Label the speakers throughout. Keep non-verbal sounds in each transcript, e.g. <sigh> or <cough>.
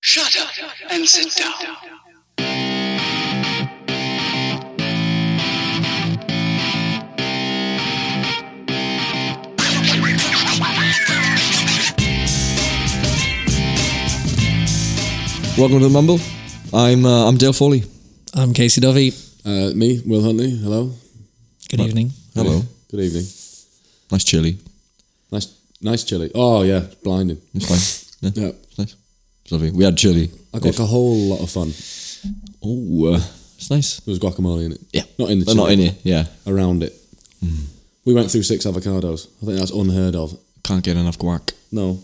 Speaker 1: Shut up and sit down.
Speaker 2: Welcome to the Mumble. I'm uh, I'm Dale Foley.
Speaker 3: I'm Casey Dovey.
Speaker 4: Uh, me, Will Huntley. Hello.
Speaker 3: Good evening.
Speaker 2: Hello.
Speaker 4: Good evening.
Speaker 2: Nice chili.
Speaker 4: Nice, nice chili. Oh yeah, blinding.
Speaker 2: It's fine. <laughs> Yeah,
Speaker 4: Yeah,
Speaker 2: it's nice. It's lovely. We had chili.
Speaker 4: I got a whole lot of fun. There
Speaker 2: Oh, uh, it's nice.
Speaker 4: was guacamole in it.
Speaker 2: Yeah.
Speaker 4: not in the.
Speaker 2: They're
Speaker 4: chili,
Speaker 2: not in here. Hmm. Yeah.
Speaker 4: Around it. We went through six avocados. I think that's unheard of.
Speaker 2: Can't get enough guac.
Speaker 4: No.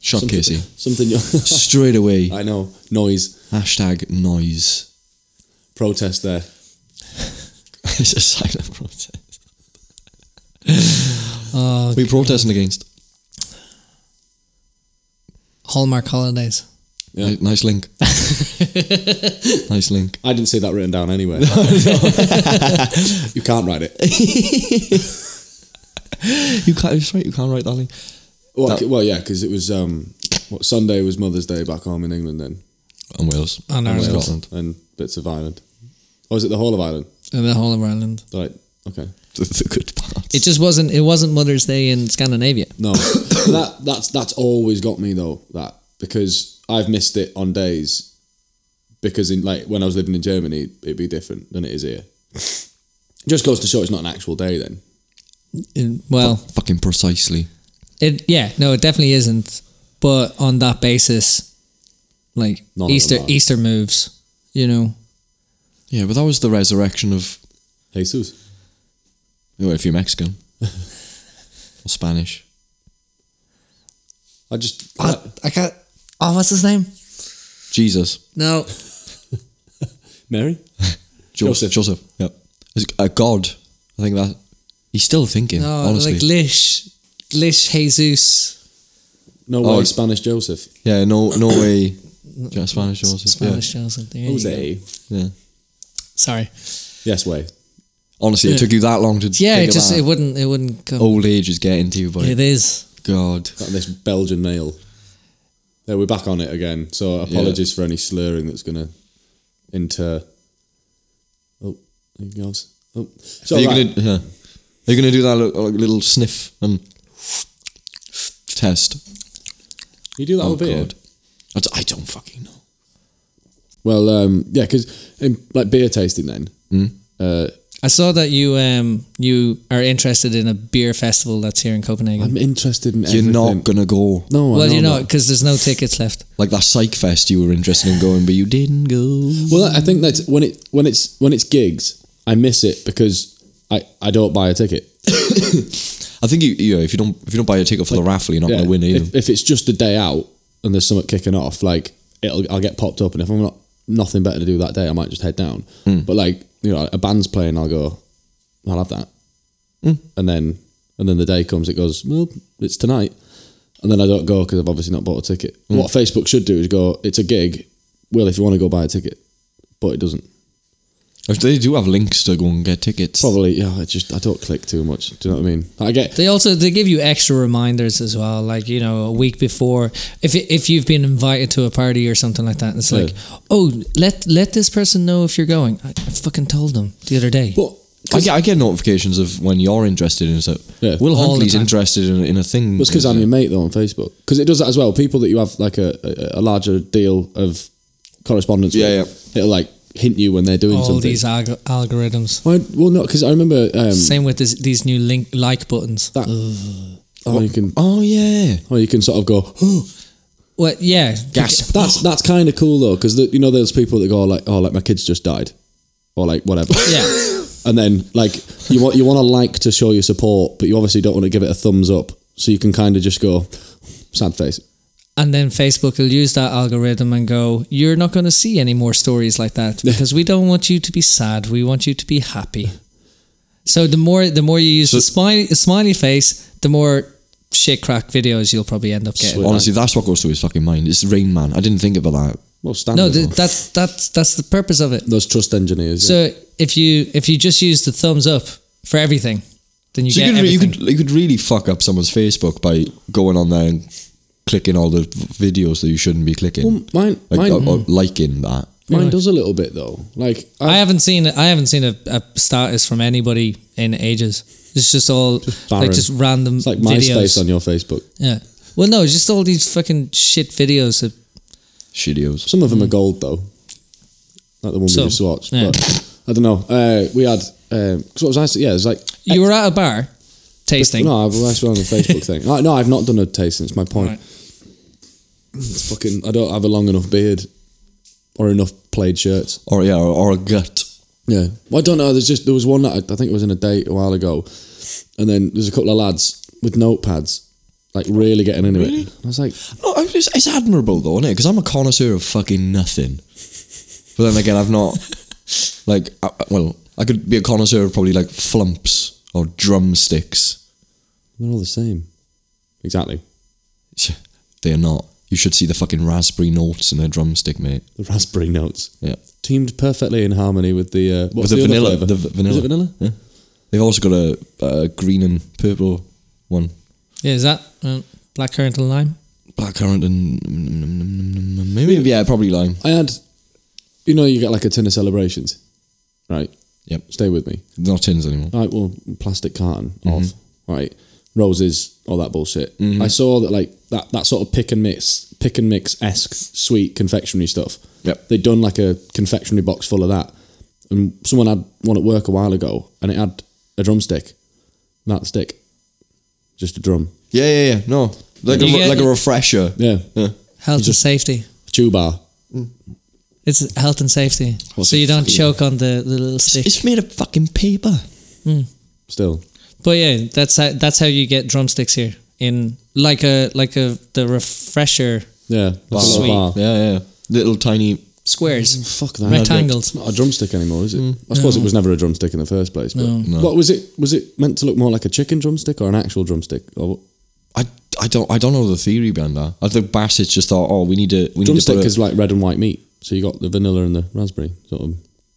Speaker 2: Shot
Speaker 4: Something-
Speaker 2: <laughs> Casey.
Speaker 4: Something. you- <laughs>
Speaker 2: Straight away.
Speaker 4: I know. Noise.
Speaker 2: Hashtag noise. <laughs>
Speaker 4: Protest there.
Speaker 2: it's a silent <laughs> protest.
Speaker 3: Uh,
Speaker 2: What are you protesting against?
Speaker 3: Hallmark holidays.
Speaker 4: Yeah.
Speaker 2: Ni- Nice <laughs> link. nice link.
Speaker 4: I didn't see that written down anywhere. <laughs> you can't
Speaker 2: <laughs>
Speaker 4: write it.
Speaker 2: You can't. It's right. You can't write that link.
Speaker 4: Well, well yeah, because it was um, what Sunday was Mother's Day back home in England then,
Speaker 2: And Wales.
Speaker 3: And
Speaker 2: And
Speaker 3: Ireland.
Speaker 2: Scotland.
Speaker 4: and bits of Ireland. Or is it the whole of Ireland?
Speaker 3: In the whole of Ireland.
Speaker 4: Right. Okay.
Speaker 2: That's a good part.
Speaker 3: It just wasn't. It wasn't Mother's Day in Scandinavia.
Speaker 4: No, <coughs> that that's that's always got me though. That because I've missed it on days because in like when I was living in Germany, it'd be different than it is
Speaker 2: <laughs>
Speaker 4: here. Just goes to show it's not an actual day then.
Speaker 3: In- well,
Speaker 2: Fucking precisely.
Speaker 3: it yeah, no, it definitely isn't. But on that basis, like
Speaker 4: None of
Speaker 3: Easter,
Speaker 4: them are.
Speaker 3: Easter moves. You know,
Speaker 2: Yeah, but that was the resurrection of
Speaker 4: Jesus,
Speaker 2: Well, if you're Mexican <laughs> or Spanish,
Speaker 4: I just
Speaker 2: Ah,
Speaker 3: I can't. Oh, what's his name?
Speaker 2: Jesus,
Speaker 3: No,
Speaker 4: Mary.
Speaker 2: Joseph,
Speaker 4: Joseph.
Speaker 2: Joseph, yep, As a god. I think that he's still thinking.
Speaker 3: no,
Speaker 2: honestly,
Speaker 3: like Lish, Lish Jesus,
Speaker 4: No way,
Speaker 2: Oh.
Speaker 4: Spanish Joseph.
Speaker 2: yeah, no, no
Speaker 3: <coughs>
Speaker 2: way. Yeah, Spanish Joseph,
Speaker 3: Spanish Joseph. There you go.
Speaker 4: Jose.
Speaker 2: Yeah. yeah.
Speaker 3: Sorry.
Speaker 4: Yes, way.
Speaker 2: Honestly, it took you that Oh. long to
Speaker 3: Yeah,
Speaker 2: Think
Speaker 3: it just
Speaker 2: about
Speaker 3: it wouldn't. It wouldn't come.
Speaker 2: old age is getting to you, but
Speaker 3: It is.
Speaker 2: God,
Speaker 4: Got this Belgian male. There, we're back on it again. So apologies for any slurring that's gonna inter. Oh, there he goes. Oh, so
Speaker 2: are you gonna
Speaker 4: right.
Speaker 2: yeah. are you gonna do that little, like, little sniff and test?
Speaker 4: you do that
Speaker 2: Oh
Speaker 4: with beer?
Speaker 2: God, I d- I don't fucking know.
Speaker 4: Well, um, yeah, because like beer tasting, then
Speaker 3: I saw that you um you are interested in a beer festival that's here in Copenhagen.
Speaker 4: I'm interested in
Speaker 2: You're
Speaker 4: everything.
Speaker 2: not gonna go.
Speaker 4: No, I
Speaker 3: well, you know,
Speaker 4: that.
Speaker 3: because there's no tickets left.
Speaker 2: Like that psych fest you were interested in going, but you didn't go.
Speaker 4: Well, I think that's when it when it's when it's gigs, I miss it because I I don't buy a ticket.
Speaker 2: I think you, you know, if you don't if you don't buy a ticket for the raffle, you're not
Speaker 4: Yeah,
Speaker 2: going to win either.
Speaker 4: if, if it's just a day out and there's something kicking off, like it'll I'll get popped up, and if I'm not nothing better to do that day, I might just head down. But like you know, a band's playing, I'll go, I'll have that, and then and then the day comes, it goes, well, it's tonight, and then I don't go because I've obviously not bought a ticket. What Facebook should do is go, it's a gig, well, if you want to go buy a ticket, but it doesn't.
Speaker 2: If they do have links to go and get tickets,
Speaker 4: Probably, yeah. I just I don't click too much. Do you know what I mean? I get
Speaker 3: They also they give you extra reminders as well, like you know, a week before if if you've been invited to a party or something like that. It's like, oh, let let this person know if you're going. I, I fucking told them the other day.
Speaker 4: but
Speaker 2: I get, I get notifications of when you're interested in so.
Speaker 4: Yeah.
Speaker 2: Will
Speaker 3: All the
Speaker 2: Huntley's
Speaker 3: time.
Speaker 2: interested in, in a thing.
Speaker 4: It's
Speaker 2: is
Speaker 4: because I'm
Speaker 2: it?
Speaker 4: your mate though on Facebook. Because it does that as well. People that you have like a, a, a larger deal of correspondence
Speaker 2: Yeah,
Speaker 4: with, it'll like hint you when they're doing
Speaker 3: all
Speaker 4: something.
Speaker 3: these alg- algorithms.
Speaker 4: Why- well, no, because I remember um,
Speaker 3: Same with this, these new link like buttons.
Speaker 4: that. Oh, you can.
Speaker 2: Oh yeah,
Speaker 4: Oh, you can sort of go. <gasps> Oh,
Speaker 3: Well, yeah,
Speaker 2: gasp.
Speaker 4: that's that's kind of cool though, because you know there's people that go like, oh, like my kids just died, or like whatever.
Speaker 3: <laughs> yeah.
Speaker 4: and then like you want you want to like to show your support, but you obviously don't want to give it a thumbs up, so you can kind of just go sad face.
Speaker 3: And then Facebook will use that algorithm and go, You're not going to see any more stories like that because we don't want you to be sad. We want you to be happy. So the more the more you use the smiley, smiley face, the more shit crack videos you'll probably end up getting.
Speaker 2: Honestly, that's what goes through his fucking mind. It's Rain Man. I didn't think about that.
Speaker 4: Well, standard.
Speaker 3: No,
Speaker 4: No,
Speaker 3: th- that's that's that's the purpose of it.
Speaker 4: those trust engineers. yeah.
Speaker 3: So if you if you just use the thumbs up for everything, then you
Speaker 2: So
Speaker 3: get
Speaker 2: you could, re- you
Speaker 3: everything.
Speaker 2: could you could really fuck up someone's Facebook by going on there and clicking all the v- videos that you shouldn't be clicking.
Speaker 4: Well, mine,
Speaker 2: like, uh,
Speaker 4: mine,
Speaker 2: or, or liking that.
Speaker 4: mine does a little bit though. Like I,
Speaker 3: I haven't seen I haven't seen a, a status from anybody in ages. It's just all
Speaker 4: barren.
Speaker 3: like just random
Speaker 4: it's like
Speaker 3: videos.
Speaker 4: MySpace on your Facebook.
Speaker 3: yeah. Well, no, it's just all these fucking shit videos. That,
Speaker 2: Shittios.
Speaker 4: Some of them are gold though, like the one
Speaker 3: Some,
Speaker 4: we just watched.
Speaker 3: yeah.
Speaker 4: But I don't know. Uh, we had because what was I? say- Yeah, it was like
Speaker 3: you were at a bar tasting.
Speaker 4: no. I was on the Facebook thing. No, no, I've not done a taste. It's my point.
Speaker 3: Right.
Speaker 4: It's fucking. I don't have a long enough beard or enough plaid shirts.
Speaker 2: Or yeah, or, or a gut.
Speaker 4: Yeah. Well, I don't know. There's just there was one that I, I think it was in a date a while ago, and then there's a couple of lads with notepads, like really getting into it. I was like,
Speaker 2: No, I- it's, it's admirable though, isn't it? Because I'm a connoisseur of fucking nothing. But then again, I've not <laughs> like I, I- well, I could be a connoisseur of probably like flumps or drumsticks. <laughs>
Speaker 4: they're all the same. Exactly.
Speaker 2: They are not. You should see the fucking raspberry notes in their drumstick, mate.
Speaker 4: The raspberry notes
Speaker 2: Yeah,
Speaker 4: teamed perfectly in harmony with the uh,
Speaker 2: With
Speaker 4: what's
Speaker 2: the
Speaker 4: other
Speaker 2: vanilla-
Speaker 4: flavour?
Speaker 2: the v- vanilla.
Speaker 4: Is it vanilla?
Speaker 2: yeah. They've also got a, a green and purple one,
Speaker 3: Yeah, is that um, blackcurrant and lime?
Speaker 2: blackcurrant and mm, mm, mm, mm, mm, maybe yeah, probably lime.
Speaker 4: I had, you know, you get like a tin of celebrations, right?
Speaker 2: Yep,
Speaker 4: Stay with me.
Speaker 2: they're not tins anymore.
Speaker 4: All right, well, plastic carton of
Speaker 2: Mm-hmm.
Speaker 4: right roses, all that bullshit. I saw that like that that sort of pick and mix, pick and mix esque sweet confectionery stuff.
Speaker 2: Yep.
Speaker 4: they'd done like a confectionery box full of that, and someone had one at work a while ago, and it had a drumstick, not the stick, just a drum.
Speaker 2: Yeah, yeah, yeah. No, like
Speaker 3: You
Speaker 2: a,
Speaker 3: get-
Speaker 2: like a refresher.
Speaker 4: Yeah,
Speaker 2: Yeah.
Speaker 3: Health and safety.
Speaker 4: chew bar.
Speaker 3: It's health and safety. So you don't choke on the, the little stick.
Speaker 2: It's made of fucking paper.
Speaker 4: Still,
Speaker 3: But yeah, that's how that's how you get drumsticks here in like a like a the refresher
Speaker 4: yeah, like a little
Speaker 3: Sweet.
Speaker 4: bar.
Speaker 2: Yeah, yeah. Little tiny.
Speaker 3: squares,
Speaker 2: Mm,
Speaker 4: Fuck that.
Speaker 3: rectangles. Mm.
Speaker 4: It's not a drumstick anymore, is it? I suppose it was never a drumstick in the first place. But
Speaker 3: No.
Speaker 4: what was it? Was it meant to look more like a chicken drumstick or an actual drumstick? Or what?
Speaker 2: I, I don't I don't know the theory behind that. I think Bassett just thought, oh, we need to we need to
Speaker 4: drumstick
Speaker 2: put a-
Speaker 4: is like red and white meat, so you got the vanilla and the raspberry. Sort of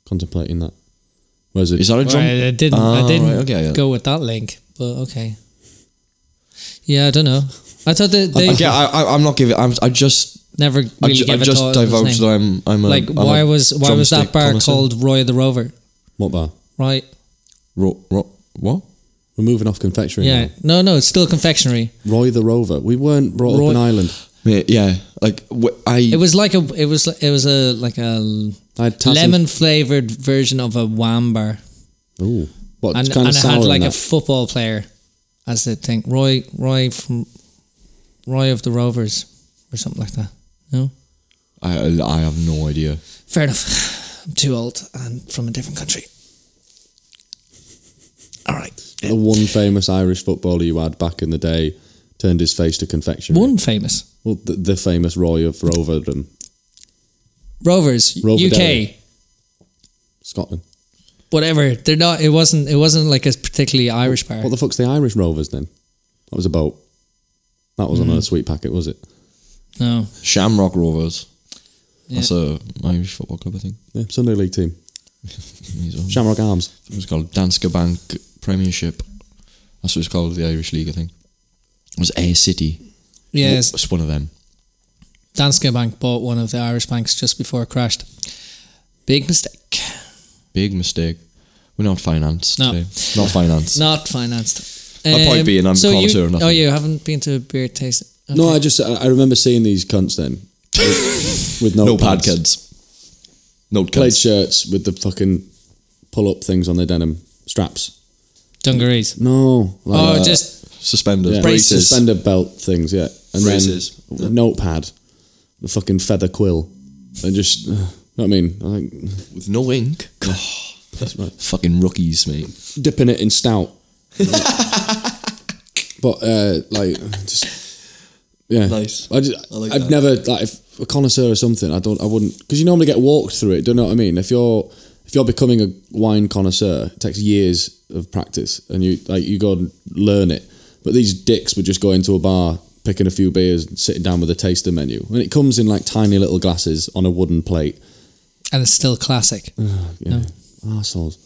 Speaker 4: contemplating that. Whereas it?
Speaker 2: is that a drum?
Speaker 3: Right, I didn't.
Speaker 2: Ah,
Speaker 3: I didn't
Speaker 2: right, okay, yeah.
Speaker 3: go with that link, but okay. Yeah, I don't know. I thought that they
Speaker 2: I, get- Uh, I, I, I'm not giving. I'm, I just
Speaker 3: never really
Speaker 2: I, ju- I
Speaker 3: gave a
Speaker 2: just
Speaker 3: thought to his
Speaker 2: divulged
Speaker 3: name.
Speaker 2: that I'm I'm a,
Speaker 3: like
Speaker 2: I'm a
Speaker 3: why was why was that
Speaker 2: drumstick
Speaker 3: bar
Speaker 2: connoisseur.
Speaker 3: called Roy the Rover?
Speaker 4: what bar?
Speaker 3: Right?
Speaker 2: Ro, ro, what?
Speaker 4: We're moving off confectionery.
Speaker 3: Yeah. No,
Speaker 4: now.
Speaker 3: no, it's still confectionery.
Speaker 4: Roy the Rover. We weren't brought
Speaker 3: Roy-
Speaker 4: up in Ireland.
Speaker 2: Yeah, yeah, like wh- I
Speaker 3: It was like a it was like- it was a like a
Speaker 4: I had tassel-
Speaker 3: lemon flavored version of a wham bar,
Speaker 4: Ooh, what?
Speaker 3: and,
Speaker 4: it's kind
Speaker 3: and
Speaker 4: of
Speaker 3: it
Speaker 4: sour.
Speaker 3: had
Speaker 4: in
Speaker 3: like a
Speaker 4: that.
Speaker 3: football player as the thing. Roy Roy from Roy of the Rovers or something like that. No,
Speaker 2: I I have no idea.
Speaker 3: fair enough. <sighs> I'm too old and from a different country. All right,
Speaker 4: the one famous Irish footballer you had back in the day turned his face to confectionery.
Speaker 3: one famous
Speaker 4: Well, the, the famous Roy of Roverdom,
Speaker 3: Rovers
Speaker 4: Rover
Speaker 3: UK.
Speaker 4: Derry. Scotland.
Speaker 3: Whatever they're not, it wasn't. It wasn't like a particularly Irish bar.
Speaker 4: What the fuck's the Irish Rovers then? That was a boat. That wasn't a sweet packet, was it?
Speaker 3: No,
Speaker 2: Shamrock Rovers. That's a Irish football club, I think.
Speaker 4: Yeah, Sunday League team.
Speaker 2: It's-
Speaker 4: Shamrock Arms.
Speaker 2: It was called Danske Bank Premiership. That's what it's called the Irish League, I think. It was Air City.
Speaker 3: yes,
Speaker 2: It's one of them.
Speaker 3: Danske Bank bought one of the Irish banks just before it crashed. Big mistake.
Speaker 2: Big mistake. We're not financed.
Speaker 3: No.
Speaker 2: today. Not financed.
Speaker 3: Not financed.
Speaker 2: My point being, I'm
Speaker 3: so
Speaker 2: connoisseur
Speaker 3: you,
Speaker 2: of nothing.
Speaker 3: Oh, you haven't been to a beer tasting?
Speaker 4: No, I just I I remember seeing these cunts then with, <laughs> with
Speaker 2: No
Speaker 4: notepads.
Speaker 2: pad kids. No
Speaker 4: plaid
Speaker 2: kids.
Speaker 4: shirts with the fucking pull up things on their denim straps.
Speaker 3: Dungarees.
Speaker 4: No, like,
Speaker 3: Oh,
Speaker 4: uh,
Speaker 3: just
Speaker 2: Suspenders.
Speaker 4: yeah,
Speaker 2: Braces.
Speaker 4: suspender belt things. Yeah, and
Speaker 2: Braces.
Speaker 4: then a notepad, the fucking feather quill, and just. <sighs> you know what I mean, I think
Speaker 2: With no ink.
Speaker 4: that's right.
Speaker 2: Fucking rookies, mate.
Speaker 4: dipping it in stout. <laughs> but uh, like, just yeah,
Speaker 2: Nice.
Speaker 4: I just,
Speaker 2: I like
Speaker 4: I've
Speaker 2: that.
Speaker 4: never like if a connoisseur or something. I don't. I wouldn't because you normally get walked through it. Do you know what I mean? If you're if you're becoming a wine connoisseur, it takes years of practice, and you like you go and learn it. But these dicks would just go into a bar, picking a few beers, and sitting down with a taster menu, and it comes in like tiny little glasses on a wooden plate.
Speaker 3: and it's still classic.
Speaker 4: Mm. Yeah. Arseholes.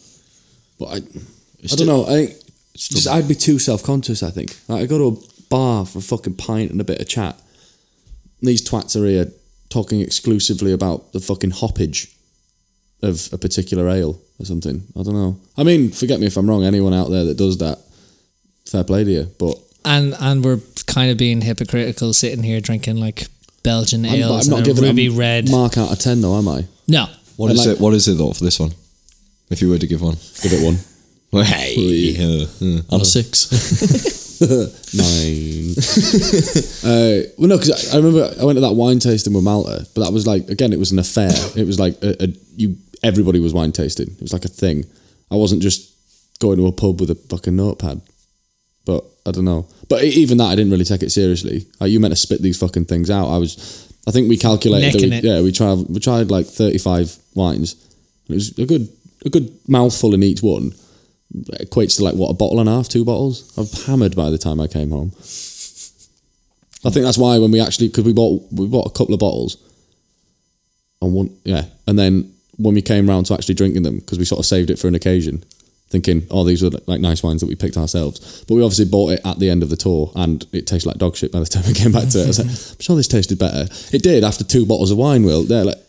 Speaker 4: But I, I
Speaker 2: still-
Speaker 4: don't know. I think just, I'd be too self conscious, I think. Like, I go to a bar for a fucking pint and a bit of chat. these twats are here talking exclusively about the fucking hoppage of a particular ale or something. I don't know. I mean, forget me if I'm wrong. Anyone out there that does that, fair play to you. But
Speaker 3: and and we're kind of being hypocritical sitting here drinking like Belgian
Speaker 4: I'm,
Speaker 3: ales
Speaker 4: I'm not
Speaker 3: and a
Speaker 4: giving it a
Speaker 3: ruby red.
Speaker 4: mark out of ten though,
Speaker 3: <laughs>
Speaker 4: am I?
Speaker 3: no,
Speaker 2: What
Speaker 4: I'd
Speaker 2: is
Speaker 4: like-
Speaker 2: it? What is it though for this one? If you were to give one,
Speaker 4: Give it one.
Speaker 2: <laughs> hey, uh, uh, on a six.
Speaker 4: Nine. uh, well, no, because I, I remember I went to that wine tasting with Malta, but that was like again, it was an affair. It was like a, a, you, everybody was wine tasting. It was like a thing. I wasn't just going to a pub with a fucking notepad. But I don't know. But e- even that, I didn't really take it seriously. Like, you meant to spit these fucking things out. I was, I think we calculated. That
Speaker 3: Necking
Speaker 4: we,
Speaker 3: it.
Speaker 4: yeah, we tried. We tried like thirty-five wines. It was a good, a good mouthful in each one. It equates to like what a bottle and a half, two bottles. I was hammered by the time I came home. I think that's why when we actually because we bought we bought a couple of bottles, and one yeah, and then when we came round to actually drinking them because we sort of saved it for an occasion, thinking oh these were like nice wines that we picked ourselves, but we obviously bought it at the end of the tour and it tasted like dog shit by the <laughs> time we came back to it. I was like, I'm sure this tasted better. It did after two bottles of wine. Will they're like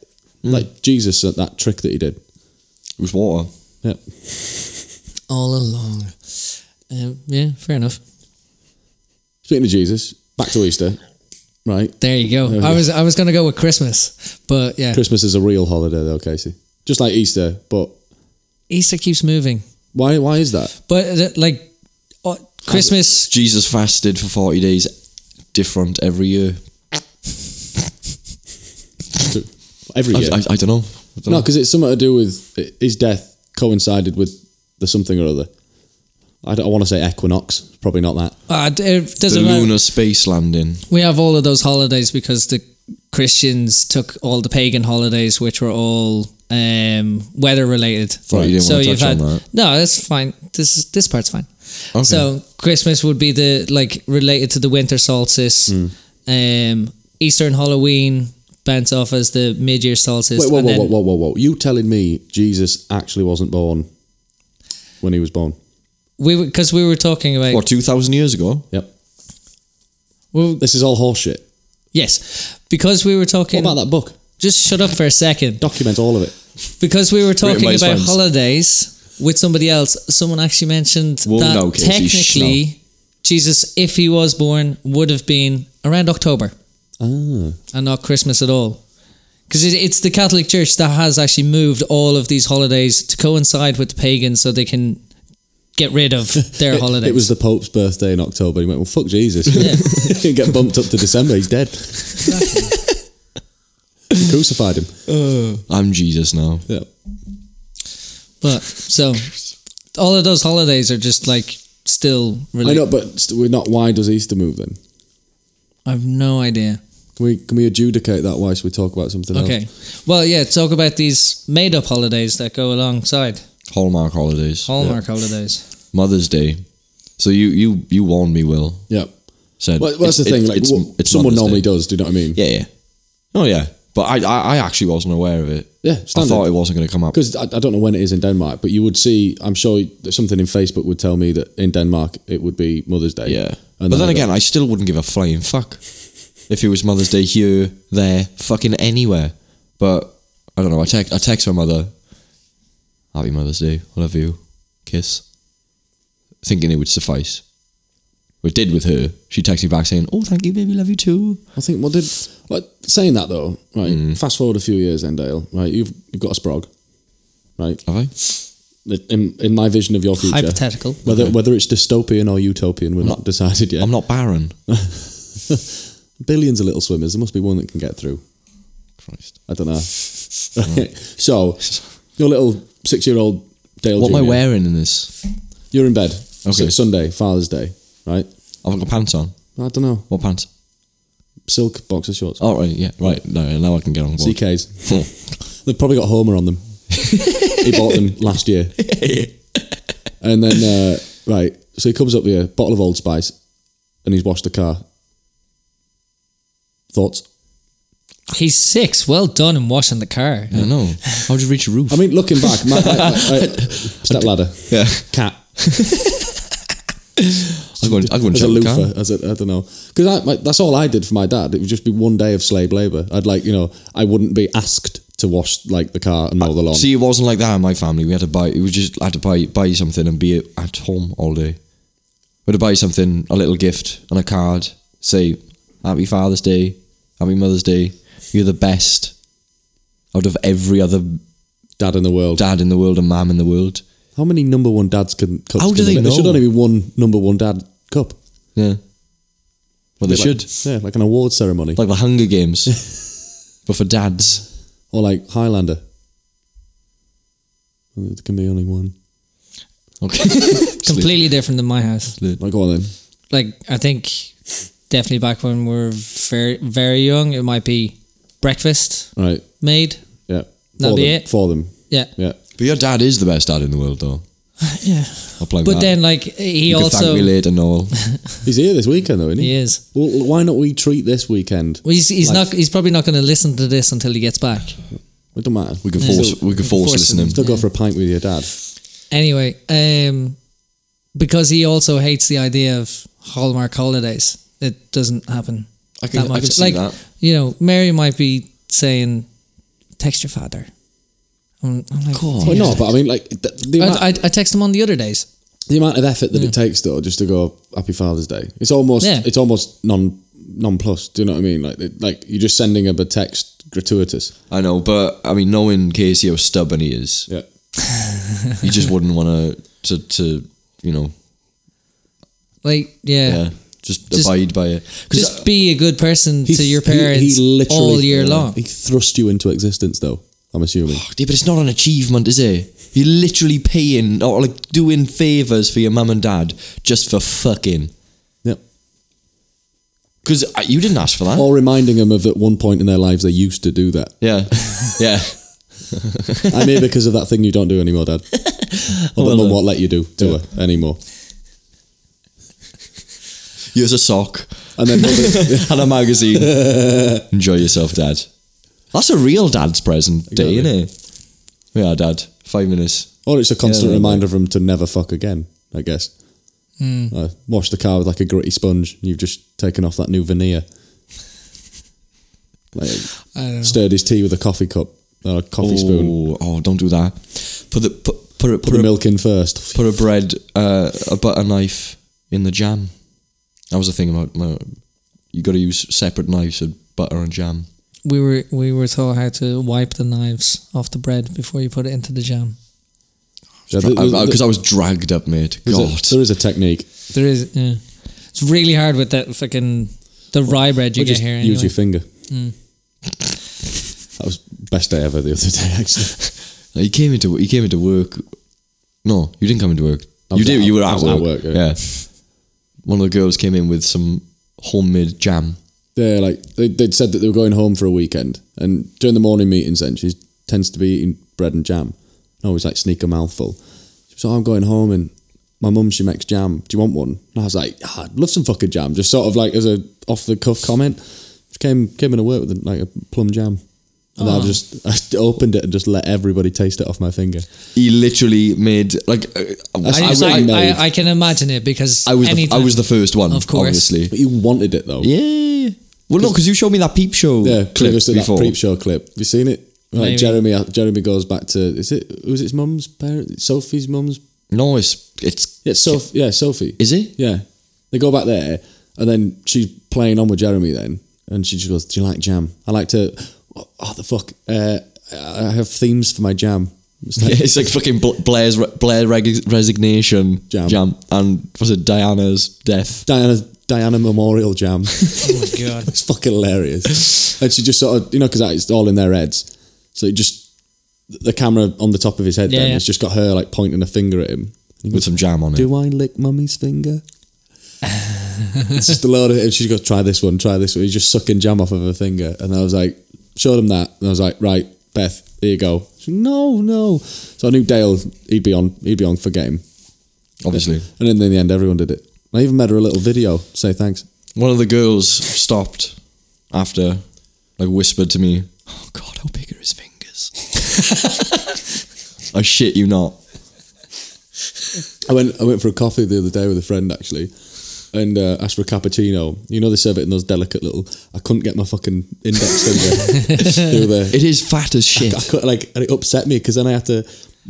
Speaker 4: like Jesus at that trick that he
Speaker 2: <laughs>
Speaker 4: did.
Speaker 2: it was water.
Speaker 4: Yeah,
Speaker 3: all along. Um, yeah, fair enough.
Speaker 4: speaking of Jesus, back to Easter, right?
Speaker 3: There you go. I was I was gonna go with Christmas, but yeah,
Speaker 4: Christmas is a real holiday though, Casey. Just like Easter, but
Speaker 3: Easter keeps moving.
Speaker 4: why? Why is that?
Speaker 3: But uh, like uh, Christmas,
Speaker 2: Jesus fasted for forty days, different every year.
Speaker 4: Every
Speaker 2: I,
Speaker 4: year.
Speaker 2: I, I don't know. I don't
Speaker 4: No,
Speaker 2: know.
Speaker 4: because it's something to do with i- his death coincided with the something or other. I don't want to say equinox. It's Probably not that.
Speaker 3: uh, d- it
Speaker 2: the
Speaker 3: doesn't matter.
Speaker 2: lunar space landing.
Speaker 3: We have all of those holidays because the Christians took all the pagan holidays, which were all um, weather related.
Speaker 2: Thought Oh, you didn't wanna touch on that.
Speaker 3: no, that's fine. This is- this part's fine. So Christmas would be the like related to the winter solstice.
Speaker 2: Hmm.
Speaker 3: Um, Easter and Halloween bent off as the mid year solstice.
Speaker 4: Wait, whoa,
Speaker 3: and
Speaker 4: whoa,
Speaker 3: then-
Speaker 4: whoa, whoa, whoa, whoa! You telling me Jesus actually wasn't born when he was born?
Speaker 3: We because we were talking about
Speaker 2: What two thousand years ago?
Speaker 4: Yep.
Speaker 3: Well-
Speaker 4: this is all horseshit.
Speaker 3: yes because we were
Speaker 4: What
Speaker 3: talking.
Speaker 4: about that book?
Speaker 3: Just shut up for a second.
Speaker 4: Document all of it.
Speaker 3: because we were
Speaker 2: by
Speaker 3: talking
Speaker 2: his
Speaker 3: about
Speaker 2: friends.
Speaker 3: holidays with somebody else, someone actually mentioned
Speaker 2: Whoa,
Speaker 3: that
Speaker 2: now, Casey,
Speaker 3: technically Jesus, if he was born, would have been around October
Speaker 4: Ah,
Speaker 3: and not Christmas at all. Because it, it's the Catholic Church that has actually moved all of these holidays to coincide with the pagans so they can get rid
Speaker 4: <laughs>
Speaker 3: of their
Speaker 4: it,
Speaker 3: holidays.
Speaker 4: it was the Pope's birthday in October. He went, "Well, fuck Jesus."
Speaker 3: Yeah.
Speaker 4: <laughs> he get bumped up to December. He's dead. He crucified him.
Speaker 2: I'm Jesus now.
Speaker 4: Yeah.
Speaker 3: but so all of those holidays are just like still
Speaker 4: I
Speaker 3: related.
Speaker 4: know, but st- we're not. Why does Easter move then?
Speaker 3: I have no idea.
Speaker 4: Can we can we adjudicate that whilst we talk about something else?
Speaker 3: Okay. Well, yeah, talk about these made up holidays that go alongside.
Speaker 2: Hallmark holidays.
Speaker 3: Hallmark holidays.
Speaker 2: Mother's Day. So you you you warned me, Will.
Speaker 4: Yeah.
Speaker 2: Said
Speaker 4: Well, well that's the
Speaker 2: it's-
Speaker 4: thing.
Speaker 2: it's-
Speaker 4: like,
Speaker 2: it's-
Speaker 4: what
Speaker 2: it's
Speaker 4: someone
Speaker 2: Mother's
Speaker 4: normally
Speaker 2: Day.
Speaker 4: does. Do you know what I mean?
Speaker 2: Yeah, yeah. Oh yeah, but I I, I actually wasn't aware of it.
Speaker 4: Yeah,
Speaker 2: I
Speaker 4: standard.
Speaker 2: thought it wasn't going to come up.
Speaker 4: Because I, I don't know when it is in Denmark, but you would see. I'm sure that something in Facebook would tell me that in Denmark it would be Mother's Day.
Speaker 2: Yeah,
Speaker 4: And
Speaker 2: but then
Speaker 4: I
Speaker 2: again, I still wouldn't give a flying fuck if it was Mother's Day here, there, fucking anywhere. But I don't know. I text I text my mother, "Happy Mother's Day, I love you, kiss," thinking it would suffice. It did with her. She texted me back saying, "Oh, thank you, baby, love you too."
Speaker 4: I think what did like saying that though. Right.
Speaker 2: Hmm.
Speaker 4: Fast forward a few years, then Dale. Right. You've you've got a sprog. Right.
Speaker 2: Have I?
Speaker 4: In in my vision of your future,
Speaker 3: Hypothetical.
Speaker 4: Whether whether it's dystopian or utopian, we're not, decided yet.
Speaker 2: I'm not barren.
Speaker 4: Billions of little swimmers. There must be one that can get through.
Speaker 2: Christ.
Speaker 4: I don't know. <laughs> so, your little six-year-old Dale.
Speaker 2: What am I
Speaker 4: Jr.,
Speaker 2: wearing in this?
Speaker 4: You're in bed.
Speaker 2: Okay.
Speaker 4: Okay. Sunday, Father's Day, right?
Speaker 2: I've got pants on.
Speaker 4: I don't know.
Speaker 2: What pants?
Speaker 4: Silk boxer shorts.
Speaker 2: Oh right, yeah, right. No, now I can get on board.
Speaker 4: CKs. They've probably got Homer
Speaker 2: <laughs>
Speaker 4: on them. he bought them last year. and then, uh, right, so he comes up with a bottle of Old Spice, and he's washed the car. Thoughts?
Speaker 3: He's six. Well done in washing the
Speaker 2: I
Speaker 3: car.
Speaker 2: don't know. How'd you reach a roof?
Speaker 4: I mean, looking
Speaker 2: <laughs>
Speaker 4: back, my, my, my, my- step ladder,
Speaker 2: yeah.
Speaker 4: cat.
Speaker 2: <laughs> I'll go and, I'll go and
Speaker 4: as a
Speaker 2: check the car.
Speaker 4: loofah, as a, I don't know, because that's all I did for my dad. It would just be one day of slave labor. I'd like, you know, I wouldn't be asked to wash like the car and mow the lawn.
Speaker 2: See, it wasn't like that in my family. We had to buy. It was just I had to buy buy something and be at home all day. We had to buy something, a little gift and a card. Say, Happy Father's Day, Happy Mother's Day. You're the best out of every other
Speaker 4: dad in the world.
Speaker 2: dad in the world and mum in the world.
Speaker 4: How many number one dads can? Cups
Speaker 2: How do
Speaker 4: can
Speaker 2: they
Speaker 4: make? There should
Speaker 2: know?
Speaker 4: only be one number one dad cup.
Speaker 2: Yeah. Well, they
Speaker 4: Like-
Speaker 2: should.
Speaker 4: yeah, like an award ceremony,
Speaker 2: Like the Hunger
Speaker 4: <laughs>
Speaker 2: Games, but for dads.
Speaker 4: or like Highlander. There can be only one. <laughs>
Speaker 2: Okay.
Speaker 3: Completely different than my house.
Speaker 4: Like, go on then.
Speaker 3: Like I think definitely back when we were very very young, it might be breakfast
Speaker 4: All right.
Speaker 3: made.
Speaker 4: Yeah.
Speaker 3: That'd
Speaker 4: for
Speaker 3: be
Speaker 4: them,
Speaker 3: it.
Speaker 4: for them.
Speaker 3: Yeah,
Speaker 4: Yeah.
Speaker 2: But your dad is the best dad in the world, though.
Speaker 3: yeah.
Speaker 2: I'll plug
Speaker 3: But
Speaker 2: that.
Speaker 3: then like he
Speaker 2: you can
Speaker 3: also
Speaker 2: thank me later, Noel.
Speaker 4: He's here this weekend though, isn't he?
Speaker 3: he is.
Speaker 4: Well, why not we treat this weekend?
Speaker 3: Well, he's he's not he's probably not going to listen to this until he gets back.
Speaker 4: It don't matter.
Speaker 2: We can force.
Speaker 4: Still,
Speaker 2: We can force,
Speaker 3: force
Speaker 2: listen
Speaker 3: him.
Speaker 2: him.
Speaker 4: still go for a pint with your dad.
Speaker 3: Anyway, um, because he also hates the idea of Hallmark holidays, it doesn't happen
Speaker 2: I can-
Speaker 3: that
Speaker 2: I
Speaker 3: much.
Speaker 2: can see
Speaker 3: like
Speaker 2: that.
Speaker 3: you know, Mary might be saying, "Text your father." I'm, I'm like,
Speaker 2: course.
Speaker 3: "Yeah."
Speaker 4: Well, no, but I mean, like the, the, amount,
Speaker 3: I, I, I text him on the other days.
Speaker 4: the amount of effort that it takes though, just to go Happy Father's Day. It's almost,
Speaker 3: Yeah.
Speaker 4: it's almost non non plus. Do you know what I mean? Like, it, like you're just sending him a text gratuitous.
Speaker 2: I know, but I mean, knowing Casey how stubborn he is,
Speaker 4: Yeah.
Speaker 2: he <laughs> just wouldn't want to to to you know
Speaker 3: Like, yeah.
Speaker 2: yeah, just,
Speaker 3: Just-
Speaker 2: abide by it. Because
Speaker 3: Just be a good person to your parents all year
Speaker 4: yeah,
Speaker 3: long.
Speaker 4: He thrust you into existence though. I'm <gasps> assuming.
Speaker 2: yeah, but it's not an achievement, is it? You're literally paying or like doing favors for your mum and dad just for fucking.
Speaker 4: Yep.
Speaker 2: Because you didn't ask for that.
Speaker 4: Or reminding him of at one point in their lives they used to do that.
Speaker 2: Yeah, <laughs> yeah.
Speaker 4: I'm
Speaker 3: <laughs>
Speaker 4: here because of that thing you don't do anymore, Dad. Or
Speaker 3: uh,
Speaker 4: that mum won't let you do to her anymore.
Speaker 2: Here's a sock
Speaker 4: And then
Speaker 2: and a <laughs> magazine. Enjoy yourself, Dad. That's a real dad's present day,
Speaker 4: Exactly.
Speaker 2: isn't it? Yeah, Dad. Five minutes.
Speaker 4: Or it's a constant
Speaker 2: Yeah,
Speaker 4: reminder for him to never fuck again, I guess.
Speaker 3: Hmm.
Speaker 4: Uh, wash the car with like a gritty sponge. And you've just taken off that new veneer.
Speaker 3: <laughs>
Speaker 4: Like,
Speaker 3: I don't know.
Speaker 4: stirred his tea with a coffee cup, or a coffee spoon.
Speaker 2: Oh, oh, don't do that. Put the put put, a-
Speaker 4: Put
Speaker 2: put
Speaker 4: the
Speaker 2: a
Speaker 4: milk
Speaker 2: <laughs>
Speaker 4: in first.
Speaker 2: put a bread uh, a butter knife in the jam. That was the thing about my, you got to use separate knives for butter and jam.
Speaker 3: We were we were taught how to wipe the knives off the bread before you put it into the jam.
Speaker 4: Yeah, there- there-
Speaker 2: Because I was dragged up, mate.
Speaker 4: there's a-
Speaker 2: God,
Speaker 4: there is a technique.
Speaker 3: There is, yeah. It's really hard with that fucking the rye bread you Hmm.
Speaker 4: Or
Speaker 3: get
Speaker 4: just
Speaker 3: here.
Speaker 4: use
Speaker 3: Anyway.
Speaker 4: your finger. That was best day ever the other day, actually.
Speaker 2: you came into you came into work. No, you didn't come into work.
Speaker 4: was
Speaker 2: You did.
Speaker 4: at-
Speaker 2: you were
Speaker 4: I
Speaker 2: at
Speaker 4: was
Speaker 2: work.
Speaker 4: at work, yeah.
Speaker 2: yeah. One of the girls came in with some homemade jam.
Speaker 4: Yeah, like they, they'd said that they were going home for a weekend, and during the morning meetings, then she tends to be eating bread and jam. And I always like sneak a mouthful. So I'm going home, and my mum she makes jam. Do you want one? And I was like, "Ah, I'd love some fucking jam. Just sort of like as a off the cuff comment. She came came into work with like a plum jam, and
Speaker 2: Ah.
Speaker 4: I just <laughs> I just opened it and just let everybody taste it off my finger.
Speaker 2: He literally made like uh,
Speaker 4: That's
Speaker 3: I,
Speaker 4: I
Speaker 3: I,
Speaker 4: really
Speaker 3: I,
Speaker 4: made-
Speaker 3: I can imagine it because
Speaker 2: I was the, I
Speaker 3: anytime-
Speaker 2: was the first one,
Speaker 3: Of course.
Speaker 2: obviously.
Speaker 4: But you wanted it though.
Speaker 2: Yeah. Well, no, because you showed me that peep show
Speaker 4: Yeah,
Speaker 2: clip
Speaker 4: previous to
Speaker 2: before.
Speaker 4: that Preep Show clip. Have you seen it?
Speaker 3: Maybe.
Speaker 4: Like Jeremy, uh, Jeremy goes back to is it was his mum's parent, Sophie's mum's.
Speaker 2: No, it's it's
Speaker 4: Yeah, Soph, yeah, Sophie.
Speaker 2: is it?
Speaker 4: Yeah, they go back there, and then she's playing on with Jeremy. Then, and she just goes, "Do you like jam? I like to. Oh the fuck! Uh, I have themes for my jam. It's like,
Speaker 2: Yeah, <laughs> it's like fucking Bla- Blair's re- Blair reg- resignation
Speaker 4: Jam.
Speaker 2: and was it Diana's death?
Speaker 4: Diana Diana Memorial Jam. <laughs>
Speaker 3: Oh my <laughs> god!
Speaker 4: it's fucking hilarious. And she just sort of, you know, because it's all in their heads. So it just, the camera on the top of his head
Speaker 3: Yeah,
Speaker 4: then,
Speaker 3: yeah.
Speaker 4: it's just got her like pointing a finger at him. And he
Speaker 2: With
Speaker 4: goes,
Speaker 2: some jam on it.
Speaker 4: Do I lick mummy's finger? it's just a load of it. And she goes, try this one, try this one. He's just sucking jam off of her finger. And I was like, showed him that. And I was like, right, Beth, here you go. She's like, no, no. So I knew Dale, he'd be on, he'd be on for game.
Speaker 2: Obviously,
Speaker 4: And then in the end, everyone did it. I even made her a little video to say thanks.
Speaker 2: one of the girls stopped after, like, whispered to me, "Oh God, how big are his fingers?" <laughs> I shit you not.
Speaker 4: I went I went for a coffee the other day with a friend actually, and uh, asked for a cappuccino. You know they serve it in those delicate little. I couldn't get my fucking index finger <laughs> through there.
Speaker 2: It is fat as shit.
Speaker 4: I could, like, and it upset me because then I had to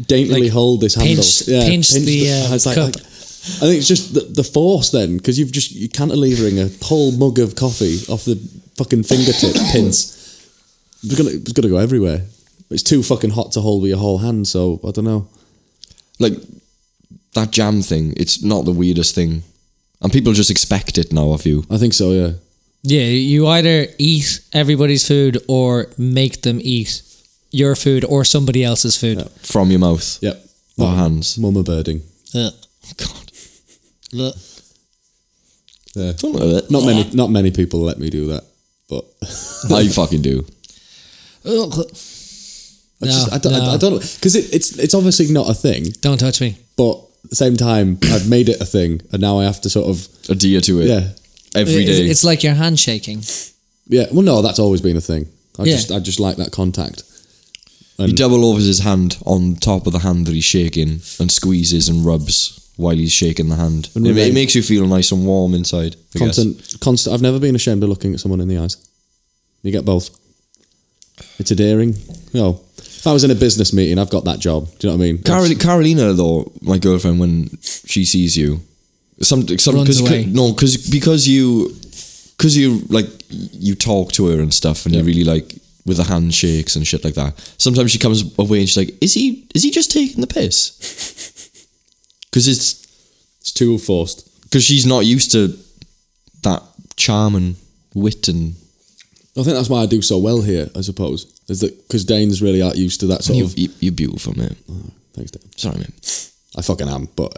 Speaker 4: daintily
Speaker 3: Like,
Speaker 4: hold this handle.
Speaker 3: pinch- pinch the, uh,
Speaker 4: I was like,
Speaker 3: cup.
Speaker 4: I, I think it's just the, the force then because you've just you cantilevering a whole mug of coffee off the
Speaker 3: <laughs>
Speaker 4: fucking fingertip pins. It's gonna it's gonna go everywhere. It's too fucking hot to hold with your whole hand. So I don't know.
Speaker 2: like that jam thing. It's not the weirdest thing, and people just expect it now of you.
Speaker 4: I think so. Yeah.
Speaker 3: Yeah, you either eat everybody's food or make them eat your food or somebody else's food.
Speaker 2: from your mouth
Speaker 4: Yep.
Speaker 2: or hands.
Speaker 4: Mama birding.
Speaker 3: Ugh.
Speaker 2: God,
Speaker 3: Look.
Speaker 4: Yeah.
Speaker 2: don't know that.
Speaker 4: Not many. Not many people let me do that. But <laughs>
Speaker 2: I fucking do.
Speaker 3: Ugh.
Speaker 4: I,
Speaker 3: No,
Speaker 4: just, I, don't,
Speaker 3: no.
Speaker 4: I, I don't know because it, it's it's obviously not a thing.
Speaker 3: Don't touch me.
Speaker 4: But at the same time, <clears throat> I've made it a thing, and now I have to sort of
Speaker 2: <laughs> Adhere to it.
Speaker 4: yeah
Speaker 2: every
Speaker 3: It's-
Speaker 2: day.
Speaker 3: It's like your handshaking.
Speaker 4: yeah. Well, no, that's always been a thing. I
Speaker 3: Yeah.
Speaker 4: just I just like that contact.
Speaker 2: he double overs his hand on top of the hand that he's shaking and squeezes and rubs while he's shaking the hand. It, ma-
Speaker 4: remain-
Speaker 2: it makes you feel nice and warm inside. I guess.
Speaker 4: Constant, constant. I've never been ashamed of looking at someone in the eyes. You get both. It's endearing. You know, if I was in a business meeting, I've got that job. Do you know what I mean?
Speaker 2: Carol- Carolina, though, my girlfriend, when she sees you, some, some
Speaker 3: Runs
Speaker 2: cause,
Speaker 3: away.
Speaker 2: cause- no, because because you because you like you talk to her and stuff, and you really like with the handshakes and shit like that. Sometimes she comes away and she's like, "Is he is he just taking the piss?" <laughs> Because it's
Speaker 4: It's too forced.
Speaker 2: because she's not used to that charm and wit and
Speaker 4: I think that's why I do so well here. I suppose is that because Danes really aren't used to that sort
Speaker 2: you,
Speaker 4: of.
Speaker 2: you, you're beautiful, man.
Speaker 4: Oh, thanks, Dane.
Speaker 2: Sorry, man.
Speaker 4: I fucking am, but <laughs>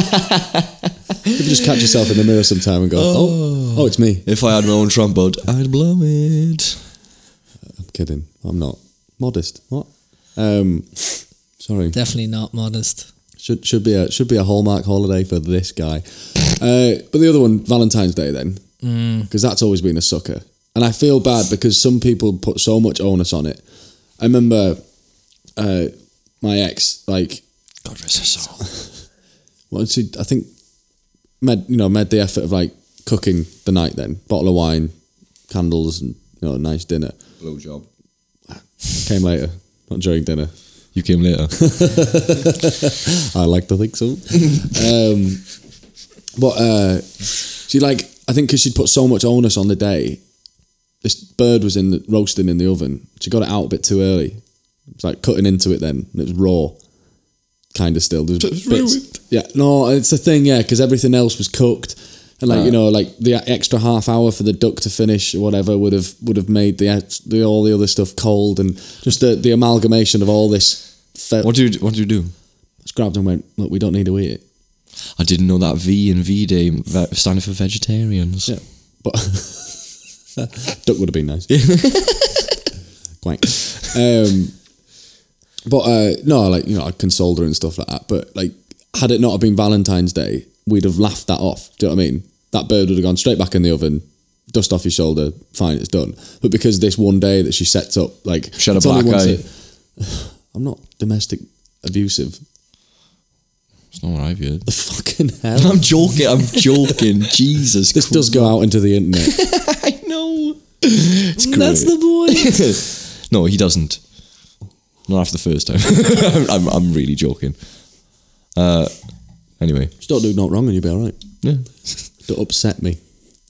Speaker 4: you just catch yourself in the mirror sometime and go, "Oh, oh, it's me."
Speaker 2: If I had my own trumpet, I'd blow it.
Speaker 4: I'm kidding. I'm not modest. What? Um, sorry.
Speaker 3: Definitely not modest.
Speaker 4: Should should be a should be a hallmark holiday for this guy. Uh, but the other one, Valentine's Day, then,
Speaker 2: Mm.
Speaker 4: because that's always been a sucker, and I feel bad because some people put so much onus on it. I remember uh, my ex, like
Speaker 2: God rest her soul.
Speaker 4: <laughs> Well, she, I think, made you know, made the effort of like cooking the night then, bottle of wine, candles, and you know, a nice dinner.
Speaker 2: Blow job.
Speaker 4: Came later, not during dinner.
Speaker 2: You came
Speaker 3: <laughs>
Speaker 2: later.
Speaker 4: I like to think so.
Speaker 2: <laughs>
Speaker 4: um, but uh, she like, I think because she'd put so much onus on the day, this bird was in the, roasting in the oven. She got it out a bit too early. It was like cutting into it then, and it was raw, kind of still. There's
Speaker 2: It's
Speaker 4: bits-
Speaker 2: ruined.
Speaker 4: Yeah, no, it's a thing. Yeah, because everything else was cooked, and like
Speaker 2: Ah.
Speaker 4: you know, like the extra half hour for the duck to finish or whatever would have would have made the, ex- the all the other stuff cold, and just the the amalgamation of all this. Fe-
Speaker 2: What do you What do you do?
Speaker 4: just grabbed and went, look, we don't need to eat it.
Speaker 2: I didn't know that V and V Day ve- standing for vegetarians.
Speaker 4: Yeah. But <laughs> duck would have been nice. <laughs> Quack. Um, but uh, no, like, you know, I consoled her and stuff like that. But like, had it not have been Valentine's Day, we'd have laughed that off. Do you know what I mean? That bird would have gone straight back in the oven, dust off your shoulder, fine, it's done. But because this one day that she sets up, like,
Speaker 2: She had a
Speaker 4: it's only
Speaker 2: black
Speaker 4: once
Speaker 2: eye.
Speaker 4: a- <sighs> I'm not domestic abusive.
Speaker 2: It's not what I've heard.
Speaker 4: The fucking
Speaker 2: <laughs>
Speaker 4: hell.
Speaker 2: I'm joking. <laughs> I'm joking. Jesus,
Speaker 4: this does go out into the internet.
Speaker 2: Christ. <laughs> I know. It's great.
Speaker 3: That's
Speaker 2: <laughs>
Speaker 3: the boy.
Speaker 2: no, he doesn't. Not after the first time. <laughs> I'm, I'm, I'm really joking. Uh, anyway,
Speaker 4: Just don't do not wrong and you'll be all right.
Speaker 2: yeah.
Speaker 4: <laughs> Don't upset me.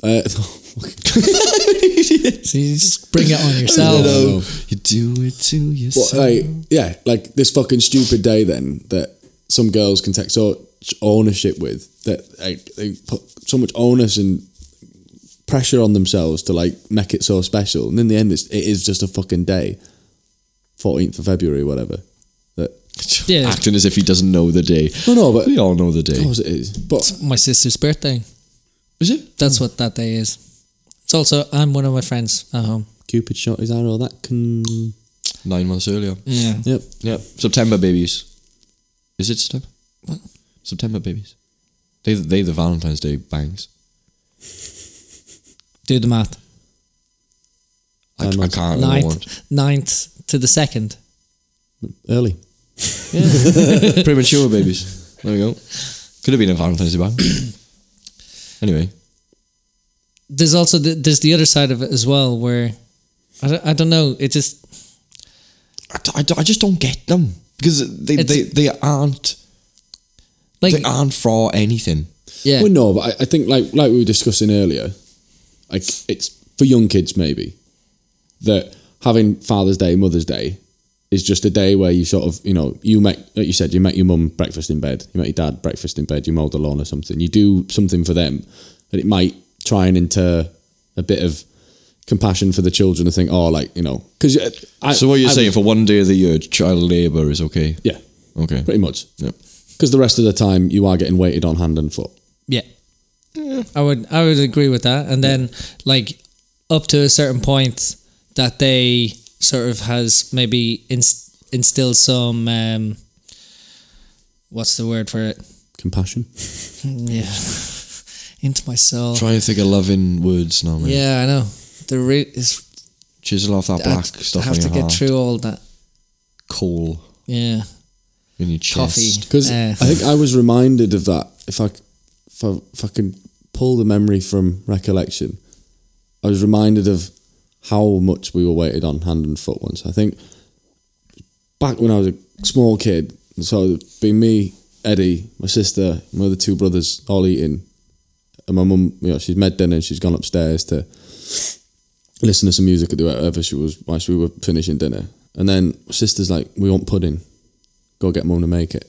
Speaker 4: Uh, <laughs>
Speaker 3: so you just bring it on yourself.
Speaker 4: No.
Speaker 2: you do it to
Speaker 4: but
Speaker 2: yourself. <laughs>
Speaker 4: like, yeah, like this fucking stupid day then that some girls can take so much ownership with that like, they put so much onus and pressure on themselves to like make it so special, and in the end, it's, it is just a fucking day, fourteenth of February, whatever. That
Speaker 3: Yeah.
Speaker 2: Acting as if he doesn't know the day.
Speaker 4: no, no, but
Speaker 2: We
Speaker 4: of
Speaker 2: all know the day.
Speaker 4: course it is. But
Speaker 3: My sister's birthday.
Speaker 2: Is it?
Speaker 3: That's what that day is. It's also I'm one of my friends at home.
Speaker 4: Cupid shot his arrow. That can
Speaker 2: Nine months earlier.
Speaker 3: Yeah.
Speaker 4: yep.
Speaker 2: Yeah, September babies. Is it September? September babies. They they the Valentine's Day bangs.
Speaker 3: Do the math.
Speaker 2: I,
Speaker 4: Nine
Speaker 2: I
Speaker 4: months.
Speaker 2: can't. I won't. <laughs>
Speaker 3: Ninth, ninth to the second.
Speaker 4: Early.
Speaker 2: Premature babies. There we go. Could have been a Valentine's Day bang. <clears throat> Anyway,
Speaker 3: there's also the, there's the other side of it as well where I don't, I don't know it just
Speaker 2: I, d- I d- I just don't get them because they,
Speaker 3: It's-
Speaker 2: they, they aren't
Speaker 3: like
Speaker 2: they uh, aren't for anything.
Speaker 3: yeah
Speaker 4: Well, no, but I, I think like like we were discussing earlier, like it's for young kids maybe that having Father's Day, Mother's Day is just a day where you sort of you know you make like you said you make your mum breakfast in bed, you make your dad breakfast in bed, you mow the lawn or something. You do something for them, and it might try and inter a bit of compassion for the children and think, oh, like you know, because
Speaker 2: So what you're saying for one day of the year, child labour is okay?
Speaker 4: yeah,
Speaker 2: Okay.
Speaker 4: pretty much,
Speaker 2: Yep.
Speaker 4: because the rest of the time you are getting waited on hand and foot.
Speaker 3: yeah I would I would agree with that and then like up to a certain point that they sort of has maybe inst- instilled some um what's the word for it
Speaker 4: Compassion.
Speaker 3: yeah <laughs> into my soul
Speaker 2: Oh. Try and think of loving words now, man.
Speaker 3: yeah I know the re- is
Speaker 2: Chisel off that
Speaker 3: I
Speaker 2: black
Speaker 3: have
Speaker 2: stuff on
Speaker 3: to
Speaker 2: your
Speaker 3: get
Speaker 2: heart.
Speaker 3: through all that
Speaker 2: Coal
Speaker 3: yeah
Speaker 2: in your chest.
Speaker 3: Coffee.
Speaker 4: Because
Speaker 3: Uh,
Speaker 4: I think I was reminded of that. If I, if I, if I can pull the memory from recollection, I was reminded of how much we were waited on hand and foot once. I think back when I was a small kid, so it'd be me, Eddie, my sister, my other two brothers, all eating, and my mum. You know, she's made dinner and she's gone upstairs to listen to some music or do whatever she was whilst we were finishing dinner. And then my sister's like, "We want pudding. Go get mum to make it."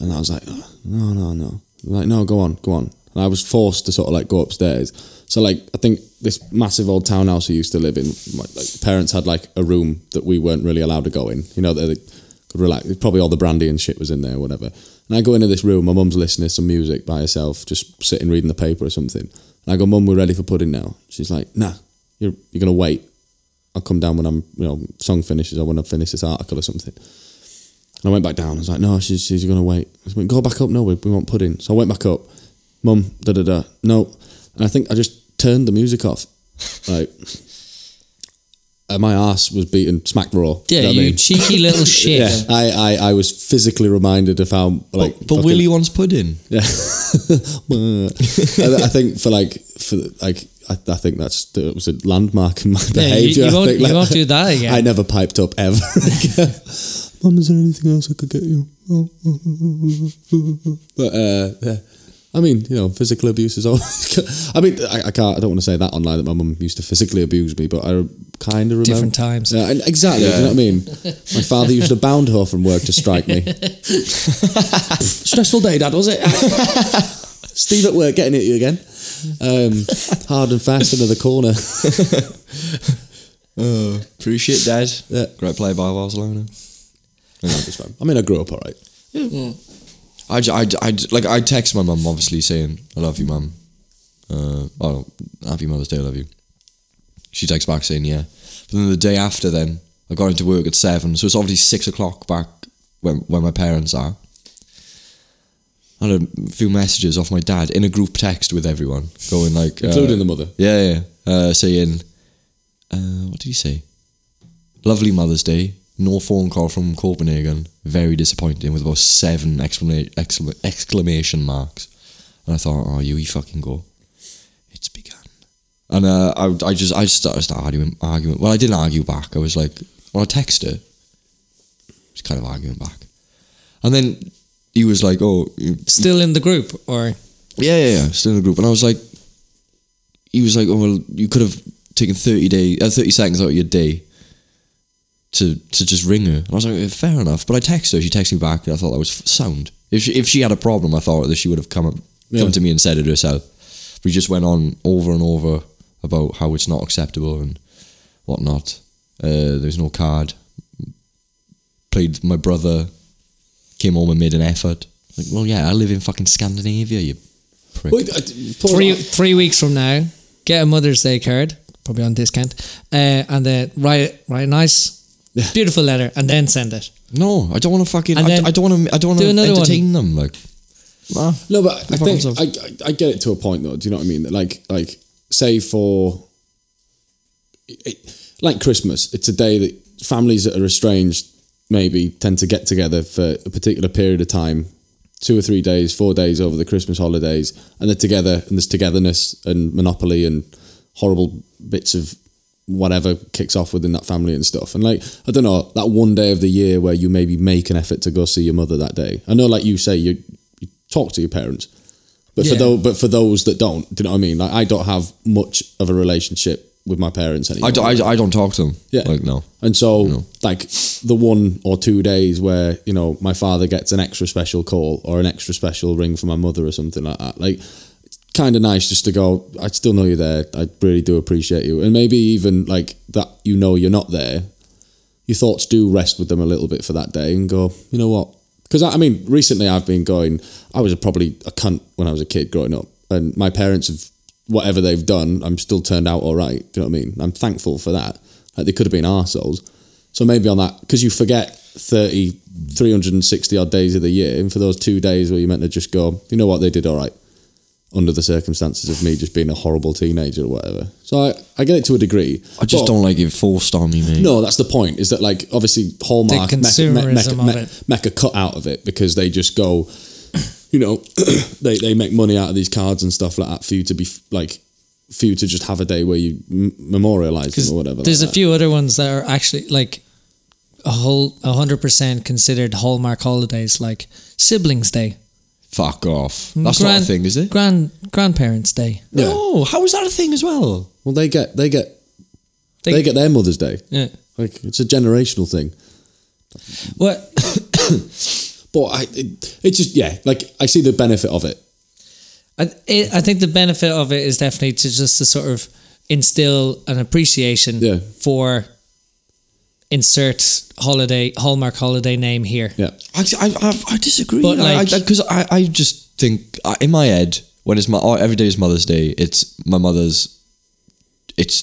Speaker 4: And I was like, "Oh, no, no, no. Like, no, go on, go on. And I was forced to sort of like go upstairs. So like, I think this massive old townhouse we used to live in, my like, parents had like a room that we weren't really allowed to go in. You know, that they could relax. Probably all the brandy and shit was in there or whatever. And I go into this room, my mum's listening to some music by herself, just sitting reading the paper or something. And I go, mum, we're ready for pudding now. She's like, nah, you're, you're going to wait. I'll come down when I'm, you know, song finishes. I want to finish this article or something. And I went back down. I was like, no, she's, she's going to wait. I went, go back up. No, we, we want pudding. So I went back up. Mum, da da da. No. And I think I just turned the music off. Like, and my ass was beaten smack raw. Do
Speaker 3: yeah
Speaker 4: know what
Speaker 3: you
Speaker 4: I mean?
Speaker 3: cheeky little
Speaker 2: <laughs>
Speaker 3: shit
Speaker 4: Yeah, I, I, I was physically reminded of how like.
Speaker 2: but
Speaker 4: fucking-
Speaker 2: Willie wants pudding.
Speaker 4: Yeah. uh, I, I think for like for like I, I think that's that was a landmark in my
Speaker 3: you-
Speaker 4: behaviour.
Speaker 3: you
Speaker 4: I
Speaker 3: won't-
Speaker 4: think,
Speaker 3: you
Speaker 4: like,
Speaker 3: won't do that again.
Speaker 4: I never piped up
Speaker 3: <laughs>
Speaker 4: ever. again. Mum, is there anything else I could get you? but uh, yeah. I mean, you know, physical abuse is always. <laughs> I mean, I, I can't. I don't want to say that online that my mum used to physically abuse me, but I kind of remember
Speaker 3: Different times.
Speaker 4: Yeah, Uh, and- exactly. Do you know what I mean? My father used to bound her from work to strike me. Stressful day, Dad, was it? Steve at work getting at you again. Um, hard and fast into the corner.
Speaker 2: Appreciate Dad.
Speaker 4: Yeah.
Speaker 2: Great play by Barcelona.
Speaker 4: I mean, I grew up all right.
Speaker 2: I, j- I, j- I j- like I text my mum obviously saying I love you mum, uh, oh happy Mother's Day I love you. She texts back saying yeah, but then the day after then I got into work at seven, so it's obviously six o'clock back when when my parents are. I had a few messages off my dad in a group text with everyone going like uh,
Speaker 4: Including the mother.
Speaker 2: yeah yeah uh, saying uh, what did he say? Lovely Mother's Day. No phone call from Copenhagen. Very disappointing with about seven exclama- exclama- exclamation marks. And I thought, oh, you, you fucking go. It's begun. And uh, I, I just, I just started, started arguing, arguing. Well, I didn't argue back. I was like, well, I text her. Just kind of arguing back. And then he was like, oh, you-
Speaker 3: still in the group or
Speaker 2: yeah, yeah, yeah, still in the group. And I was like, he was like, oh, well, you could have taken 30 day, uh, 30 seconds out of your day to to just ring her. And I was like, "Eh, fair enough. But I texted her, she texted me back, and I thought that was f- sound. If she, if she had a problem, I thought that she would have come up,
Speaker 4: Yeah.
Speaker 2: come to me and said it herself. We just went on over and over about how it's not acceptable and whatnot. Uh, there's no card. Played my brother, came home and made an effort. Like, well, yeah, I live in fucking Scandinavia, you prick.
Speaker 4: Wait, I d- Paul,
Speaker 3: three
Speaker 4: I-
Speaker 3: three weeks from now, get a Mother's Day card, probably on discount, uh, and then write write a nice, beautiful letter, and then send it.
Speaker 2: No, I don't want to fucking.
Speaker 3: And
Speaker 2: I,
Speaker 3: then
Speaker 2: I don't want to. I don't want
Speaker 3: do
Speaker 2: to
Speaker 3: another one.
Speaker 2: entertain them. Like, nah.
Speaker 4: No, but I
Speaker 2: Fuck
Speaker 4: think
Speaker 2: off.
Speaker 4: I, I, I get it to a point though. Do you know what I mean? That Like like say for it, like Christmas, it's a day that families that are estranged maybe tend to get together for a particular period of time two or three days, four days over the Christmas holidays, and they're together, and there's togetherness and monopoly and horrible bits of whatever kicks off within that family and stuff. And like, I don't know, that one day of the year where you maybe make an effort to go see your mother that day. I know, like you say, you, you talk to your parents, but for
Speaker 3: Yeah.
Speaker 4: those, but for those that don't, do you know what I mean? Like, I don't have much of a relationship with my parents anymore.
Speaker 2: I, do, I, I don't talk to them.
Speaker 4: Yeah.
Speaker 2: Like, no.
Speaker 4: And so, like the one or two days where you know my father gets an extra special call or an extra special ring from my mother or something like that, like kind of nice just to go. I still know you're there. I really do appreciate you, and maybe even like that. You know you're not there. Your thoughts do rest with them a little bit for that day, and go. You know what? Because I, I mean, recently I've been going. I was probably a cunt when I was a kid growing up, and my parents have whatever they've done. I'm still turned out all right. Do you know what I mean? I'm thankful for that. Like they could have been arseholes. So maybe on that, because you forget 30, 360 odd days of the year, and for those two days where you're meant to just go, you know what, they did all right under the circumstances of me just being a horrible teenager or whatever. So I, I get it to a degree.
Speaker 2: I just
Speaker 4: but-
Speaker 2: don't like it forced on me, mate.
Speaker 4: No, that's the point. Is that like obviously Hallmark
Speaker 3: The
Speaker 4: mecca mecca
Speaker 3: consumerism of
Speaker 4: mecca-
Speaker 3: it.
Speaker 4: mecca cut out of it because they just go, you know, <coughs> they they make money out of these cards and stuff like that for you to be f- like, for you to just have a day where you m- memorialize them or whatever. like
Speaker 3: There's a
Speaker 4: that.
Speaker 3: few other ones that are actually like a whole 100% considered hallmark holidays like siblings day
Speaker 2: Fuck off. That's not a
Speaker 3: grand-
Speaker 2: thing, is it?
Speaker 3: grand grandparents day
Speaker 4: Yeah.
Speaker 2: Mm, No. How is that a thing as well?
Speaker 4: Well, they get they get
Speaker 3: They-
Speaker 4: they, get their Mother's Day.
Speaker 3: yeah
Speaker 4: Like it's a generational thing.
Speaker 3: what
Speaker 4: But I, it, it's just yeah. Like I see the benefit of it.
Speaker 3: I, it, I think the benefit of it is definitely to just to sort of instill an appreciation
Speaker 4: Yeah.
Speaker 3: for insert holiday hallmark holiday name here.
Speaker 4: Yeah.
Speaker 2: I, I, I, I disagree.
Speaker 3: But,
Speaker 2: Like,
Speaker 3: like-
Speaker 2: because I, I, just think I, in my head when it's my oh, every day is Mother's Day. It's my mother's. It's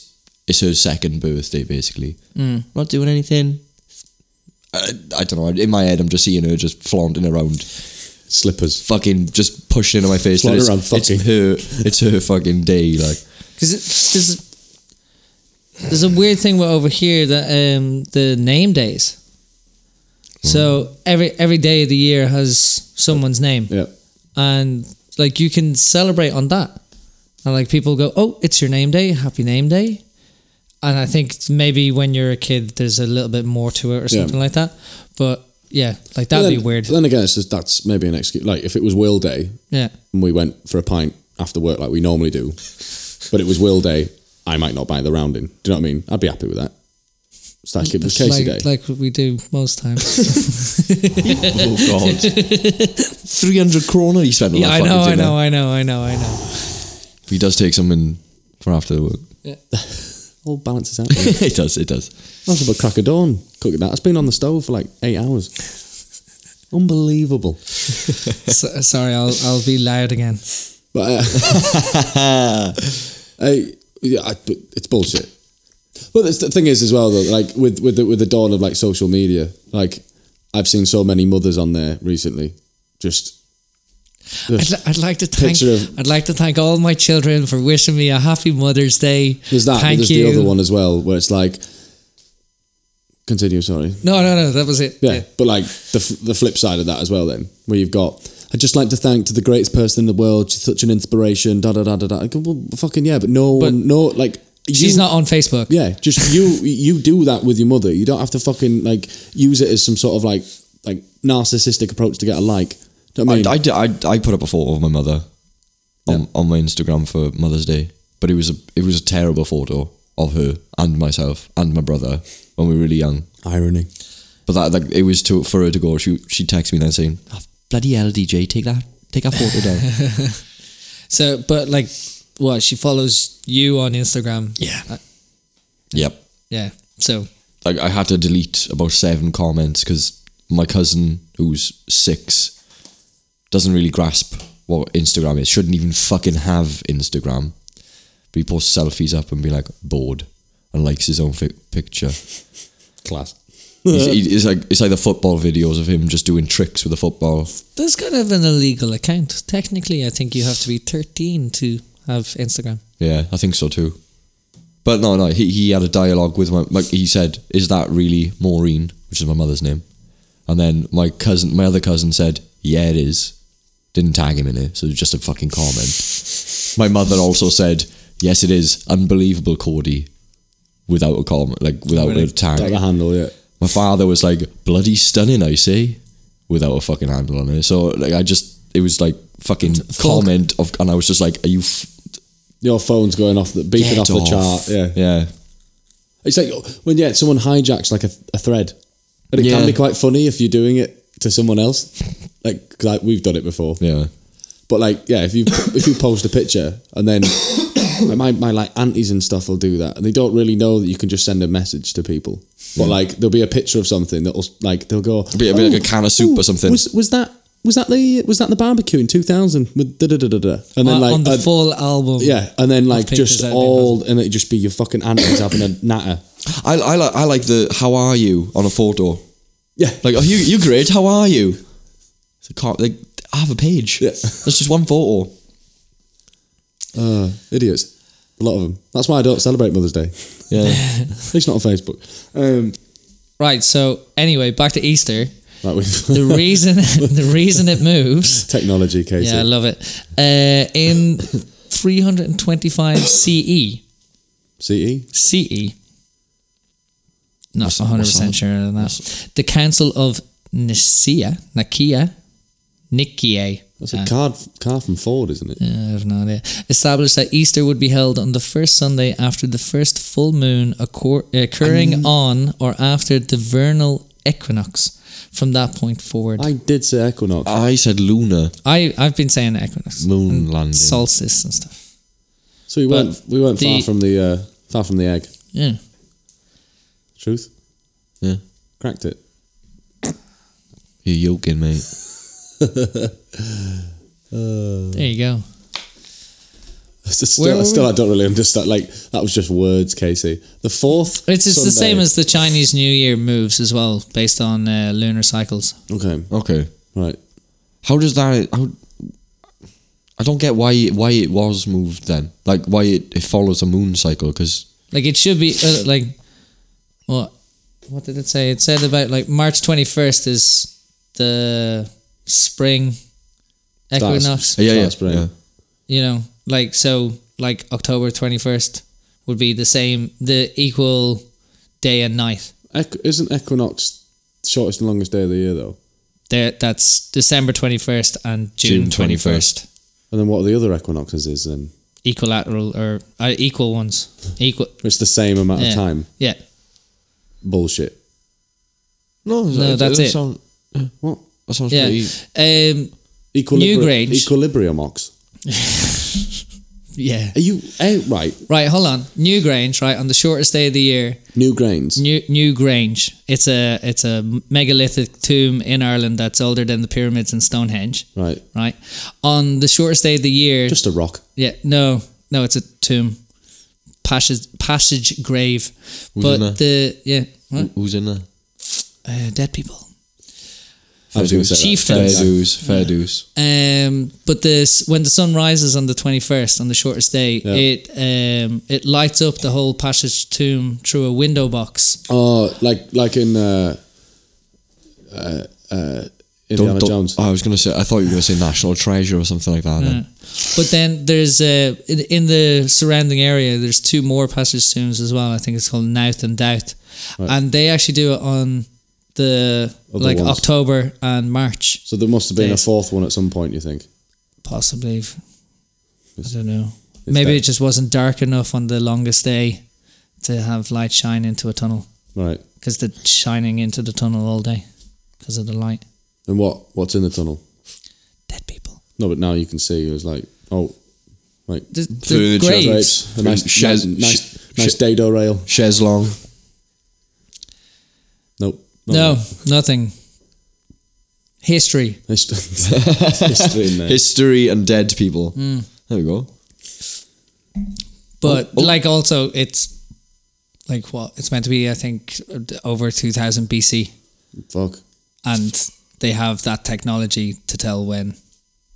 Speaker 2: it's her second birthday basically. Mm. Not doing anything. I, I don't know. In my head, I'm just seeing her just flaunting around,
Speaker 4: Slippers.
Speaker 2: fucking just pushing into my face. that
Speaker 4: Flaunting
Speaker 2: it's,
Speaker 4: around fucking.
Speaker 2: it's her. It's her fucking day. Like
Speaker 3: Because there's there's a weird thing with over here that um, the name days. So every every day of the year has someone's name,
Speaker 4: Hmm. Yeah.
Speaker 3: and like you can celebrate on that, and like people go, "Oh, it's your name day! Happy name day!" And I think it's maybe when you're a kid, there's a little bit more to it or
Speaker 4: Yeah.
Speaker 3: something like that. But yeah, like
Speaker 4: But
Speaker 3: that'd
Speaker 4: then,
Speaker 3: be weird.
Speaker 4: Then again, it's just that's maybe an excuse. Like if it was Will Day
Speaker 3: Yeah,
Speaker 4: and we went for a pint after work like we normally do, but it was Will Day, I might not buy the rounding. Do you know what I mean? I'd be happy with that. It's like it was Casey
Speaker 3: like,
Speaker 4: Day.
Speaker 3: like what we do most
Speaker 4: <laughs>
Speaker 3: times.
Speaker 2: oh <laughs> god, three hundred kroner he spent on
Speaker 3: yeah,
Speaker 2: that
Speaker 3: I
Speaker 2: fucking
Speaker 3: know, I
Speaker 2: dinner.
Speaker 3: know, I know, I know, I
Speaker 4: <laughs>
Speaker 3: know.
Speaker 2: He does take something for after <laughs> work.
Speaker 4: All balances out.
Speaker 2: it does. It does.
Speaker 4: Nothing but crack of dawn cooking that. It's been on the stove for like eight hours. Unbelievable.
Speaker 3: so, sorry, I'll I'll be loud again.
Speaker 4: But uh, <laughs> I, yeah, I, but it's bullshit. Well, that's, the thing is as well though, like with with the, with the dawn of like social media, like I've seen so many mothers on there recently, just
Speaker 3: I'd, li- I'd like to thank
Speaker 4: Picture of-
Speaker 3: I'd like to thank all my children for wishing me a happy Mother's Day.
Speaker 4: there's that. but
Speaker 3: Thank
Speaker 4: there's
Speaker 3: you.
Speaker 4: the other one as well where it's like, continue. Sorry.
Speaker 3: No, no, no, that was it.
Speaker 4: Yeah, but like the, f- the flip side of that as well, then where you've got, I'd just like to thank to the greatest person in the world. She's such an inspiration. Da da da da da. I go, well, fucking yeah, but no,
Speaker 3: But
Speaker 4: one, no, like
Speaker 3: She's
Speaker 4: you-
Speaker 3: not on Facebook.
Speaker 4: Yeah, just you you do that with your mother. You don't have to fucking like use it as some sort of like like narcissistic approach to get a like. Do you know what I mean?
Speaker 2: I, I, did- I, I put up a photo of my mother on, on my Instagram for Mother's Day, but it was a it was a terrible photo of her and myself and my brother when we were really young.
Speaker 4: Irony.
Speaker 2: But that, that it was to, for her to go. She she texted me then saying, "Ah, "Bloody hell, DJ, take that take that photo down."
Speaker 3: So, but like, what she follows you on Instagram.
Speaker 2: yeah,
Speaker 3: Uh,
Speaker 2: yep.
Speaker 3: yeah. So
Speaker 2: Like I had to delete about seven comments because my cousin who's six doesn't really grasp what Instagram is. Shouldn't even fucking have Instagram. But he posts selfies up and be like bored and likes his own fi- picture.
Speaker 4: Class.
Speaker 2: He's, he- it's like it's like the football videos of him just doing tricks with a football.
Speaker 3: that's kind of an illegal account. Technically, I think you have to be 13 to have Instagram.
Speaker 2: Yeah, I think so too. But no, no, he, he had a dialogue with my. Like he said, "Is that really Maureen?" Which is my mother's name. And then my cousin, my other cousin, said, "Yeah, it is." Didn't tag him in it, so it was just a fucking comment. My mother also said, "Yes, it is unbelievable, Cordy." Without a comment, like without a tag.
Speaker 4: Got the handle, yeah.
Speaker 2: My father was like, bloody stunning, I say, without a fucking handle on it. So, like, I just, it was like fucking comment of, and I was just like, are you f-
Speaker 4: Your phone's going off the beeping
Speaker 2: get
Speaker 4: off, the chart. Yeah.
Speaker 2: Yeah.
Speaker 4: It's like when yeah, someone hijacks like a, a thread, and it
Speaker 2: Yeah.
Speaker 4: can be quite funny if you're doing it to someone else. Like, 'cause, like we've done it before,
Speaker 2: Yeah.
Speaker 4: but like yeah, if you if you post a picture and then <coughs> like my my like aunties and stuff will do that, and they don't really know that you can just send a message to people. But like there'll be a picture of something that'll like they'll go "Oh,
Speaker 2: be a bit like a can of soup or something."
Speaker 4: Was was that was that the was that the barbecue in two thousand with da da da da da? And then
Speaker 3: on,
Speaker 4: like
Speaker 3: on the
Speaker 4: uh,
Speaker 3: full album.
Speaker 4: yeah, and then like
Speaker 3: pictures
Speaker 4: just
Speaker 3: that have been
Speaker 4: all and it just be your fucking aunties having a natter.
Speaker 2: I, I, like, I like the, how are you on a photo?
Speaker 4: Yeah,
Speaker 2: Like, oh, you, you great, how are you? It's a car, like, I have a page.
Speaker 4: Yeah.
Speaker 2: That's just one photo.
Speaker 4: Uh, idiots. A lot of them. That's why I don't celebrate Mother's Day. <laughs> At
Speaker 2: Yeah.
Speaker 4: least not on Facebook. Um,
Speaker 3: Right. So anyway, back to Easter.
Speaker 4: right,
Speaker 3: <laughs>
Speaker 4: we've
Speaker 3: The reason the reason it moves.
Speaker 4: <laughs> technology, Casey.
Speaker 3: Yeah, I love it. Uh, <laughs> in 325 CE.
Speaker 4: CE.
Speaker 3: CE. E. Not 100% sure on that. The Council of Nicaea, Nicaea, Nicaea.
Speaker 4: That's a card, card from Ford, isn't it?
Speaker 3: Uh, I have no idea. Established that Easter would be held on the first Sunday after the first full moon occur- occurring on or after the vernal equinox. From that point forward,
Speaker 4: I did say Equinox.
Speaker 2: I said Luna,
Speaker 3: I, I've been saying equinox,
Speaker 2: moon landing.
Speaker 3: solstice, and stuff.
Speaker 4: so we weren't we weren't far
Speaker 3: the-
Speaker 4: from the uh, far from the egg.
Speaker 3: Yeah.
Speaker 4: Truth.
Speaker 2: Yeah.
Speaker 4: Cracked it. <laughs>
Speaker 2: You're yoking, mate.
Speaker 3: There you go.
Speaker 4: It's just
Speaker 3: Where
Speaker 4: still,
Speaker 3: were
Speaker 4: still
Speaker 3: we?
Speaker 4: I don't really understand. Like that was just words, Casey. The fourth.
Speaker 3: It's just the
Speaker 4: Sunday-
Speaker 3: same as the Chinese New Year moves as well, based on uh, lunar cycles.
Speaker 4: Okay.
Speaker 2: Okay.
Speaker 4: Right.
Speaker 2: How does that? How, I don't get why why it was moved then. Like why it, it follows a moon cycle because
Speaker 3: Like it should be uh, like what what did it say? It said about like March 21st is the spring equinox,
Speaker 2: yeah yeah,
Speaker 4: Start spring.
Speaker 2: yeah
Speaker 3: you know. Like so like October 21st would be the same the equal day and night.
Speaker 4: Equ- isn't Equinox shortest and longest day of the year though?
Speaker 3: There that's December 21st and June,
Speaker 2: June
Speaker 3: 21st.
Speaker 2: 21st.
Speaker 4: And then what are the other equinoxes is then?
Speaker 3: Equilateral or uh, equal ones. Equal
Speaker 4: It's the same amount
Speaker 3: yeah.
Speaker 4: of time.
Speaker 3: Yeah.
Speaker 4: Bullshit.
Speaker 2: No,
Speaker 3: No, that's it.
Speaker 2: Sound,
Speaker 4: What?
Speaker 2: that sounds
Speaker 3: Yeah.
Speaker 2: pretty.
Speaker 3: Um
Speaker 4: Equilibri-
Speaker 3: Newgrange.
Speaker 4: Equilibrium ox.
Speaker 3: yeah.
Speaker 4: Are you eh, right?
Speaker 3: Right, hold on. New Grange, right, on the shortest day of the year,
Speaker 4: New grains.
Speaker 3: New New Grange. It's a it's a megalithic tomb in Ireland that's older than the pyramids and Stonehenge.
Speaker 4: right.
Speaker 3: Right. On the shortest day of the year.
Speaker 4: Just a rock.
Speaker 3: yeah. No. No. It's a tomb. Passage passage grave.
Speaker 2: in there?
Speaker 3: but the yeah. What?
Speaker 2: Who's in there?
Speaker 3: Uh, dead people.
Speaker 4: I was going to say
Speaker 3: Chief
Speaker 4: that.
Speaker 2: Fair
Speaker 3: Fair
Speaker 2: dues, fair dues.
Speaker 3: Um, but this when the sun rises on the twenty first on the shortest day, it um, it lights up the whole passage tomb through a window box.
Speaker 4: Oh, like like in uh, uh, uh, Indiana Jones.
Speaker 2: oh, I was gonna say. I thought you were gonna say national treasure or something like that.
Speaker 3: Hmm.
Speaker 2: then.
Speaker 3: Uh, But then there's uh, in, in the surrounding area, there's two more passage tombs as well. I think it's called Nouth and Douth, and they actually do it on the
Speaker 4: Other
Speaker 3: like
Speaker 4: ones.
Speaker 3: October and March,
Speaker 4: so there must have been a
Speaker 3: Days.
Speaker 4: fourth one at some point. You think?
Speaker 3: possibly. if- I don't know. Maybe
Speaker 4: that-
Speaker 3: it just wasn't dark enough on the longest day to have light shine into a tunnel
Speaker 4: Right.
Speaker 3: because they're shining into the tunnel all day because of the light.
Speaker 4: And what what's in the tunnel?
Speaker 3: Dead people.
Speaker 4: No, but now you can see. It was like oh, like
Speaker 3: The, the
Speaker 2: Furniture.
Speaker 3: graves.
Speaker 4: grapes. A nice
Speaker 2: Shes-
Speaker 4: nice nice,
Speaker 2: sh-
Speaker 4: nice dado rail.
Speaker 2: Chaise long.
Speaker 4: Nope. not
Speaker 3: No,
Speaker 4: that.
Speaker 3: nothing. History.
Speaker 4: Hist- History in
Speaker 2: <laughs>
Speaker 4: there.
Speaker 2: History and dead people.
Speaker 3: Hmm.
Speaker 2: There we go.
Speaker 3: but
Speaker 2: Oh, oh.
Speaker 3: like also it's like what it's meant to be i think over 2000 bc
Speaker 4: Fuck.
Speaker 3: and they have that technology to tell when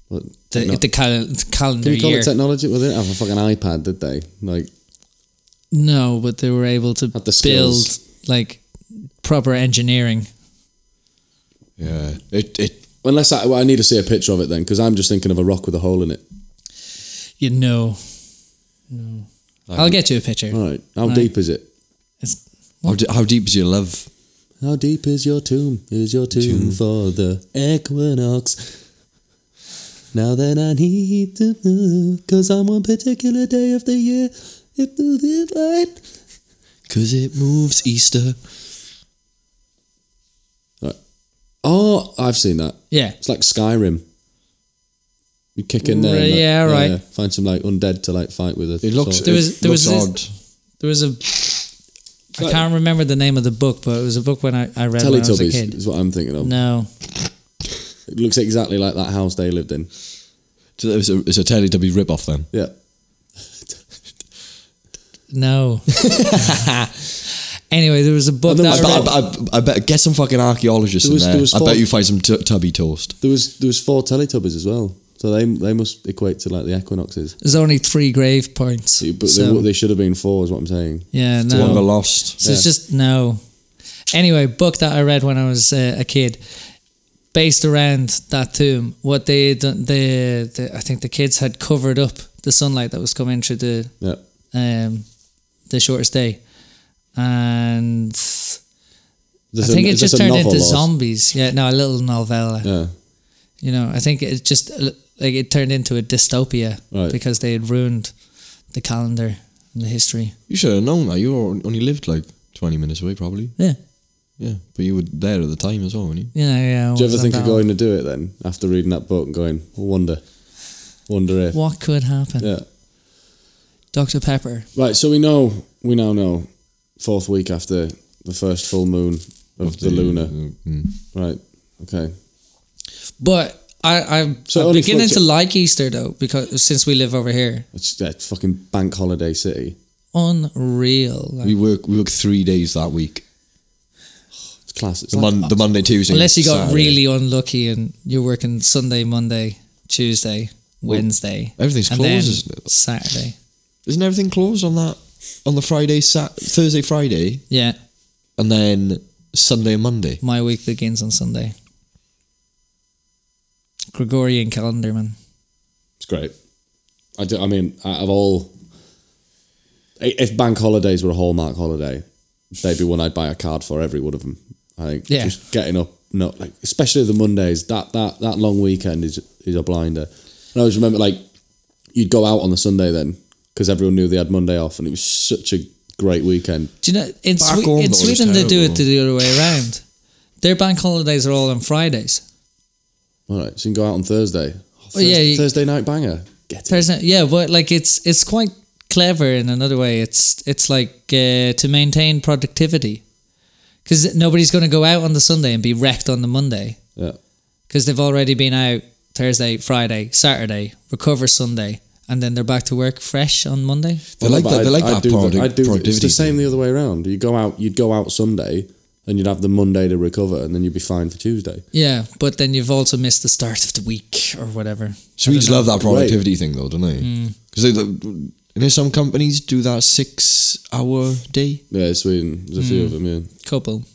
Speaker 4: What?
Speaker 3: the,
Speaker 4: No.
Speaker 3: the cal- calendar
Speaker 4: Can you call
Speaker 3: year
Speaker 4: it technology? Well, they didn't have a fucking iPad, did they? Like,
Speaker 3: no but they were able to
Speaker 4: Had the
Speaker 3: build
Speaker 4: skills.
Speaker 3: like proper engineering
Speaker 2: Yeah. It it
Speaker 4: Unless I, well, I need to see a picture of it then, because I'm just thinking of a rock with a hole in it.
Speaker 3: You know, no. I'll get you a picture.
Speaker 4: All right. How deep is it?
Speaker 3: It's,
Speaker 2: How, d- how deep is your love?
Speaker 4: How deep is your tomb? Is your tomb, for the equinox? Now then, I need to know, because on one particular day of the year, it will be right.
Speaker 2: Cause it moves Easter.
Speaker 4: Oh, I've seen that.
Speaker 3: yeah.
Speaker 4: It's like Skyrim. You kick in there. and,
Speaker 3: Right,
Speaker 4: like,
Speaker 3: yeah, right.
Speaker 4: Find some like undead to like fight with. A
Speaker 2: It looks.
Speaker 4: sword.
Speaker 3: There
Speaker 2: it
Speaker 3: was- there was
Speaker 2: looks
Speaker 3: this- There was a. I can't remember the name of the book, but it was a book when I, I read when I was a
Speaker 4: Teletubbies
Speaker 3: kid.
Speaker 4: is what I'm thinking of.
Speaker 3: No,
Speaker 4: It looks exactly like that house they lived in.
Speaker 2: odd. It's a, it's a Teletubby rip off then.
Speaker 4: Yeah. <laughs>
Speaker 3: no. anyway, there was a book
Speaker 4: And there
Speaker 3: that
Speaker 4: was
Speaker 2: I,
Speaker 3: I
Speaker 2: bet-
Speaker 3: read.
Speaker 2: I, bet- I, I bet get some fucking archaeologists
Speaker 4: There was-
Speaker 2: in there.
Speaker 4: there was
Speaker 2: I
Speaker 4: four-
Speaker 2: bet you find some t- tubby toast.
Speaker 4: There was there was four Teletubbies as well. So they they must equate to like the equinoxes.
Speaker 3: There's only three grave points.
Speaker 4: But
Speaker 3: so-
Speaker 4: they, they should have been four, is what I'm saying.
Speaker 3: yeah,
Speaker 2: The one
Speaker 3: no.
Speaker 2: got lost.
Speaker 3: So it's
Speaker 4: Yeah.
Speaker 3: just no. Anyway, book that I read when I was uh, a kid, based around that tomb. What they had done, the, the I think the kids had covered up the sunlight that was coming through the
Speaker 4: Yeah.
Speaker 3: um, the shortest day, and I
Speaker 4: There's a-
Speaker 3: think it
Speaker 4: is this
Speaker 3: just
Speaker 4: a
Speaker 3: turned
Speaker 4: novel
Speaker 3: into
Speaker 4: or-
Speaker 3: zombies. Yeah, no, a little novella.
Speaker 4: Yeah.
Speaker 3: You know, I think it just uh, like it turned into a dystopia
Speaker 4: Right.
Speaker 3: because they had ruined the calendar and the history.
Speaker 2: You should have known that. You were- only lived like 20 minutes away, probably.
Speaker 3: Yeah,
Speaker 2: Yeah, but you were there at the time as well, weren't you?
Speaker 3: yeah, yeah.
Speaker 4: Do you ever
Speaker 3: wasn't
Speaker 4: think of
Speaker 3: that one.
Speaker 4: going to do it then after reading that book and going, I wonder, wonder if?
Speaker 3: What could happen?
Speaker 4: Yeah.
Speaker 3: Dr. Pepper.
Speaker 4: Right. So we know we now know fourth week after the first full moon of, the, lunar.
Speaker 2: Mm.
Speaker 4: Right. Okay.
Speaker 3: But I, I'm,
Speaker 4: So it
Speaker 3: I'm
Speaker 4: only
Speaker 3: beginning to
Speaker 4: fluctu-
Speaker 3: like Easter though, because since we live over here,
Speaker 4: It's that fucking bank holiday city.
Speaker 3: unreal. Like,
Speaker 2: We work. We work three days that week.
Speaker 4: It's class. It's
Speaker 2: The,
Speaker 4: like,
Speaker 2: mon- the Monday, Tuesday,
Speaker 3: unless you got
Speaker 2: Saturday.
Speaker 3: really unlucky and you're working Sunday, Monday, Tuesday, Wednesday.
Speaker 2: everything's
Speaker 3: and
Speaker 2: closed,
Speaker 3: then
Speaker 2: isn't it?
Speaker 3: Saturday.
Speaker 2: Isn't everything closed on that on the Friday, sat- Thursday, Friday,
Speaker 3: Yeah,
Speaker 2: and then Sunday and Monday?
Speaker 3: my week begins on Sunday. Gregorian calendar, man.
Speaker 4: it's great. I, do, I mean, out of all, i- if bank holidays were a hallmark holiday, they'd be one I'd buy a card for every one of them. I think.
Speaker 3: Yeah.
Speaker 4: Just getting up, not like especially the Mondays. That that that long weekend is is a blinder. And I always remember like you'd go out on the Sunday then because everyone knew they had Monday off, and it was such a great weekend.
Speaker 3: Do you know in,
Speaker 2: Back
Speaker 3: Swe-
Speaker 2: home,
Speaker 3: in
Speaker 2: though, it's
Speaker 3: Sweden they do it
Speaker 2: terrible.
Speaker 3: the other way around? Their bank holidays are all on Fridays.
Speaker 4: All right, so you can go out on Thursday. Oh,
Speaker 3: Well, yeah,
Speaker 4: Thursday-
Speaker 3: you-
Speaker 4: Thursday night banger. Get it.
Speaker 3: Thursday, yeah, but like it's it's quite clever in another way. It's it's like uh, to maintain productivity because nobody's going to go out on the Sunday and be wrecked on the Monday
Speaker 4: Yeah.
Speaker 3: because they've already been out Thursday, Friday, Saturday, recover Sunday, and then they're back to work fresh on Monday.
Speaker 2: They like
Speaker 4: but
Speaker 2: that. They
Speaker 4: I'd-
Speaker 2: like
Speaker 4: I'd
Speaker 2: that
Speaker 4: do the-
Speaker 2: product-
Speaker 4: I'd do the- It's
Speaker 2: productivity.
Speaker 4: the same the other way around. You go out, you'd go out Sunday, and you'd have the Monday to recover, and then you'd be fine for Tuesday.
Speaker 3: Yeah, but then you've also missed the start of the week or whatever.
Speaker 2: Swedes
Speaker 3: I don't
Speaker 2: love
Speaker 3: know.
Speaker 2: that productivity thing, though, don't they? Because you know some companies do that six-hour day.
Speaker 4: Yeah, Sweden. There's a few
Speaker 2: Hmm.
Speaker 4: of them. Yeah,
Speaker 3: couple.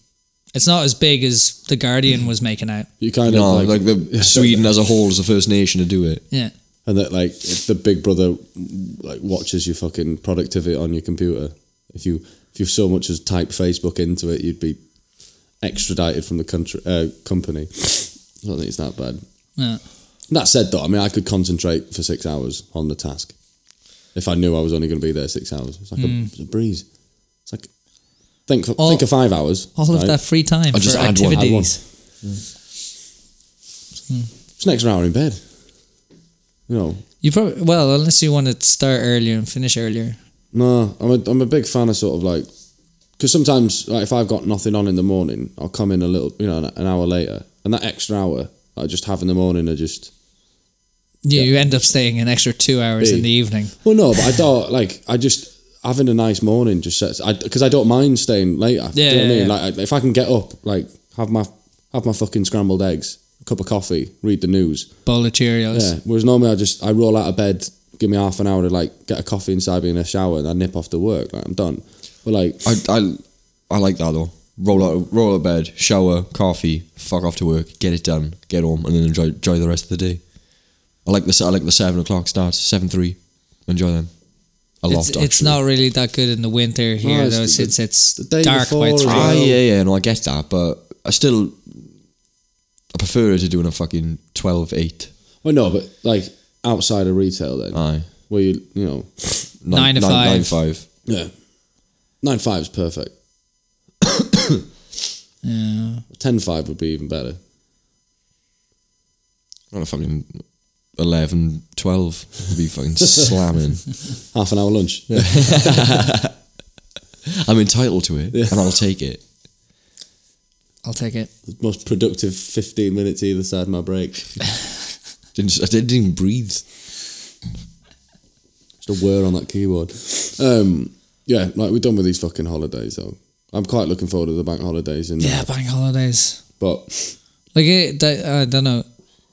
Speaker 3: It's not as big as the Guardian was making out.
Speaker 4: you kind
Speaker 2: No,
Speaker 4: of
Speaker 2: like,
Speaker 4: like,
Speaker 2: the, Sweden as a whole is the first nation to do it.
Speaker 3: Yeah.
Speaker 4: and that like if the Big Brother like watches your fucking productivity on your computer. If you if you so much as type Facebook into it, you'd be extradited from the country uh, company. I don't think it's that bad.
Speaker 3: Yeah.
Speaker 4: That said, though, I mean, I could concentrate for six hours on the task if I knew I was only going to be there six hours. It's like a, it's a breeze. It's like think for,
Speaker 3: Mm. All-
Speaker 4: think of five hours.
Speaker 3: All of
Speaker 4: right?
Speaker 3: that free time
Speaker 2: I'll just
Speaker 3: for
Speaker 2: add one, add one.
Speaker 3: activities.
Speaker 4: It's an extra hour in bed. You know,
Speaker 3: You probably well, unless you want to start earlier and finish earlier.
Speaker 4: no, I'm a, I'm a big fan of sort of like because sometimes like, if I've got nothing on in the morning, I'll come in a little, you know, an, an hour later, and that extra hour I just have in the morning, I just
Speaker 3: Yeah, you end up staying an extra two hours in
Speaker 4: Big.
Speaker 3: the evening.
Speaker 4: Well, no, but I thought like I just having a nice morning just sets I because I don't mind staying later. do you know
Speaker 3: Yeah,
Speaker 4: what I
Speaker 3: yeah,
Speaker 4: mean?
Speaker 3: yeah.
Speaker 4: Like I- if I can get up, like have my have my fucking scrambled eggs, cup of coffee, read the news.
Speaker 3: Bowl of Cheerios.
Speaker 4: Yeah. Whereas normally I just I roll out of bed, give me half an hour to like get a coffee inside me in a shower, and I nip off to work. Like I'm done. But like
Speaker 2: I, I, I like that though. roll out, roll out of bed, shower, coffee, fuck off to work, get it done, get home, and then enjoy, enjoy the rest of the day. I like the se- I like the seven o'clock starts, seven three. Enjoy them a lot.
Speaker 3: It's, it's
Speaker 2: actually.
Speaker 3: not really that good in the winter here,
Speaker 4: it's
Speaker 3: though,
Speaker 4: the-
Speaker 3: since it's
Speaker 4: the day
Speaker 3: dark by
Speaker 4: before as
Speaker 3: three.
Speaker 2: Ah,
Speaker 4: well.
Speaker 2: yeah, yeah, no, I get that, but I still I prefer it to doing a fucking 12, 8.
Speaker 4: Well, no, but like outside of retail, then
Speaker 2: Aye.
Speaker 4: where you you know,
Speaker 3: Nine to five.
Speaker 2: Nine, five.
Speaker 4: yeah, nine five is perfect.
Speaker 3: <coughs> Yeah.
Speaker 4: Ten five would be even better.
Speaker 2: I don't know if I'm in 11, 12. I'd be fucking
Speaker 3: <laughs>
Speaker 2: slamming.
Speaker 4: Half an hour lunch.
Speaker 2: I'm entitled to it, and I'll take it.
Speaker 3: I'll take it.
Speaker 4: The <laughs> most productive fifteen minutes either side of my break. Just
Speaker 2: Didn't, I didn't even breathe.
Speaker 4: a whir on that keyboard. Um, yeah, like we're done with these fucking holidays though. I'm quite looking forward to the bank holidays and
Speaker 3: Yeah, bank holidays.
Speaker 4: but
Speaker 3: Like, it, that, I don't know.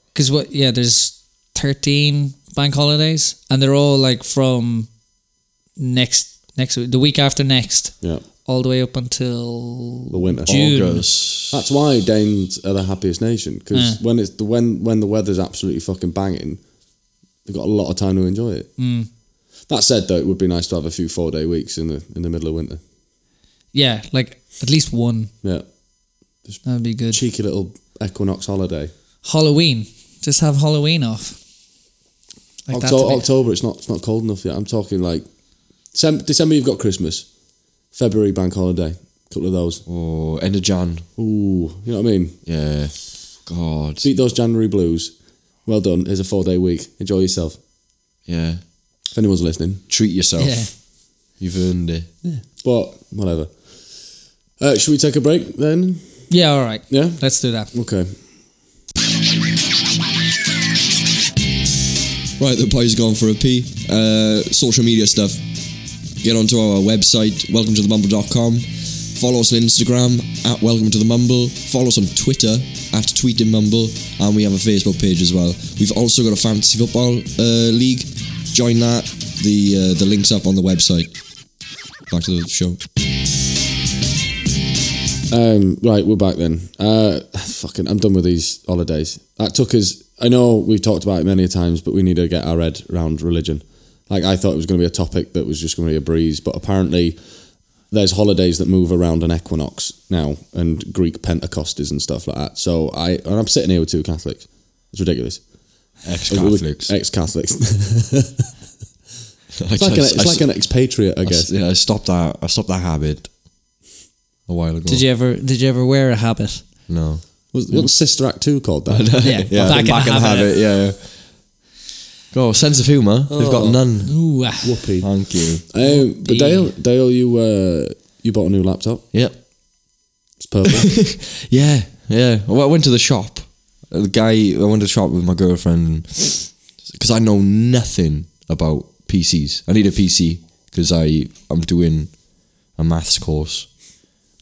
Speaker 3: Because what, yeah, there's 13 bank holidays, and they're all like from next, next, week- the week after next,
Speaker 4: yeah,
Speaker 3: all the way up until
Speaker 4: the winter.
Speaker 3: June.
Speaker 2: August.
Speaker 4: That's why Danes are the happiest nation because
Speaker 3: Yeah.
Speaker 4: when it's the when when the weather's absolutely fucking banging, they've got a lot of time to enjoy it.
Speaker 3: Hmm.
Speaker 4: That said, though, it would be nice to have a few four day weeks in the in the middle of winter.
Speaker 3: Yeah, like at least one.
Speaker 4: Yeah,
Speaker 3: That'd be good.
Speaker 4: cheeky little equinox holiday.
Speaker 3: Halloween. Just have Halloween off. Like that.
Speaker 4: Octo- October, it's not it's not cold enough yet. I'm talking like December, December. You've got Christmas, February bank holiday, couple of those.
Speaker 2: Oh, end of Jan.
Speaker 4: Ooh, you know what I mean?
Speaker 2: Yeah. God.
Speaker 4: Beat those January blues. Well done. Here's a four day week. Enjoy yourself.
Speaker 2: Yeah.
Speaker 4: If anyone's listening.
Speaker 2: Treat yourself.
Speaker 3: Yeah.
Speaker 2: You've earned it.
Speaker 4: But whatever. Uh, should we take a break then?
Speaker 3: Yeah, all right.
Speaker 4: Yeah.
Speaker 3: Let's do that.
Speaker 4: Okay.
Speaker 2: Right, the boys gone for a pee. Uh, social media stuff. Get onto our website, welcome to the mumble.com. Follow us on Instagram at welcome to the mumble. Follow us on Twitter at tweeting mumble. And we have a Facebook page as well. We've also got a fantasy football uh, league. Join that. The, uh, the link's up on the website. Back to the show.
Speaker 4: Um, right, we're back then. Uh, fucking, I'm done with these holidays. That took us. I know we've talked about it many a times, but we need to get our head around religion. Like I thought it was going to be a topic that was just going to be a breeze, but apparently there's holidays that move around an equinox now and Greek Pentecosters and stuff like that. So I and I'm sitting here with two Catholics. It's ridiculous. Ex-Catholics. <laughs> it's like an, it's like an expatriate, I guess.
Speaker 2: yeah, I stopped that. I stopped that habit a while ago.
Speaker 3: Did you ever did you ever wear a habit?
Speaker 2: No.
Speaker 4: Was, wasn't Sister Act two called that?
Speaker 3: Yeah,
Speaker 2: yeah, back, back in the habit. Yeah, yeah. Go sense of humour. They've got none.
Speaker 3: Ooh, ah.
Speaker 4: Whoopee.
Speaker 2: Thank you.
Speaker 4: <laughs> Um, but Dale, Dale, you uh, you bought a new laptop.
Speaker 2: Yep.
Speaker 4: It's purple.
Speaker 2: <laughs> Yeah, yeah. Well, I went to the shop. Uh, The guy. I went to the shop with my girlfriend because I know nothing about PCs. I need a PC because I I'm doing a maths course,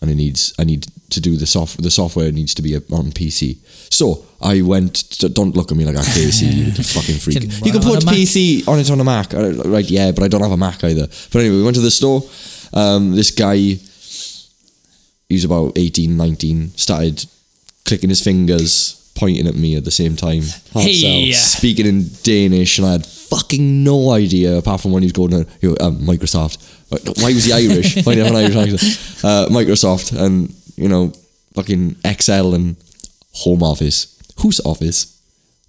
Speaker 2: and it needs I need to do the soft the software needs to be on PC. So I went. To, don't look at me like I KC,
Speaker 3: <laughs>
Speaker 2: you little <laughs> fucking freak.
Speaker 3: Can
Speaker 2: you can
Speaker 3: run on
Speaker 2: put
Speaker 3: a Mac.
Speaker 2: PC on it on a Mac, Uh, right? Yeah, but I don't have a Mac either. But anyway, we went to the store. Um, this guy he's about 18, 19, started clicking his fingers, pointing at me at the same time,
Speaker 4: Hard sell.
Speaker 3: Hey, yeah.
Speaker 2: speaking in Danish, and I had fucking no idea, apart from when he was going, to, you know, um, Microsoft. Like, Why was he Irish? Why did he have an Irish accent? Uh, Microsoft and, you know, fucking Excel and Home Office. Whose office?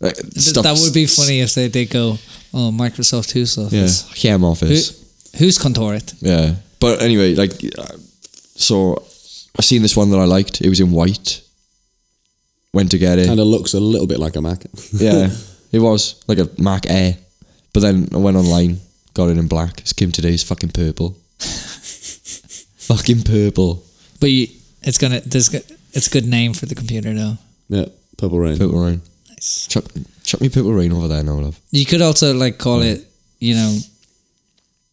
Speaker 2: Like,
Speaker 3: Th-
Speaker 2: stuff-
Speaker 3: that would be funny if they did go, oh, Microsoft Who's
Speaker 2: Yeah,
Speaker 3: Office.
Speaker 2: Home Office.
Speaker 3: Who, who's Contorit?
Speaker 2: Yeah. But anyway, like, uh, so I seen this one that I liked. It was in white. Went to get it.
Speaker 4: Kind of looks a little bit like a Mac. <laughs>
Speaker 2: Yeah, it was like a Mac Air. But then I went online, got it in black. It's Kim today's fucking
Speaker 3: <laughs>
Speaker 2: purple. fucking purple.
Speaker 3: But you, it's gonna there's go- it's a good name for the computer though.
Speaker 4: yeah, purple rain.
Speaker 2: Purple rain.
Speaker 3: Nice.
Speaker 2: Chuck, chuck me purple rain over there now, love.
Speaker 3: You could also like call it, you know,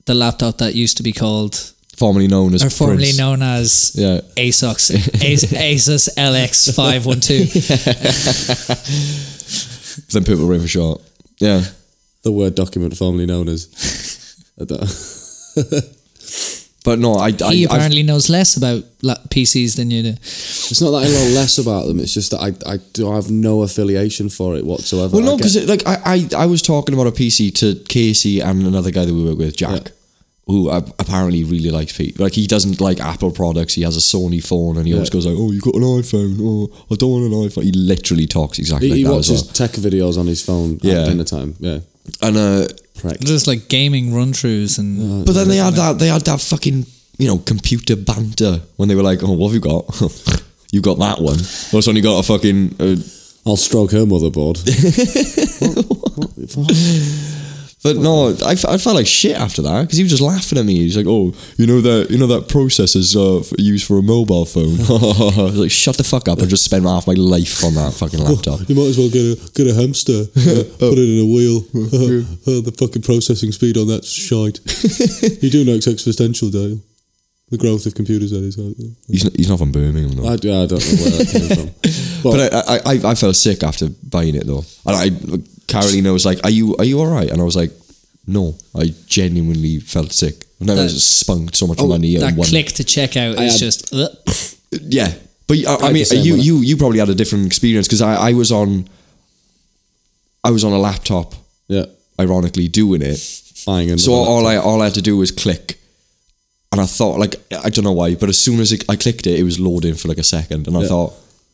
Speaker 3: the laptop that used to be called
Speaker 2: Formerly known as
Speaker 3: or formerly
Speaker 2: Prince.
Speaker 3: known as
Speaker 2: Yeah.
Speaker 4: <laughs>
Speaker 3: ASOS As- ASUS LX five one two.
Speaker 2: Then purple rain for short. Yeah. <laughs>
Speaker 4: The Word document formerly known as. <laughs> I don't-
Speaker 2: But no, I. I
Speaker 3: He
Speaker 2: I've-
Speaker 3: apparently knows less about la- PCs than you do.
Speaker 4: <laughs> It's not that I know less about them. It's just that I, I do have no affiliation for it whatsoever.
Speaker 2: Well, no,
Speaker 4: I get-
Speaker 2: because like I, I, I was talking about a PC to Casey and another guy that we work with, Jack, who uh, apparently really likes P. Like he doesn't like Apple products. He has a Sony phone, and he always
Speaker 4: Yeah.
Speaker 2: goes like, "Oh, you got an iPhone? Oh, I don't want an iPhone." He literally talks exactly
Speaker 4: he,
Speaker 2: like
Speaker 4: he
Speaker 2: that
Speaker 4: watches
Speaker 2: as well.
Speaker 4: tech videos on his phone
Speaker 2: Yeah.
Speaker 4: at dinner time. Yeah,
Speaker 2: And uh,
Speaker 4: prick.
Speaker 3: Just like gaming run throughs and
Speaker 4: Uh,
Speaker 2: but then they had that they had that fucking you know computer banter when they were like, "Oh, what have you got? <laughs> you got that one. Well, it's only got a fucking." Uh,
Speaker 4: I'll stroke
Speaker 2: <laughs>
Speaker 4: her motherboard.
Speaker 2: But no, I, f- I felt like shit after that because he was just laughing at me. He's like, "Oh, you know that you know that processor's uh, f- used for a mobile phone." <laughs> I was like, "Shut the fuck up!" I just spent half my life on that fucking laptop.
Speaker 4: You might as well get a get a hamster, uh, put it in a wheel. Uh, uh, the fucking processing speed on that's shite. you do know it's exponential, Dale. The growth of computers, that is. aren't you?
Speaker 2: He's, n- he's not from Birmingham though.
Speaker 4: I, d- I don't know where that came from.
Speaker 2: <laughs> but I, I I I felt sick after buying it though. And I Carolina was like, "Are you are you all right?" And I was like, "No, I genuinely felt sick. I've never
Speaker 3: That- oh,
Speaker 2: spunked so much money
Speaker 3: that
Speaker 2: at one
Speaker 3: click to checkout
Speaker 4: I
Speaker 3: is
Speaker 4: had-
Speaker 3: just. uh, Ugh.
Speaker 2: Yeah, but I, I mean,
Speaker 4: had the same
Speaker 2: you
Speaker 4: one.
Speaker 2: you you probably had a different experience because I, I was on, I was on a laptop,
Speaker 4: Yeah,
Speaker 2: ironically doing it.
Speaker 4: buying and
Speaker 2: So all I all I had to do was click, and I thought like I don't know why, but as soon as it, I clicked it, it was loading for like a second, and I
Speaker 4: Yeah.
Speaker 2: thought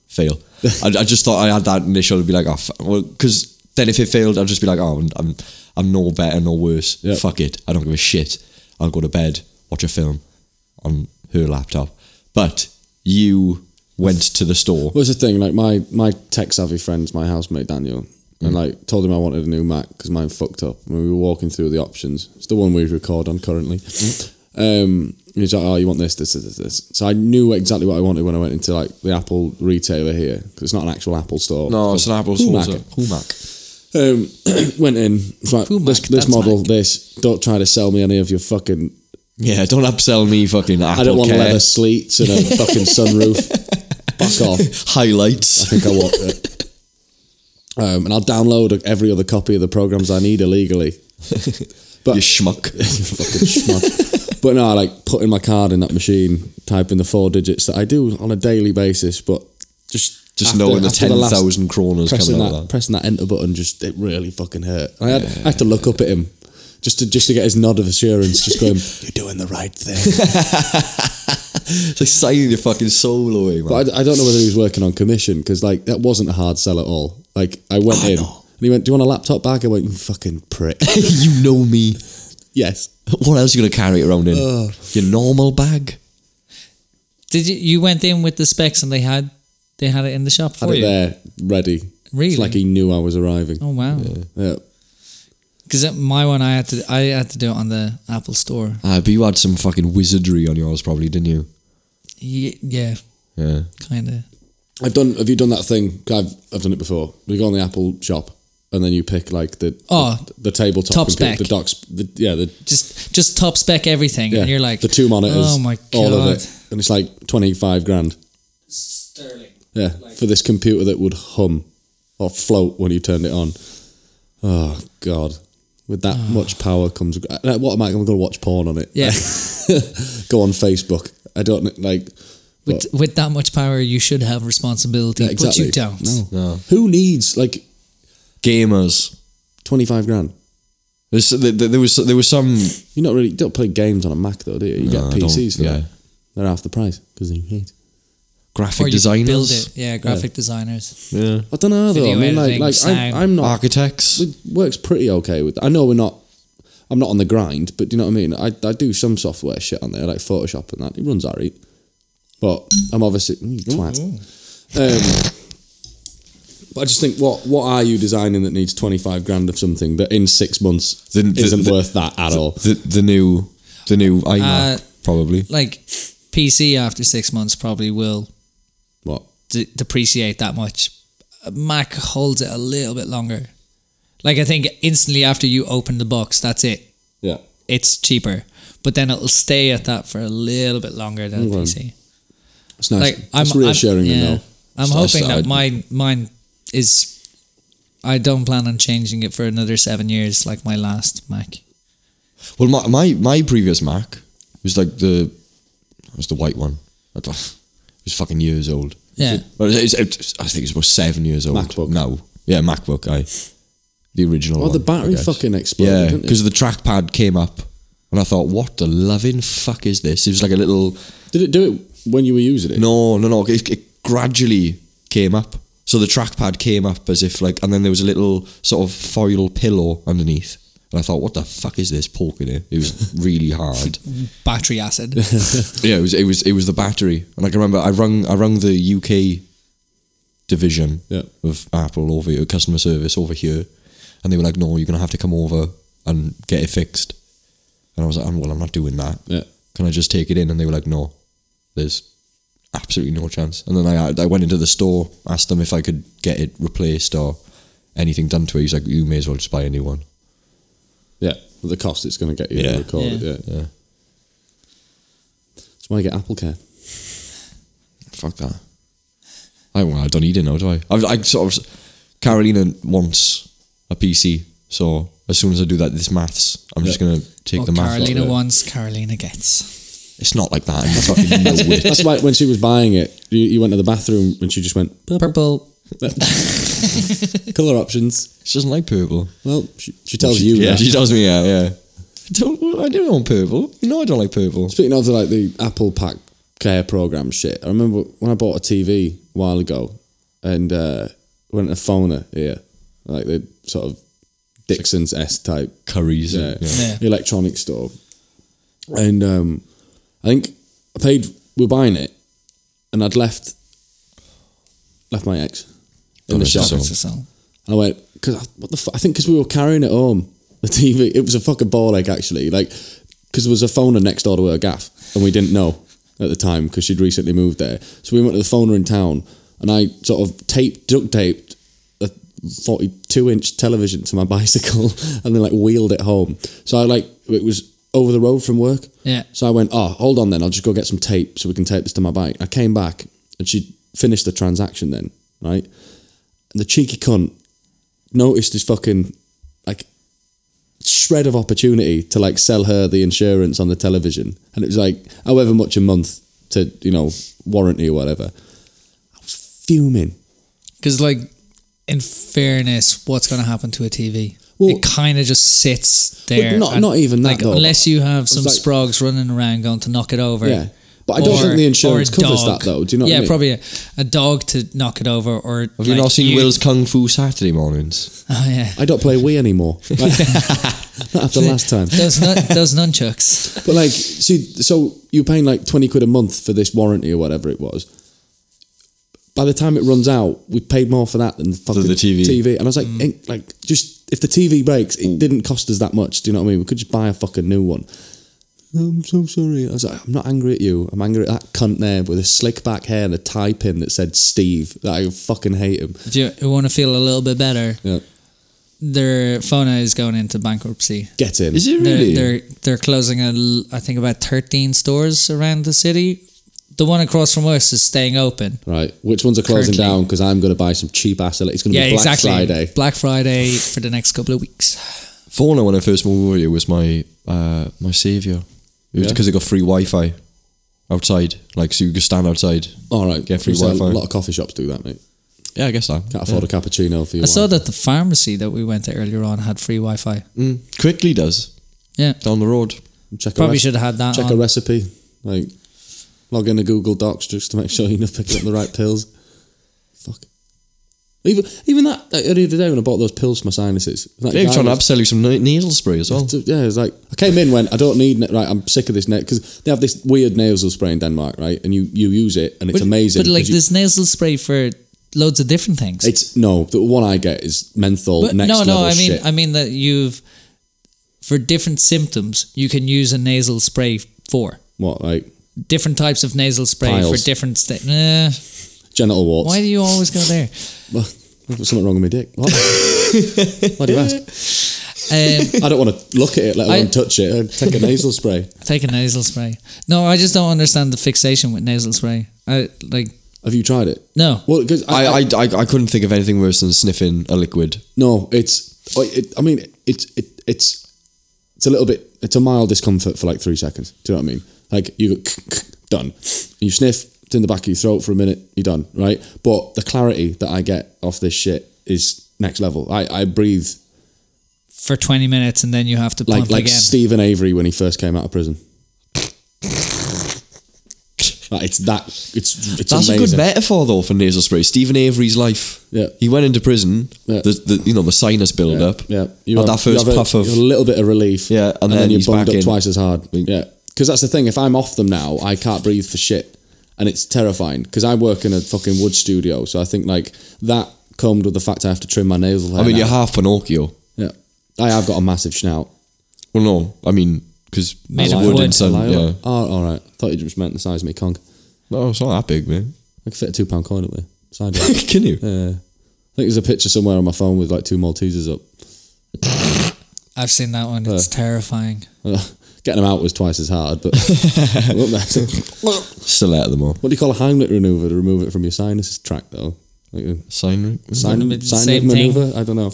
Speaker 2: fail. I, I just thought I had that initial to be like, oh, f- well, because then if it failed, I'd just be like, oh, I'm I'm, I'm no better, no worse.
Speaker 4: Yeah.
Speaker 2: Fuck it, I don't give a shit. I'll go to bed, watch a film on her laptop. But you went to the store.
Speaker 4: What's the thing? Like my my tech savvy friends, my housemate Daniel,
Speaker 3: Mm.
Speaker 4: and like told him I wanted a new Mac because mine fucked up. When we were walking through the options, it's the one we record on currently.
Speaker 3: Mm.
Speaker 4: um, he's like, "Oh, you want this, this, this, this, this." So I knew exactly what I wanted when I went into like the Apple retailer here because it's not an actual Apple store.
Speaker 2: No, it's an Apple
Speaker 4: Who
Speaker 2: store.
Speaker 4: Mac?
Speaker 2: Who Mac?
Speaker 4: Um, <clears throat> went in. It's like
Speaker 3: Who
Speaker 4: this,
Speaker 3: Mac?
Speaker 4: this
Speaker 3: That's
Speaker 4: model, this. Don't try to sell me any of your fucking.
Speaker 2: Yeah, don't upsell me, fucking Apple.
Speaker 4: I don't want
Speaker 2: care.
Speaker 4: leather sleets and a fucking
Speaker 3: <laughs>
Speaker 4: sunroof. Fuck off. <laughs>
Speaker 2: highlights.
Speaker 4: think I want it. Um, and I'll download every other copy of the programs I need illegally. But
Speaker 2: you schmuck.
Speaker 4: <laughs> fucking <laughs> schmuck. But no, I like putting my card in that machine, typing the four digits that I do on a daily basis. But just
Speaker 2: Just
Speaker 4: after-
Speaker 2: knowing the
Speaker 4: after last-
Speaker 2: 10,000 kroners
Speaker 4: pressing
Speaker 2: coming out
Speaker 4: that,
Speaker 2: of that.
Speaker 4: pressing that enter button just it really fucking hurt. I had I had to look up at him just to just to get his nod of assurance, just going, <laughs> "You're doing the right thing."
Speaker 2: It's like signing your fucking soul away, man.
Speaker 4: But I, I don't know whether he was working on commission because like that wasn't a hard sell at all. Like I went
Speaker 2: Oh,
Speaker 4: in
Speaker 2: no.
Speaker 4: and he went, "Do you want a laptop back?" I went, "You fucking prick."
Speaker 2: you know me.
Speaker 4: yes.
Speaker 2: What else you gonna carry it around in? Your normal bag.
Speaker 3: Did you? You went in with the specs and they had they had it in the shop for
Speaker 4: Had it
Speaker 3: you.
Speaker 4: there ready.
Speaker 3: Really?
Speaker 4: It's like he knew I was arriving.
Speaker 3: Oh wow!
Speaker 4: Yeah.
Speaker 3: Because my one, I had to I had to do it on the Apple Store.
Speaker 2: Ah, but you had some fucking wizardry on yours, probably, didn't you?
Speaker 3: Ye- Yeah,
Speaker 2: Yeah.
Speaker 3: kind of.
Speaker 4: I've done. Have you done that thing? 'Cause I've I've done it before. We go on the Apple shop and then you pick like the
Speaker 3: Oh,
Speaker 4: the, the tabletop
Speaker 3: top
Speaker 4: computer,
Speaker 3: spec.
Speaker 4: the docs, the, yeah, the
Speaker 3: Just just top spec everything,
Speaker 4: yeah,
Speaker 3: and you're like
Speaker 4: the two monitors,
Speaker 3: Oh my god!
Speaker 4: all of it, and it's like twenty five grand.
Speaker 3: Sterling.
Speaker 4: Yeah, for this computer that would hum or float when you turned it on. Oh God, with that much power comes. uh, What am I? I'm going to watch porn on it.
Speaker 3: Ah. Yeah.
Speaker 4: <laughs> go on Facebook. I don't like.
Speaker 3: With, with that much power, you should have responsibility,
Speaker 4: Yeah,
Speaker 3: but
Speaker 4: exactly.
Speaker 3: you don't.
Speaker 4: No.
Speaker 2: No.
Speaker 4: Who needs like
Speaker 2: Gamers.
Speaker 4: twenty five grand?
Speaker 2: There's, there, there was there was some
Speaker 4: You not really you don't play games on a Mac though, do you? You
Speaker 2: No, I
Speaker 4: get
Speaker 2: don't,
Speaker 4: PCs for
Speaker 2: yeah.
Speaker 4: that. They're half the price because they hate.
Speaker 2: graphic
Speaker 3: Or you build it.
Speaker 2: designers,
Speaker 3: Yeah, graphic designers.
Speaker 2: yeah,
Speaker 4: I don't know though.
Speaker 3: Video
Speaker 4: I mean, like,
Speaker 3: editing,
Speaker 4: like
Speaker 3: sound.
Speaker 4: I'm, I'm not
Speaker 2: architects.
Speaker 4: it works pretty okay with. I know we're not. I'm not on the grind, but do you know what I mean? I, I do some software shit on there, like Photoshop and that. It runs alright, but I'm obviously mm, twat. Um, but I just think, what what are you designing that needs 25 grand of something that in six months
Speaker 2: The- the-
Speaker 4: isn't
Speaker 2: the-
Speaker 4: worth that at all?
Speaker 2: The the new the new iMac
Speaker 3: Uh,
Speaker 2: probably.
Speaker 3: Like PC after six months probably will
Speaker 4: What?
Speaker 3: de- depreciate that much. Mac holds it a little bit longer. Like I think instantly after you open the box, that's it.
Speaker 4: Yeah.
Speaker 3: It's cheaper, but then it'll stay at that for a little bit longer than
Speaker 4: Okay.
Speaker 3: PC.
Speaker 4: It's nice.
Speaker 3: Like I'm
Speaker 4: it's reassuring
Speaker 3: I'm,
Speaker 4: to
Speaker 3: yeah.
Speaker 4: know.
Speaker 3: I'm
Speaker 2: It's nice
Speaker 3: hoping
Speaker 2: that
Speaker 3: that
Speaker 2: I-
Speaker 3: mine mine is. I don't plan on changing it for another seven years, like my last Mac.
Speaker 2: Well, my, my my previous Mac It was like the, it was the white one. I don't- <sighs> It was fucking years old.
Speaker 3: Yeah.
Speaker 2: Well, it's, it's, I think it's about seven years old.
Speaker 4: MacBook.
Speaker 2: No. Yeah, MacBook. I. The original.
Speaker 4: Oh, the
Speaker 2: one, I
Speaker 4: battery
Speaker 2: guess.
Speaker 4: fucking exploded,
Speaker 2: Yeah,
Speaker 4: didn't it?
Speaker 2: because the trackpad came up, and I thought, what the loving fuck is this? It was like a little.
Speaker 4: Did it do it when you were using it?
Speaker 2: No, no, no. It, it gradually came up. So the trackpad came up as if like, and then there was a little sort of foil pillow underneath. And I thought, what the fuck is this poking it? It was really hard.
Speaker 3: Battery
Speaker 4: <laughs>
Speaker 3: acid.
Speaker 2: yeah, it was it was it was the battery. And I can remember I rung I rung the UK division
Speaker 4: Yeah.
Speaker 2: of Apple over here, customer service over here, and they were like, "No, you're gonna have to come over and get it fixed." And I was like, "Um, "Well, I'm not doing that.
Speaker 4: Yeah.
Speaker 2: Can I just take it in?" And they were like, "No, there's absolutely no chance." And then I I went into the store, asked them if I could get it replaced or anything done to it. He's like, "You may as well just buy a new one."
Speaker 4: Yeah, the cost it's going to get you
Speaker 2: Yeah.
Speaker 4: to record it.
Speaker 3: Yeah.
Speaker 4: Yeah.
Speaker 2: Yeah,
Speaker 4: That's why you get Apple Care.
Speaker 2: fuck that. I well, I don't need it now, do I? I, I sort of Carolina wants a PC, so as soon as I do that, this maths, I'm just
Speaker 4: Yeah.
Speaker 2: gonna take
Speaker 3: What
Speaker 2: the maths. lot.
Speaker 3: Oh, Carolina
Speaker 4: yeah.
Speaker 3: wants, Carolina gets.
Speaker 2: It's not like that. I fucking know it.
Speaker 4: That's why when she was buying it, you, you went to the bathroom and she just went
Speaker 3: Purple.
Speaker 4: color options.
Speaker 2: She doesn't like purple.
Speaker 4: Well, she, she tells
Speaker 2: She-
Speaker 4: you.
Speaker 2: yeah,
Speaker 4: that.
Speaker 2: she tells me, yeah, yeah. I don't, I don't want purple. You know, I don't like purple.
Speaker 4: Speaking of the, like the Apple Pack Care program shit, I remember when I bought a TV a while ago and uh, went to phoner here, like the sort of Dixon's S type
Speaker 2: Curries.
Speaker 4: yeah,
Speaker 2: Yeah, yeah.
Speaker 3: Yeah.
Speaker 4: electronic store, and um, I think I paid. We were buying it, and I'd left left my ex in the
Speaker 2: Don't
Speaker 4: shop.
Speaker 2: So-
Speaker 3: That's a song.
Speaker 4: And I went, cause I, what the fuck? I think because we were carrying it home, the TV, it was a fucking ball ache actually. Like, because there was a phoner next door to her gaff, and we didn't know at the time because she'd recently moved there. So we went to the phoner in town, and I sort of taped, duct taped a 42 inch television to my <laughs> bicycle and then like wheeled it home. So I like, it was over the road from work.
Speaker 3: Yeah.
Speaker 4: So I went, oh, hold on then. I'll just go get some tape so we can tape this to my bike. I came back and she finished the transaction then, right? And the cheeky cunt noticed his fucking like shred of opportunity to like sell her the insurance on the television. And it was like however much a month to, you know, warranty or whatever. I was fuming.
Speaker 3: Because, like, in fairness, what's going to happen to a TV?
Speaker 4: Well-
Speaker 3: it kind of just sits there.
Speaker 4: not-
Speaker 3: and,
Speaker 4: not even that,
Speaker 3: Like,
Speaker 4: though.
Speaker 3: unless you have some
Speaker 4: like-
Speaker 3: sprogs running around going to knock it over.
Speaker 4: Yeah. But I don't think the insurance
Speaker 3: or a
Speaker 4: covers
Speaker 3: dog.
Speaker 4: that though. Do you know
Speaker 3: Yeah,
Speaker 4: what I mean?
Speaker 3: probably a, a dog to knock it over. Or
Speaker 2: Have you not seen Will's Kung Fu Saturday mornings?
Speaker 3: Oh yeah.
Speaker 4: I don't play Wii
Speaker 3: <laughs>
Speaker 4: anymore. Like, not after last time.
Speaker 3: Those nun- those nunchucks.
Speaker 4: But like, see, so you're paying like twenty quid a month for this warranty or whatever it was. By the time it runs out, we paid more for that than the fucking
Speaker 2: the TV.
Speaker 4: And I was like,
Speaker 3: Mm.
Speaker 4: ain't- like, just if the TV breaks, it didn't cost us that much. Do you know what I mean? We could just buy a fucking new one. I'm so sorry. I was like, I'm not angry at you. I'm angry at that cunt there with his slick back hair and a tie pin that said Steve. That I fucking hate him.
Speaker 3: If you want to feel a little bit better,
Speaker 4: Yeah.
Speaker 3: their Fona is going into bankruptcy.
Speaker 4: Get in.
Speaker 2: Is it
Speaker 3: They're,
Speaker 2: really?
Speaker 3: they're they're closing a l- I think about thirteen stores around the city. The one across from us is staying open.
Speaker 4: Right. Which ones are closing
Speaker 3: Currently.
Speaker 4: down? Because I'm going to buy some cheap ass. ele- It's going to
Speaker 3: yeah,
Speaker 4: be Black
Speaker 3: exactly.
Speaker 4: Friday.
Speaker 3: Black Friday for the next couple of weeks.
Speaker 2: Fauna, when I first moved over here, was my uh, my saviour. It was
Speaker 4: Yeah.
Speaker 2: because they got free Wi Fi outside. Like, so you could stand outside.
Speaker 4: All right.
Speaker 2: Get free
Speaker 4: So A
Speaker 2: Wi-Fi.
Speaker 4: lot of coffee shops do that, mate.
Speaker 2: Yeah, I guess that.
Speaker 4: Can't afford a cappuccino for you.
Speaker 3: I saw that the pharmacy that we went to earlier on had free Wi Fi.
Speaker 2: Mm, quickly does.
Speaker 3: Yeah.
Speaker 2: Down the road.
Speaker 4: Check
Speaker 3: Probably
Speaker 4: a
Speaker 3: should have had that
Speaker 4: Check
Speaker 3: on.
Speaker 4: a recipe. Like log into Google Docs just to make sure you're not picking up the right pills. Fuck. Even even that like, earlier today when I bought those pills for my sinuses. That
Speaker 2: They're
Speaker 4: guy
Speaker 2: trying to
Speaker 4: was-
Speaker 2: upsell you some na- nasal spray as well.
Speaker 4: Yeah, it's like I came in when I don't need it. Right, I'm sick of this net because they have this weird nasal spray in Denmark, right? And you you use it and it's
Speaker 3: But-
Speaker 4: amazing.
Speaker 3: But like
Speaker 4: 'cause you-
Speaker 3: there's nasal spray for loads of different things.
Speaker 4: it's no the one I get is menthol.
Speaker 3: But
Speaker 4: next
Speaker 3: no,
Speaker 4: level
Speaker 3: no, I mean,
Speaker 4: shit.
Speaker 3: I mean that you've for different symptoms, you can use a nasal spray for
Speaker 4: what like
Speaker 3: different types of nasal spray
Speaker 4: Piles.
Speaker 3: for different. Sta- Eh,
Speaker 4: genital warts?
Speaker 3: why do you always go there?
Speaker 4: Well, there's something wrong with my dick. What? Why do you ask?
Speaker 3: Um,
Speaker 4: <laughs> I don't want to look at it, let
Speaker 3: I-
Speaker 4: alone touch it. I'd take a nasal spray.
Speaker 3: take a nasal spray. No, I just don't understand the fixation with nasal spray. I like
Speaker 4: Have you tried it?
Speaker 3: no.
Speaker 4: Well, because
Speaker 2: I, I, I, I couldn't think of anything worse than sniffing a liquid.
Speaker 4: oh, no, it's. I- It, I mean, it's it, it's it's a little bit, it's a mild discomfort for like three seconds. Do you know what I mean? Like you go <laughs> done, you sniff, it's in the back of your throat for a minute, you're done, right? But the clarity that I get off this shit is next level. I, I breathe
Speaker 3: for 20 minutes and then you have to
Speaker 4: like
Speaker 3: pump
Speaker 4: like
Speaker 3: again.
Speaker 4: Stephen Avery when he first came out of prison. Like, it's that it's it's
Speaker 2: That's
Speaker 4: amazing.
Speaker 2: a good metaphor though for nasal spray. Stephen Avery's life.
Speaker 4: Yeah.
Speaker 2: He went into prison.
Speaker 4: Yeah.
Speaker 2: The, the you know the sinus build
Speaker 4: Yeah,
Speaker 2: up.
Speaker 4: Yeah,
Speaker 2: had Oh, that first
Speaker 4: have a-
Speaker 2: puff
Speaker 4: you
Speaker 2: of
Speaker 4: have a little bit of relief.
Speaker 2: Yeah, and then
Speaker 4: you're
Speaker 2: he's
Speaker 4: bunged
Speaker 2: back
Speaker 4: up
Speaker 2: in.
Speaker 4: twice as hard. Yeah, because that's the thing. If I'm off them now, I can't breathe for shit, and it's terrifying. Because I work in a fucking wood studio, so I think like that combed with the fact I have to trim my nasal hair.
Speaker 2: I mean,
Speaker 4: now.
Speaker 2: you're half Pinocchio.
Speaker 4: yeah, I have got a massive snout.
Speaker 2: Well, no, I mean because
Speaker 3: Made
Speaker 2: it's
Speaker 3: of
Speaker 2: wood
Speaker 3: wood.
Speaker 2: and sun.
Speaker 4: Like,
Speaker 2: Yeah.
Speaker 4: Oh, all right. Thought you just meant the size of me, conk.
Speaker 2: No, it's not that big,
Speaker 4: <laughs>
Speaker 2: man.
Speaker 4: I could fit a two pound coin up there. Sideways.
Speaker 2: Can you?
Speaker 4: I think there's a picture somewhere on my phone with like two Maltesers up. <laughs>
Speaker 3: I've seen that one. It's terrifying.
Speaker 4: Getting them out was twice as hard, but <laughs>
Speaker 2: Still out of them all.
Speaker 4: what do you call a Heimlich maneuver to remove it from your sinus tract though? Like uh, a-
Speaker 2: Sign
Speaker 4: Sign,
Speaker 3: It's the
Speaker 4: sign
Speaker 3: same thing.
Speaker 4: maneuver. I don't know.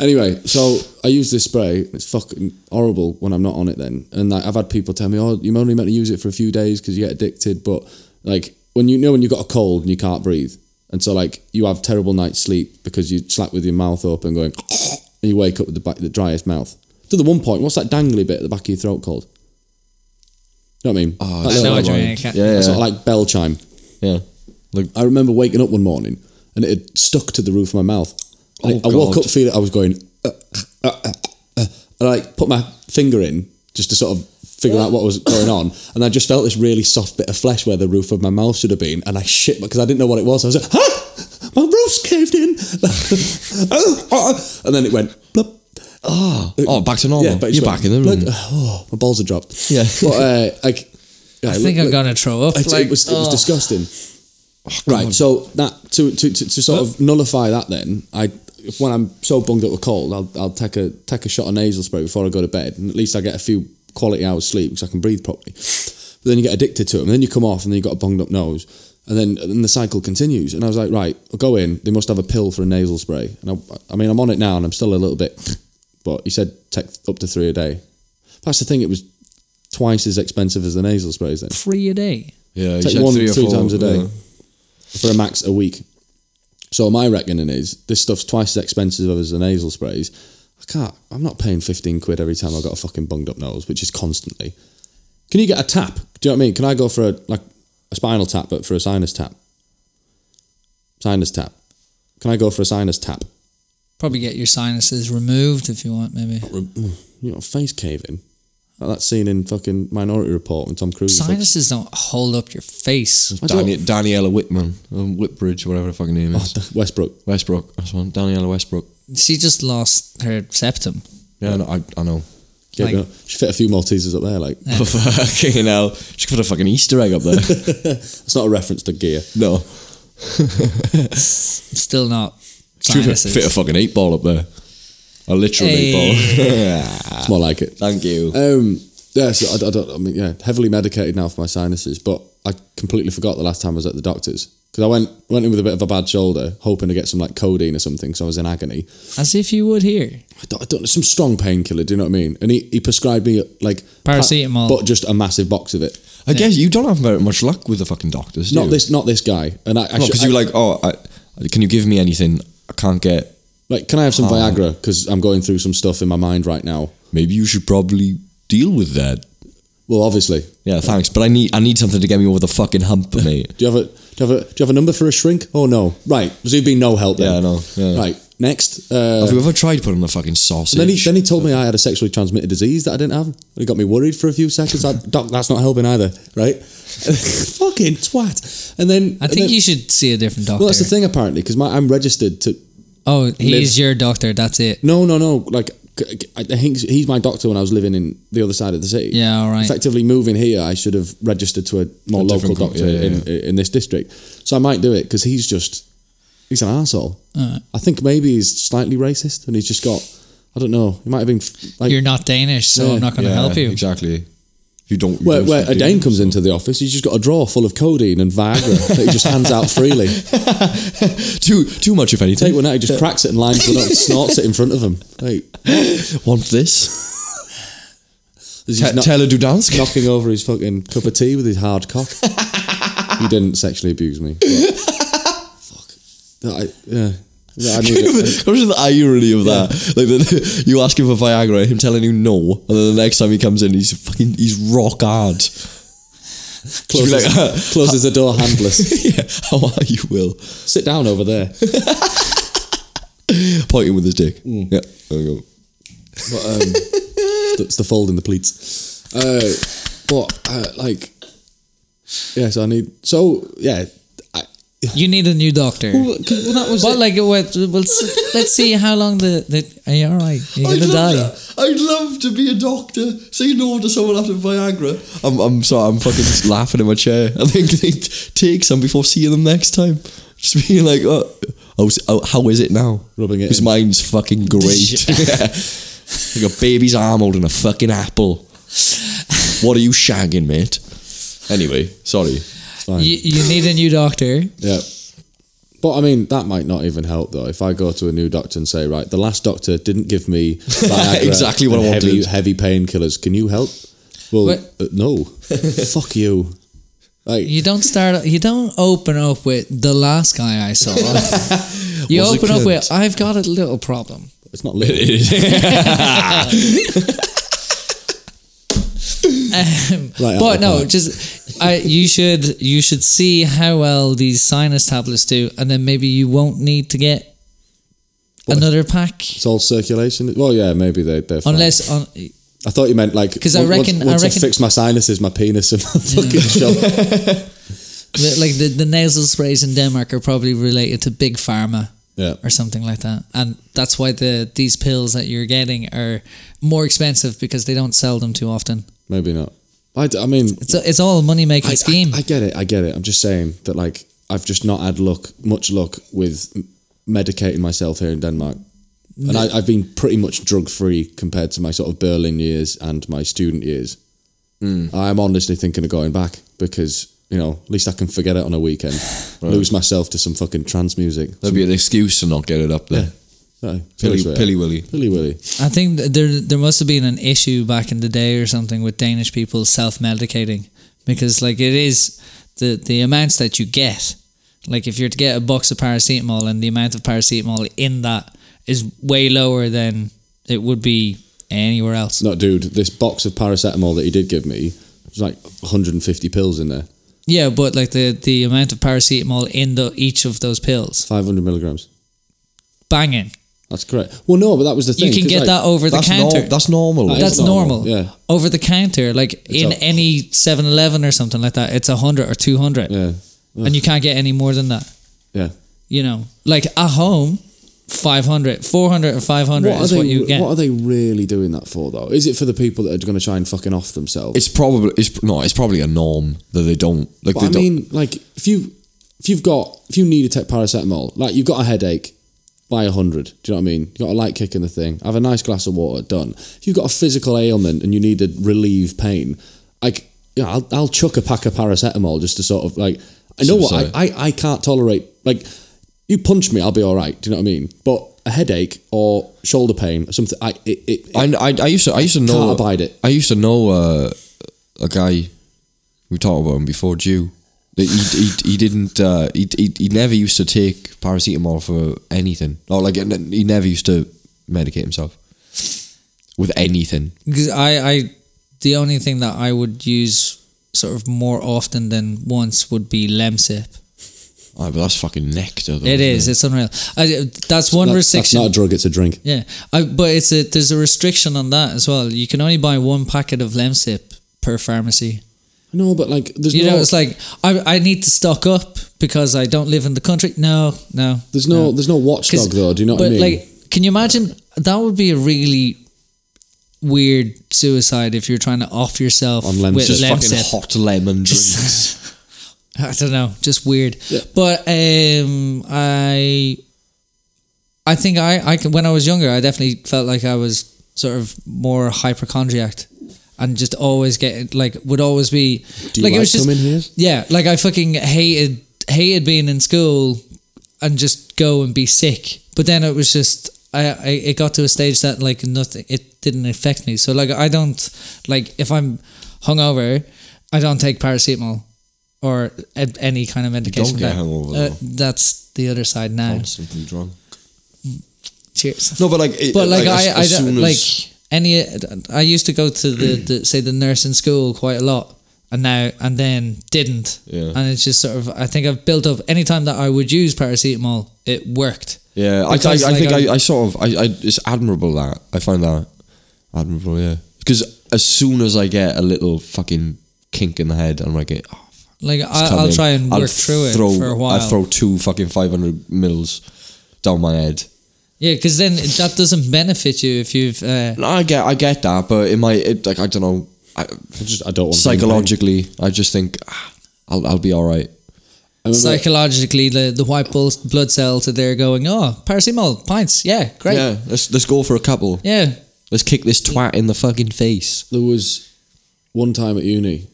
Speaker 4: Anyway, so I use this spray. It's fucking horrible when I'm not on it. Then, and like, I've had people tell me, "Oh, you're only meant to use it for a few days because you get addicted." But like when you know when you've got a cold and you can't breathe, and so like you have terrible night's sleep because you slap with your mouth open, going, and you wake up with the back, the driest mouth. To the one point, what's that dangly bit at the back of your throat called? You know what I mean?
Speaker 2: Oh,
Speaker 4: That
Speaker 2: it's
Speaker 3: I
Speaker 4: little-
Speaker 3: know what you
Speaker 2: Never
Speaker 3: mean. I
Speaker 2: mind.
Speaker 3: can't-
Speaker 2: Yeah,
Speaker 4: that
Speaker 2: yeah,
Speaker 4: sort of like bell chime.
Speaker 2: yeah. Like
Speaker 4: I remember waking up one morning and it had stuck to the roof of my mouth. And
Speaker 2: Oh,
Speaker 4: I, I woke
Speaker 2: God.
Speaker 4: up feeling I was going, uh, uh, uh, uh, and I like, put my finger in just to sort of figure out what was going on. And I just felt this really soft bit of flesh where the roof of my mouth should have been. And I shit because I didn't know what it was. I was like, ah, my roof's caved in. <laughs> Oh, oh. and then it went, blub.
Speaker 2: ah, oh, back to normal.
Speaker 4: Uh, Yeah, but it
Speaker 2: you're
Speaker 4: just
Speaker 2: back in
Speaker 4: went,
Speaker 2: the room.
Speaker 4: "Look, oh, my balls are dropped.
Speaker 2: Yeah.
Speaker 4: But, uh,
Speaker 2: <laughs>
Speaker 4: like, yeah,
Speaker 3: I think
Speaker 4: look-
Speaker 3: I'm gonna throw up.
Speaker 4: it, it
Speaker 3: like, oh.
Speaker 4: was it was
Speaker 3: ugh.
Speaker 4: disgusting. right, so that to, to, to, to sort of nullify that, then I when I'm so bunged up with cold, I'll, I'll take a take a shot of nasal spray before I go to bed, and at least I get a few quality hours sleep because I can breathe properly. But then you get addicted to it, and then you come off, and then you have got a bunged up nose, and then and then the cycle continues. And I was like, right, I'll go in. They must have a pill for a nasal spray, and I, I mean I'm on it now, and I'm still a little bit, but he said take up to three a day. That's the thing; it was twice as expensive as the nasal sprays then
Speaker 3: Three a day.
Speaker 2: Yeah, you
Speaker 4: take
Speaker 2: said
Speaker 4: one
Speaker 2: three
Speaker 4: three,
Speaker 2: or four,
Speaker 4: times a day
Speaker 2: yeah.
Speaker 4: for a max a week. So my reckoning is this stuff's twice as expensive as the nasal sprays. I can't. I'm not paying fifteen quid every time I've got a fucking bunged up nose, which is constantly. Can you get a tap? Do you know what I mean? Can I go for a like a spinal tap, but for a sinus tap? Sinus tap. Can I go for a sinus tap?
Speaker 3: Probably get your sinuses removed if you want, maybe.
Speaker 4: <clears throat> You know, face caving. Like that scene in fucking Minority Report when Tom Cruise. is like,
Speaker 3: Sinuses don't hold up your face.
Speaker 4: I don't- Oh,
Speaker 2: Dani- Daniela Whitman, um, Whitbridge, whatever the fucking name is.
Speaker 4: <laughs> Westbrook.
Speaker 2: Westbrook. That's one. Daniela Westbrook.
Speaker 3: She just lost her septum.
Speaker 2: Yeah, no, I, I know. <laughs>
Speaker 4: Yeah,
Speaker 3: Like-
Speaker 4: you know, she fit a few Maltesers up there. Like
Speaker 2: fucking hell. She could put a fucking Easter egg up there.
Speaker 4: <laughs> it's not a reference to gear.
Speaker 2: no.
Speaker 3: Still not
Speaker 2: She could fit,
Speaker 3: sinuses.
Speaker 2: fit a fucking eight ball up there. A literal eight ball.
Speaker 4: It's more like
Speaker 2: <laughs>
Speaker 4: it.
Speaker 2: Thank you.
Speaker 4: Um, yeah, so I, I don't. I mean, yeah, heavily medicated now for my sinuses, but I completely forgot the last time I was at the doctor's because I went went in with a bit of a bad shoulder, hoping to get some like codeine or something. So I was in agony.
Speaker 3: As if you would here.
Speaker 4: I don't, I don't some strong painkiller. Do you know what I mean? And he, he prescribed me like pa-
Speaker 3: Paracetamol.
Speaker 4: but just a massive box of it.
Speaker 2: I guess you don't have very much luck with the fucking doctors, do
Speaker 4: Not
Speaker 2: you?
Speaker 4: this, not this guy. And I, I
Speaker 2: No,
Speaker 4: should-
Speaker 2: because
Speaker 4: I-
Speaker 2: you're like, oh, I, can you give me anything? I can't get.
Speaker 4: like, can I have some
Speaker 2: Oh.
Speaker 4: Viagra? Because I'm going through some stuff in my mind right now.
Speaker 2: Maybe you should probably deal with that.
Speaker 4: Well, obviously,
Speaker 2: Yeah, thanks, but I need I need something to get me over the fucking <laughs> hump, mate.
Speaker 4: Do you have a do you have a do you have a number for a shrink? Oh no, right. There's been no help. Then.
Speaker 2: Yeah, I know, yeah.
Speaker 4: Right, next. Uh,
Speaker 2: Have you ever tried putting a fucking sausage?
Speaker 4: then he then he told me I had a sexually transmitted disease that I didn't have. It got me worried for a few seconds. Like, <laughs> Doc, that's not helping either, right? <laughs> Fucking twat. And then
Speaker 3: I
Speaker 4: and
Speaker 3: think
Speaker 4: then-
Speaker 3: you should see a different doctor.
Speaker 4: Well, that's the thing apparently because I'm registered to.
Speaker 3: Oh,
Speaker 4: Live-
Speaker 3: he's your doctor. That's it.
Speaker 4: No, no, no. Like c- c- I think he's my doctor when I was living in the other side of the city.
Speaker 3: Yeah, all right.
Speaker 4: Effectively moving here, I should have registered to a more
Speaker 2: A
Speaker 4: local
Speaker 2: different com-
Speaker 4: doctor
Speaker 2: yeah, yeah,
Speaker 4: in in this district. So I might do it because he's just he's an asshole. I think maybe he's slightly racist and he's just got I don't know. He might have been f- like
Speaker 3: You're not Danish, so
Speaker 4: Yeah,
Speaker 3: I'm not going to
Speaker 2: Yeah,
Speaker 3: help you.
Speaker 2: Exactly. If you don't. you
Speaker 4: where,
Speaker 2: don't
Speaker 4: where a
Speaker 2: speak
Speaker 4: Dane
Speaker 2: English.
Speaker 4: comes into the office. He's just got a drawer full of codeine and <laughs> Viagra that he just hands out freely.
Speaker 2: Too too much, if anything.
Speaker 4: Take one out, he just cracks it and lines it up, and snorts it in front of him. Like,
Speaker 2: Want this?
Speaker 4: There's
Speaker 2: Te-
Speaker 4: just knock-
Speaker 2: Taylor Dudansk. <laughs>
Speaker 4: knocking over his fucking cup of tea with his hard cock. he didn't sexually abuse me. but- fuck. That I, yeah. That I <laughs> need a-
Speaker 2: Imagine the irony of that. Like the, <laughs> you ask him for Viagra, him telling you no, and then the next time he comes in, he's fucking he's rock hard.
Speaker 4: closes,
Speaker 2: like, <laughs>
Speaker 4: <laughs>
Speaker 2: uh,
Speaker 4: closes the door
Speaker 2: <laughs>
Speaker 4: handless.
Speaker 2: yeah, how are you, Will?
Speaker 4: Sit down over there.
Speaker 2: Pointing with his dick. Yeah, there we go.
Speaker 4: But, um, it's, the, it's the fold in the pleats. Uh, but uh, like, yeah. So I need. So yeah. I,
Speaker 3: You need a new doctor.
Speaker 4: well, 'cause- well, that was
Speaker 3: But
Speaker 4: it.
Speaker 3: like, what, well, s- let's see how long the, the are you all right? You're gonna die.
Speaker 2: I'd love to be a doctor. Say no to someone after Viagra. I'm, I'm sorry, I'm fucking just <laughs> laughing in my chair. I think they take some before seeing them next time. Just being like, oh, how is- how- how is it now?
Speaker 4: Rubbing it
Speaker 2: Because
Speaker 4: in.
Speaker 2: mine's
Speaker 3: <laughs>
Speaker 2: fucking great. <laughs> like a baby's arm holding a fucking apple. What are you shagging, mate? Anyway, sorry.
Speaker 4: fine.
Speaker 3: You, you need a new doctor.
Speaker 4: Yeah. But I mean, that might not even help though. If I go to a new doctor and say, right, the last doctor didn't
Speaker 3: <laughs>
Speaker 4: give me Viagra
Speaker 2: Exactly what
Speaker 4: and
Speaker 2: I
Speaker 4: heavy,
Speaker 2: wanted.
Speaker 4: Heavy painkillers. Can you help? Well,
Speaker 3: What?
Speaker 4: uh,
Speaker 3: <laughs>
Speaker 4: no. Fuck you. Like,
Speaker 3: You don't start. You don't open up with the last guy I
Speaker 4: <laughs>
Speaker 3: saw. you
Speaker 2: Was a
Speaker 3: open up
Speaker 2: cunt.
Speaker 3: with I've got a little problem.
Speaker 4: it's
Speaker 3: <laughs>
Speaker 4: not little.
Speaker 3: <laughs> Um,
Speaker 4: Right out
Speaker 3: but
Speaker 4: the
Speaker 3: no,
Speaker 4: park.
Speaker 3: just I, you should you should see how well these sinus tablets do, and then maybe you won't need to get another pack
Speaker 4: It's all circulation. Well, yeah, maybe they, they're fine.
Speaker 3: unless on.
Speaker 4: I thought you meant like
Speaker 3: 'Cause I
Speaker 4: on- once-
Speaker 3: reckon- I
Speaker 4: once,
Speaker 3: reckon-
Speaker 4: fix my sinuses, my penis and my <laughs> fucking shop.
Speaker 3: Like the, the nasal sprays in Denmark are probably related to big pharma
Speaker 4: Yeah,
Speaker 3: or something like that, and that's why the these pills that you're getting are more expensive because they don't sell them too often.
Speaker 4: maybe not. I, d- I mean,
Speaker 3: It's it's all a money
Speaker 4: I,
Speaker 3: making scheme.
Speaker 4: I, I get it. I get it. I'm just saying that like I've just not had luck, much luck with m- medicating myself here in Denmark, and I, I've been pretty much drug free compared to my sort of Berlin years and my student years.
Speaker 3: Hmm.
Speaker 4: I'm honestly thinking of going back because you know at least I can forget it on a
Speaker 3: <sighs>
Speaker 4: weekend, lose myself to some fucking trance music.
Speaker 2: That'd be an excuse to not get it up there.
Speaker 4: Some- no,
Speaker 2: Pilly,
Speaker 4: seriously.
Speaker 2: Pilly Willy.
Speaker 4: Pilly Willy.
Speaker 3: I think th- there there must have been an issue back in the day or something with Danish people self medicating because like it is the the amounts that you get like if you're to get a box of paracetamol and the amount of paracetamol in that is way lower than it would be anywhere else.
Speaker 4: No, dude, this box of paracetamol that he did give me was like 150 pills in there,
Speaker 3: Yeah, but like the the amount of paracetamol in the each of those pills,
Speaker 4: 500 milligrams.
Speaker 3: banging.
Speaker 4: That's correct. Well, no, but that was the thing.
Speaker 3: You can
Speaker 4: 'cause,
Speaker 3: get
Speaker 4: like,
Speaker 3: that over the
Speaker 2: That's,
Speaker 3: counter.
Speaker 2: nor- that's normal.
Speaker 4: That
Speaker 2: right?
Speaker 4: is
Speaker 3: That's normal.
Speaker 4: normal, yeah.
Speaker 3: Over the counter, like in
Speaker 4: a-
Speaker 3: any 7 Eleven or something like that, it's 100 or 200.
Speaker 4: Yeah,
Speaker 3: And you can't get any more than that.
Speaker 4: yeah.
Speaker 3: You know, like at home, 500, 400 or 500
Speaker 4: What are,
Speaker 3: is
Speaker 4: they,
Speaker 3: what you get.
Speaker 4: what are they really doing that for, though? Is it for the people that are going to try and fucking off themselves?
Speaker 2: It's probably it's no, it's probably a norm that they don't like.
Speaker 4: but
Speaker 2: they
Speaker 4: I
Speaker 2: don't,
Speaker 4: mean, like, if you if you've got if you need to take paracetamol, like you've got a headache, buy a hundred. Do you know what I mean? You got a light kick in the thing. Have a nice glass of water. Done. If you've got a physical ailment and you need to relieve pain, like, yeah, I'll I'll chuck a pack of paracetamol just to sort of like, I know what
Speaker 2: Subside.
Speaker 4: I, I I can't tolerate. Like, you punch me, I'll be all right. Do you know what I mean? But a headache or shoulder pain, or something. I it, it, it
Speaker 2: I, I, I used to I used to know
Speaker 4: Can't abide it.
Speaker 2: I used to know uh, a guy we talked about him before, Jew. That he, he, he didn't uh, he, he he never used to take paracetamol for anything. Or like he never used to medicate himself with anything.
Speaker 3: Because I, I, the only thing that I would use sort of more often than once would be Lemsip.
Speaker 2: Oh, but that's fucking nectar. Though,
Speaker 3: It
Speaker 2: isn't
Speaker 3: is. It's unreal. I, that's one
Speaker 4: that's-
Speaker 3: restriction.
Speaker 4: That's not a drug; it's a drink.
Speaker 3: Yeah, I, but it's a there's a restriction on that as well. You can only buy one packet of Lemsip per pharmacy.
Speaker 4: No, but like, there's
Speaker 3: You
Speaker 4: no.
Speaker 3: know, it's like I, I need to stock up because I don't live in the country. No, no,
Speaker 4: There's no, there's no
Speaker 3: 'Cause-
Speaker 4: watchdog though. Do you know what I
Speaker 3: but,
Speaker 4: mean?
Speaker 3: Like, can you imagine? That would be a really weird suicide if you're trying to off yourself
Speaker 4: On Lemsip.
Speaker 3: with
Speaker 2: Just fucking
Speaker 3: Lemsip.
Speaker 2: hot lemon drinks.
Speaker 3: <laughs> I don't know, just weird. But um, I, I think I, I can, when I was younger, I definitely felt like I was sort of more hypochondriac, and just always get like would always be
Speaker 4: Do you
Speaker 3: like, it
Speaker 4: like
Speaker 3: was just
Speaker 4: coming here?
Speaker 3: yeah, like I fucking hated hated being in school and just go and be sick. But then it was just I, I it got to a stage that like nothing it didn't affect me. So like I don't like if I'm hungover, I don't take paracetamol or a- any kind of
Speaker 2: don't
Speaker 3: medication. for
Speaker 2: get
Speaker 3: that.
Speaker 2: hungover,
Speaker 3: Uh,
Speaker 2: though.
Speaker 3: that's the other side now.
Speaker 2: I'm simply drunk.
Speaker 3: Cheers.
Speaker 2: No, but like, it,
Speaker 3: But like,
Speaker 2: as-
Speaker 3: I, I
Speaker 2: as
Speaker 3: don't-
Speaker 2: soon
Speaker 3: like
Speaker 2: as-
Speaker 3: any. I used to go
Speaker 2: <clears throat>
Speaker 3: to the, the say the nurse in school quite a lot, and now and then didn't.
Speaker 2: Yeah.
Speaker 3: And it's just sort of. I think I've built up. Any time that I would use paracetamol, it worked.
Speaker 2: yeah, I, I,
Speaker 3: Because,
Speaker 2: I
Speaker 3: like, um,
Speaker 2: think
Speaker 3: I'm-
Speaker 2: I, I sort of, I, I, it's admirable that I find that admirable, yeah. Because as soon as I get a little fucking kink in the head, I'm like, oh,
Speaker 3: Like I,
Speaker 2: it's coming.
Speaker 3: I'll try and work
Speaker 2: I'll
Speaker 3: through it
Speaker 2: throw-
Speaker 3: for a while.
Speaker 2: I throw two fucking 500 mils down my head.
Speaker 3: Yeah, because then that doesn't benefit you if you've. Uh,
Speaker 2: No, I get, I get that, but in my, it, like, I don't know, I,
Speaker 4: I just I don't want
Speaker 2: psychologically, I just think ah, I'll, I'll be all right.
Speaker 3: psychologically, the, the white bull- blood cells are there going, oh, paracetamol, pints, yeah, great. Yeah.
Speaker 2: Yeah, let's let's go for a couple. Let's kick this twat in the fucking face.
Speaker 4: There was one time at uni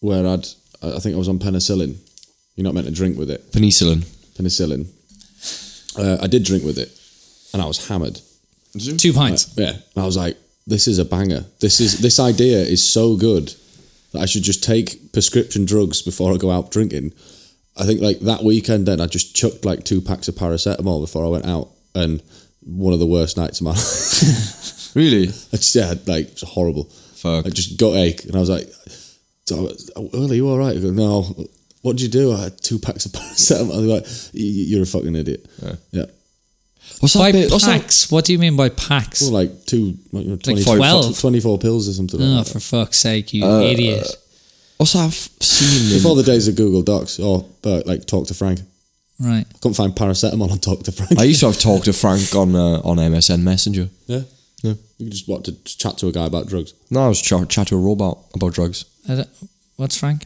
Speaker 4: where I'd I I think I was on penicillin. You're not meant to drink with it.
Speaker 2: Penicillin.
Speaker 4: Penicillin. Uh, I did drink with it, and I was hammered.
Speaker 3: two pints.
Speaker 4: Yeah, and I was like, "This is a banger. This is this idea is so good that I should just take prescription drugs before I go out drinking." I think like that weekend, then I just chucked like two packs of paracetamol before I went out, and one of the worst nights of my <laughs> life.
Speaker 2: Really?
Speaker 4: I just yeah, like it's horrible.
Speaker 2: Fuck.
Speaker 4: I just got ache, and I was like, "So, oh, "Earl, are you all right?" I go, "No." What did you do? I had two packs of paracetamol. I was <laughs> like, "Y- y- "You're a fucking idiot." Yeah.
Speaker 2: What's
Speaker 3: By
Speaker 2: that? Bit? What's that?
Speaker 3: packs? What do you mean by packs?
Speaker 4: Well, like two, like, you know, 20,
Speaker 3: 12.
Speaker 4: 24 pills or something.
Speaker 3: oh,
Speaker 4: like that.
Speaker 3: for fuck's sake, you
Speaker 2: uh,
Speaker 3: idiot.
Speaker 2: What's that f- scene?
Speaker 4: Before
Speaker 2: In,
Speaker 4: the days of Google Docs or uh, like Talk to Frank, I
Speaker 3: Right.
Speaker 4: couldn't find paracetamol on Talk to Frank.
Speaker 2: I used to have talked to Frank on uh, on MSN Messenger.
Speaker 4: yeah, yeah. You could just what to just chat to a guy about drugs.
Speaker 2: No, I was ch- chat to a robot about drugs.
Speaker 3: I don't- What's Frank?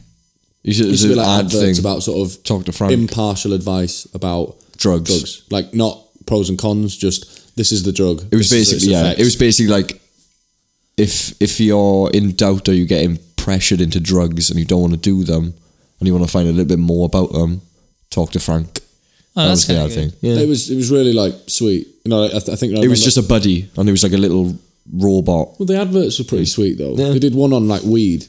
Speaker 2: You should,
Speaker 4: It used
Speaker 2: it's
Speaker 4: to be
Speaker 2: an
Speaker 4: like
Speaker 2: ad
Speaker 4: adverts
Speaker 2: thing.
Speaker 4: about sort of
Speaker 2: Talk to Frank.
Speaker 4: impartial advice about
Speaker 2: Drugs.
Speaker 4: drugs, like not pros and cons, just this is the drug.
Speaker 2: it was basically yeah. It was basically like if if you're in doubt or you're getting pressured into drugs and you don't want to do them and you want to find a little bit more about them, talk to Frank.
Speaker 3: Oh, that's kind of good.
Speaker 2: Yeah.
Speaker 4: It was it was really like sweet. You know, I, th- I think
Speaker 2: It
Speaker 4: I
Speaker 2: was
Speaker 4: remember-
Speaker 2: just a buddy, and it was like a little robot.
Speaker 4: Well, the adverts were pretty sweet though.
Speaker 2: Yeah.
Speaker 4: They did one on like weed.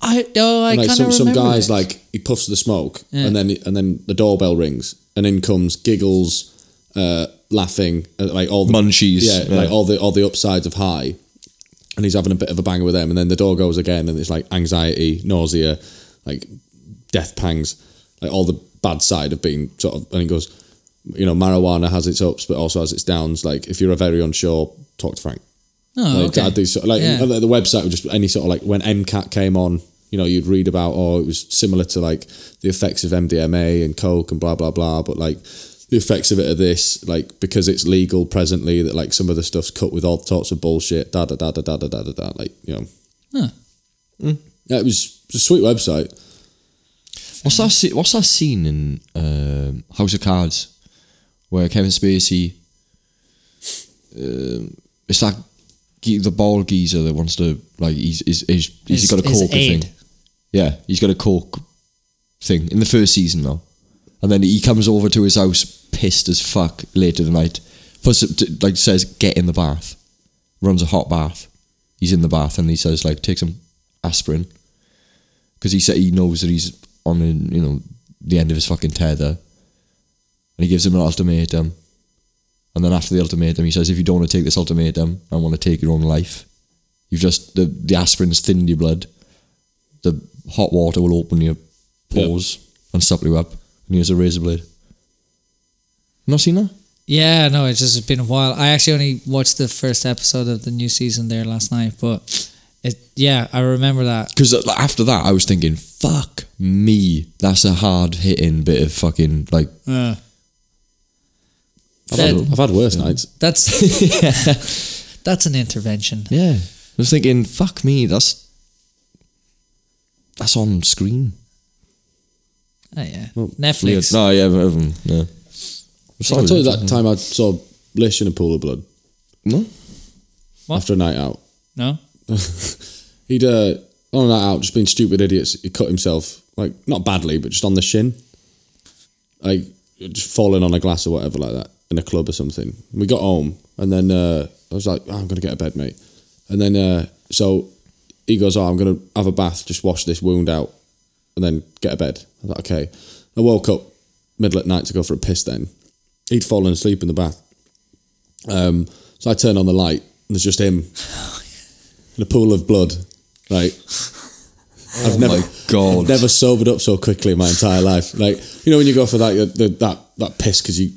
Speaker 3: I, oh, I
Speaker 4: And, like
Speaker 3: kind of
Speaker 4: some
Speaker 3: remember.
Speaker 4: some guys
Speaker 3: this.
Speaker 4: like he puffs the smoke and then and then the doorbell rings and in comes giggles, uh, laughing uh, like all the
Speaker 2: Munchies,
Speaker 4: Yeah,
Speaker 2: yeah.
Speaker 4: like all the all the upsides of high, and he's having a bit of a banger with them. And then the door goes again, and it's like anxiety, nausea, like death pangs, like all the bad side of being sort of. And he goes, you know, marijuana has its ups, but also has its downs. Like if you're very unsure, talk to Frank.
Speaker 3: Oh,
Speaker 4: Like,
Speaker 3: okay.
Speaker 4: had these sort of- like
Speaker 3: Yeah.
Speaker 4: the the website would just any sort of like when MCAT came on, you know, you'd read about oh it was similar to like the effects of MDMA and coke and blah blah blah, but like the effects of it are this like because it's legal presently that like some of the stuff's cut with all sorts of bullshit da da da da da da da da, da like you know.
Speaker 3: Huh.
Speaker 4: Yeah, it was it was a sweet website.
Speaker 2: What's that? se- What's that scene in um, House of Cards where Kevin Spacey? Um, it's that ge- the ball geezer that wants to like he's he's, he's, he's
Speaker 3: His-
Speaker 2: got a
Speaker 3: his
Speaker 2: cork thing.
Speaker 3: aide.
Speaker 2: Yeah, he's got a cork thing in the first season though, and then he comes over to his house pissed as fuck later the night. Puts it t- like says get in the bath, runs a hot bath. He's in the bath and he says like take some aspirin because he said he knows that he's on the you know the end of his fucking tether, and he gives him an ultimatum, and then after the ultimatum, he says, "If you don't want to take this ultimatum, I want to take your own life. You've just the the aspirin's thinned your blood, the hot water will open your pores and suck you up, and use a razor blade." Not seen that?
Speaker 3: Yeah, no, it's just been a while. I actually only watched the first episode of the new season there last night, but it yeah, I remember that.
Speaker 2: Because uh, after that, I was thinking, "Fuck me, that's a hard hitting bit of fucking like."
Speaker 3: Uh.
Speaker 4: I've had,
Speaker 3: That-
Speaker 4: I've had worse nights.
Speaker 3: That's
Speaker 4: <laughs>
Speaker 3: that's <laughs> an intervention.
Speaker 2: Yeah. I was thinking, fuck me, that's that's on screen.
Speaker 3: Oh, yeah,
Speaker 2: Weird.
Speaker 3: Netflix.
Speaker 2: No, yeah, um, yeah.
Speaker 4: I told you that time I saw Lish in a pool of blood
Speaker 2: No.
Speaker 3: What?
Speaker 4: after a night out.
Speaker 3: No,
Speaker 4: He'd uh, on a night out just been stupid idiots. He cut himself like not badly, but just on the shin, like just falling on a glass or whatever like that in a club or something. We got home and then uh, I was like, oh, I'm gonna get a bed, mate. And then uh, so he goes, oh, I'm gonna have a bath, just wash this wound out, and then get a bed. I was like, okay. I woke up middle at night to go for a piss. Then he'd fallen asleep in the bath. Um, so I turn on the light, and there's
Speaker 2: <laughs>
Speaker 4: just him in a pool of blood. Right. I've
Speaker 2: Oh
Speaker 4: never,
Speaker 2: my god. <laughs>
Speaker 4: I've never sobered up so quickly in my entire life. Like you know when you go for that the, that that piss because you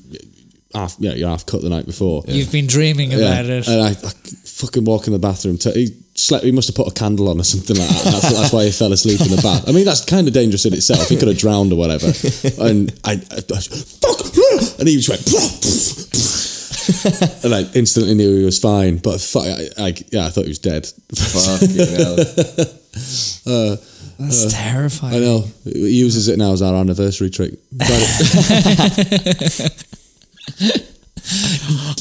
Speaker 4: half yeah you're half cut the night before.
Speaker 3: You've been dreaming
Speaker 4: Yeah. Uh,
Speaker 3: about it.
Speaker 4: And I, I fucking walk in the bathroom. T- he slept. He must have put a candle on or something like that. That's, that's why he fell asleep in the bath. I mean that's kind of dangerous in itself. He could have drowned or whatever. And I, I, I fuck, and he just went. and I instantly knew he was fine, but fuck, I, I, yeah, I thought he was dead.
Speaker 2: Fucking hell.
Speaker 3: That's
Speaker 4: uh, I
Speaker 3: terrifying.
Speaker 4: know. He uses it now as our anniversary trick. But
Speaker 2: <laughs>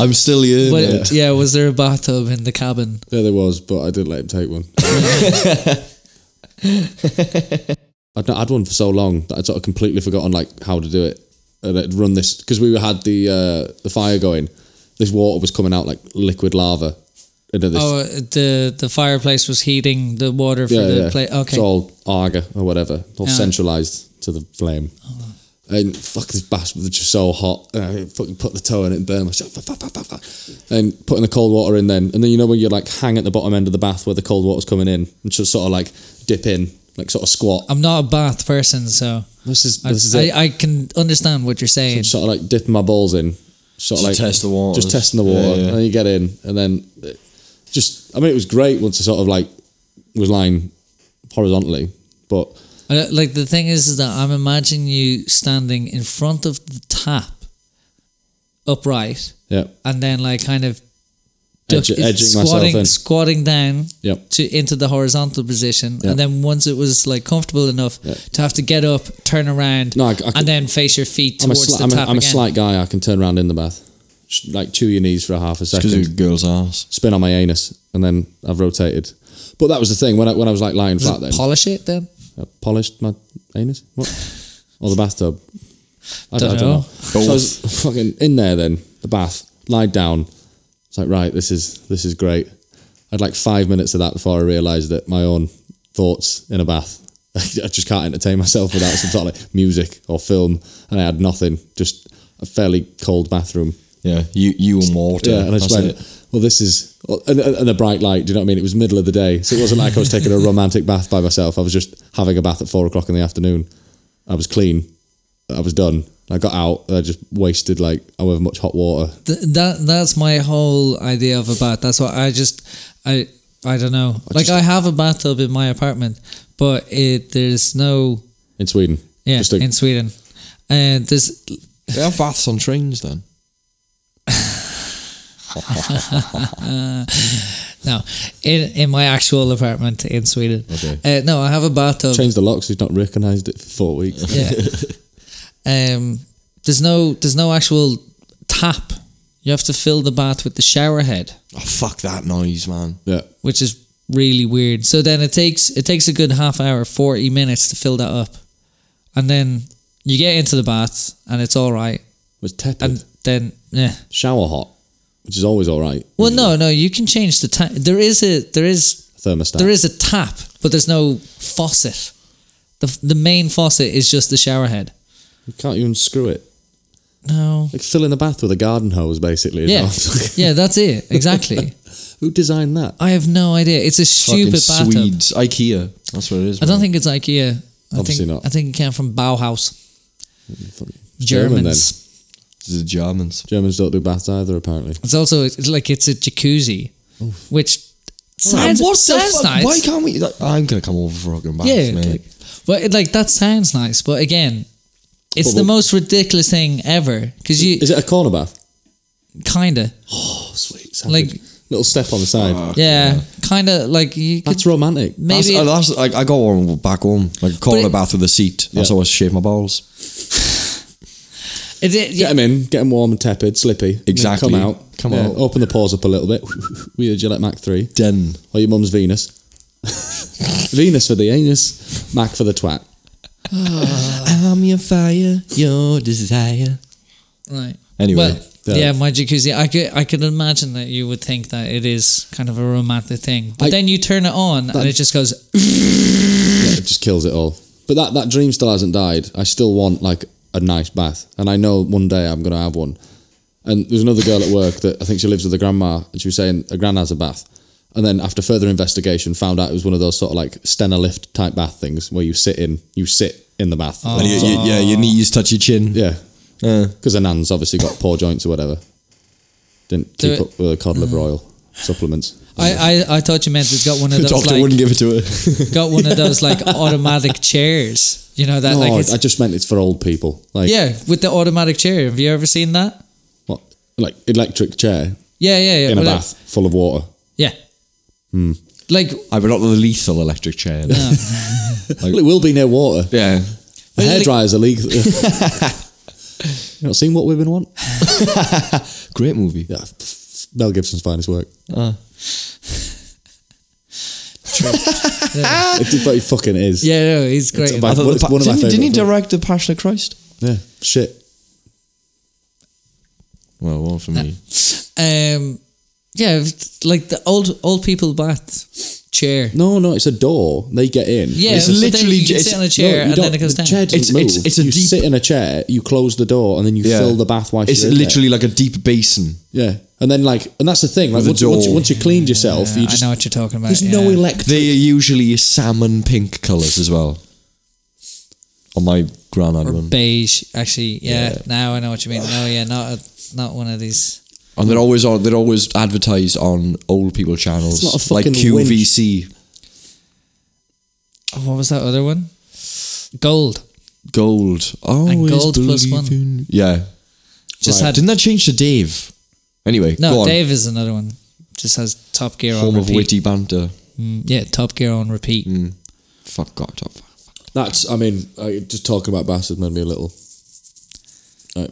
Speaker 2: I'm still here.
Speaker 3: But
Speaker 2: mate.
Speaker 3: yeah, was there a bathtub in the cabin?
Speaker 4: there there was, but I didn't let him take one. I'd not had one for so long that I'd sort of completely forgotten like how to do it and I'd run this because we had the uh, the fire going. This water was coming out like liquid lava. And then this,
Speaker 3: Oh, the the fireplace was heating the water for
Speaker 4: yeah,
Speaker 3: the
Speaker 4: yeah.
Speaker 3: play.
Speaker 4: It's
Speaker 3: Okay,
Speaker 4: all Arga or whatever, all
Speaker 3: Yeah. Oh,
Speaker 4: centralized to the flame. And fuck, this bastard was just so hot. And I fucking put the toe in it and burn myself. Fuck, fuck, fuck, fuck, fuck. And putting the cold water in then. And then you know when you like hang at the bottom end of the bath where the cold water's coming in and just sort of like dip in, like sort of squat.
Speaker 3: I'm not a bath person, so
Speaker 4: This is,
Speaker 3: I,
Speaker 4: this is it.
Speaker 3: I, I can understand what you're saying.
Speaker 4: sort of like dipping my balls in. Sort
Speaker 2: Just
Speaker 4: of like
Speaker 2: test the waters.
Speaker 4: Just testing the
Speaker 2: Yeah,
Speaker 4: water.
Speaker 2: yeah.
Speaker 4: And then you get in and then it- just, I mean, it was great once I sort of like was lying horizontally, but
Speaker 3: Uh, Like the thing is, is that I'm imagining you standing in front of the tap, upright,
Speaker 4: yeah.
Speaker 3: and then like kind of
Speaker 4: Edge- edging myself
Speaker 3: squatting,
Speaker 4: in.
Speaker 3: squatting down
Speaker 4: Yep.
Speaker 3: to into the horizontal position,
Speaker 4: Yeah.
Speaker 3: and then once it was like comfortable enough to have to get up, turn around,
Speaker 4: No, I c- I c-
Speaker 3: and then face your feet
Speaker 4: I'm a,
Speaker 3: towards
Speaker 4: sli-
Speaker 3: the
Speaker 4: I'm, a,
Speaker 3: tap
Speaker 4: I'm a
Speaker 3: again.
Speaker 4: slight guy. I can turn around in the bath, Sh- like chew your knees for a half a
Speaker 2: Because
Speaker 4: second,
Speaker 2: of a girl's ass.
Speaker 4: spin on my anus, and then I've rotated. But that was the thing when I when I was like lying flat. Then
Speaker 3: Polish it then.
Speaker 4: I polished my anus, what? or the bathtub? I
Speaker 3: Dunno.
Speaker 4: So I was fucking in there then the bath, lied down. It's like right, this is this is great. I had like five minutes of that before I realised that my own thoughts in a bath. <laughs> I just can't entertain myself without some sort of like music or film, and I had nothing. Just a fairly cold bathroom.
Speaker 2: Yeah, you you and water.
Speaker 4: Yeah, and I just
Speaker 2: That's
Speaker 4: went, well, this is, well, and, and a bright light. Do you know what I mean? It was middle of the day, so it wasn't like I was taking a romantic bath by myself. I was just having a bath at four o'clock in the afternoon. I was clean. I was done. I got out. and I just wasted like however much hot water.
Speaker 3: Th- that that's my whole idea of a bath. That's what I just I I don't know. like
Speaker 4: just-
Speaker 3: I have a bathtub in my apartment, but it there's no
Speaker 4: in Sweden.
Speaker 3: yeah
Speaker 4: just a,
Speaker 3: in Sweden. And there's
Speaker 2: it. They have baths on trains then.
Speaker 3: no in in my actual apartment in Sweden. Uh, no, I have a bathtub.
Speaker 4: changed the locks. He's not recognised it for four weeks. <laughs>
Speaker 3: Yeah. um. There's no there's no actual tap. You have to fill the bath with the shower head.
Speaker 2: Oh, fuck that noise, man.
Speaker 4: yeah,
Speaker 3: which is really weird. So then it takes it takes a good half hour, forty minutes to fill that up, and then you get into the bath and it's all right,
Speaker 4: it was tepid.
Speaker 3: and then yeah.
Speaker 4: Shower hot, which is always all right.
Speaker 3: Well, no, no, you can change the tap. There is a there is
Speaker 4: Thermostat.
Speaker 3: there is a tap, but there's no faucet. The the main faucet is just the shower head.
Speaker 4: You can't even screw it.
Speaker 3: No.
Speaker 4: Like filling the bath with a garden hose, basically. is
Speaker 3: Yeah,
Speaker 4: all. <laughs>
Speaker 3: yeah, that's it exactly.
Speaker 4: Who designed that?
Speaker 3: I have no idea. It's a
Speaker 2: Fucking
Speaker 3: stupid bathtub.
Speaker 2: Swedes. Ikea. That's what it is.
Speaker 3: I don't
Speaker 2: mate.
Speaker 3: think it's IKEA. I
Speaker 4: Obviously
Speaker 3: think,
Speaker 4: not. Mm,
Speaker 3: I think it came from Bauhaus.
Speaker 4: German, then.
Speaker 3: Germans.
Speaker 2: It's the Germans.
Speaker 4: Germans don't do baths either, apparently.
Speaker 3: It's also it's like it's a jacuzzi, which sounds,
Speaker 2: Oh, Man, what the
Speaker 3: sounds
Speaker 2: fuck?
Speaker 3: nice.
Speaker 2: Why can't we? Like, I'm gonna come over for fucking baths,
Speaker 3: yeah,
Speaker 2: mate.
Speaker 3: like, but it, like that sounds nice. But again, it's the
Speaker 4: Well, but-
Speaker 3: most ridiculous thing ever because you
Speaker 4: Is it a corner bath?
Speaker 3: kinda
Speaker 4: Oh, sweet.
Speaker 3: Like-
Speaker 4: Like little step on the side.
Speaker 2: Ah.
Speaker 3: yeah, kinda like you could
Speaker 4: That's romantic.
Speaker 3: maybe
Speaker 2: that's, that's, like, I got one back home, like a corner
Speaker 3: it-
Speaker 2: bath with a seat. That's
Speaker 4: Yeah.
Speaker 2: how I shave my balls.
Speaker 3: it, it-
Speaker 4: Get
Speaker 3: yeah,
Speaker 4: them in, get them warm and tepid, slippy. and then
Speaker 2: Exactly.
Speaker 4: Come out.
Speaker 2: Come out.
Speaker 4: Open the paws up a little bit. <laughs> with your Gillette Mac 3.
Speaker 2: Den.
Speaker 4: Or your mum's Venus. <laughs> Venus for the anus, Mac for the twat.
Speaker 2: I'm your fire, your desire.
Speaker 3: right.
Speaker 2: Anyway,
Speaker 3: Well, yeah, my jacuzzi. I could, I could imagine that you would think that it is kind of a romantic thing, but
Speaker 4: I-
Speaker 3: then you turn it on and it just goes.
Speaker 4: Yeah, it just kills it all. But that, that dream still hasn't died. I still want like a nice bath, and I know one day I'm gonna have one. And there's another girl at work that I think she lives with a grandma, and she was saying a gran has a bath. And then after further investigation, found out it was one of those sort of like Stena lift type bath things where you sit in, you sit in the bath.
Speaker 2: And
Speaker 3: Oh.
Speaker 2: you, you, yeah, your knees touch your chin.
Speaker 4: Yeah,
Speaker 2: Uh,
Speaker 4: because her nan's obviously got poor joints or whatever. Didn't
Speaker 3: Do
Speaker 4: keep
Speaker 3: it-
Speaker 4: up with her cod liver
Speaker 3: <sighs>
Speaker 4: oil supplements.
Speaker 3: I, I, I thought you meant it's got one of
Speaker 2: the
Speaker 3: those
Speaker 2: <laughs> doctor
Speaker 3: like
Speaker 2: wouldn't give it
Speaker 3: <laughs>
Speaker 2: to her.
Speaker 3: got one of those like automatic chairs. You know that
Speaker 4: No,
Speaker 3: like
Speaker 4: I
Speaker 3: it's,
Speaker 4: just meant it's for old people. Like
Speaker 3: yeah with the automatic chair. Have you ever seen that?
Speaker 4: what, like electric chair
Speaker 3: Yeah, yeah, yeah.
Speaker 4: in a
Speaker 3: well,
Speaker 4: bath Hmm. full of water.
Speaker 3: Yeah. Like
Speaker 2: I but not the lethal electric chair.
Speaker 4: Well, it will be near water.
Speaker 2: <laughs> Yeah.
Speaker 4: The
Speaker 3: Well, like-
Speaker 4: hairdryer's illegal.
Speaker 3: <laughs>
Speaker 4: you not seen what women want?
Speaker 2: Great movie.
Speaker 4: Yeah, f- f- Mel Gibson's finest work.
Speaker 3: Uh.
Speaker 4: it, but he fucking is.
Speaker 3: yeah, no, he's great. in
Speaker 4: about-
Speaker 2: I thought
Speaker 4: One-
Speaker 2: the pa-
Speaker 4: one of my
Speaker 2: didn't, didn't he
Speaker 4: favourite films.
Speaker 2: direct The Passion of Christ?
Speaker 4: Yeah, Shit.
Speaker 2: Well, one for me.
Speaker 3: that. Um, yeah, it's like the old old people bath chair.
Speaker 4: No, no, it's a door. They get in.
Speaker 3: Yeah, it's
Speaker 4: It's a-
Speaker 2: li-
Speaker 3: literally
Speaker 2: literally
Speaker 3: you
Speaker 2: j-
Speaker 3: can
Speaker 2: it's-
Speaker 3: sit on a
Speaker 2: no,
Speaker 3: chair
Speaker 4: you
Speaker 3: and then
Speaker 4: don't-
Speaker 3: it goes
Speaker 4: the
Speaker 3: down.
Speaker 4: chair doesn't
Speaker 2: It's- it's-
Speaker 4: move.
Speaker 2: it's a
Speaker 4: you
Speaker 2: deep-
Speaker 4: sit in a chair, you close the door, and then you fill the bath while
Speaker 2: It's
Speaker 4: you're in there.
Speaker 2: literally like a deep basin.
Speaker 4: Yeah, and then like, and that's the thing.
Speaker 2: With
Speaker 4: Like
Speaker 2: a
Speaker 4: once, once,
Speaker 2: door.
Speaker 4: once you cleaned yourself,
Speaker 3: Yeah,
Speaker 4: you just
Speaker 3: I know what you're talking about.
Speaker 4: there's no
Speaker 3: yeah.
Speaker 4: electric.
Speaker 2: They are usually salmon pink colours as well. On my granddad
Speaker 3: or
Speaker 2: run.
Speaker 3: beige. Actually, yeah, Now I know what you mean. No, yeah, not a, not one of these.
Speaker 2: And they're always on. They're always advertised on old people channels,
Speaker 4: It's not a
Speaker 2: like
Speaker 4: fucking
Speaker 2: QVC
Speaker 3: Oh, what was that other one? Gold.
Speaker 2: Gold. Always
Speaker 3: Gold plus
Speaker 2: believe
Speaker 3: one.
Speaker 2: in- Yeah.
Speaker 3: Just
Speaker 2: Right.
Speaker 3: had
Speaker 2: Didn't that change to Dave? Anyway, go
Speaker 3: no.
Speaker 2: on.
Speaker 3: Dave is another one. Just has Top Gear
Speaker 2: Home
Speaker 3: on
Speaker 2: of
Speaker 3: repeat.
Speaker 2: witty banter.
Speaker 3: Mm, yeah, Top Gear on repeat.
Speaker 2: Fuck God. Top.
Speaker 4: That's. I mean, I, just talking about bastards made me a little. Right.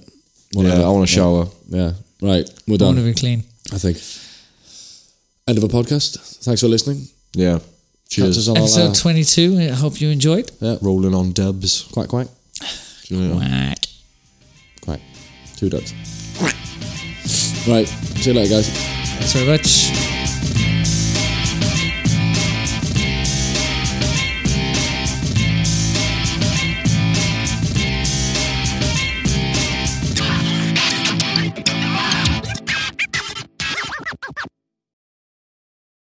Speaker 2: Yeah, I want to shower.
Speaker 4: Yeah. Right. We're
Speaker 3: I want
Speaker 4: done.
Speaker 3: to be clean.
Speaker 4: I think. End of a podcast. Thanks for listening.
Speaker 2: Yeah.
Speaker 4: Catch us
Speaker 2: Cheers.
Speaker 4: on our,
Speaker 3: Episode
Speaker 4: uh,
Speaker 3: 22. I hope you enjoyed.
Speaker 2: Rolling on dubs.
Speaker 4: quack quack
Speaker 3: Quack.
Speaker 4: quack. Two ducks. Right. See you later, guys.
Speaker 3: Thanks very much.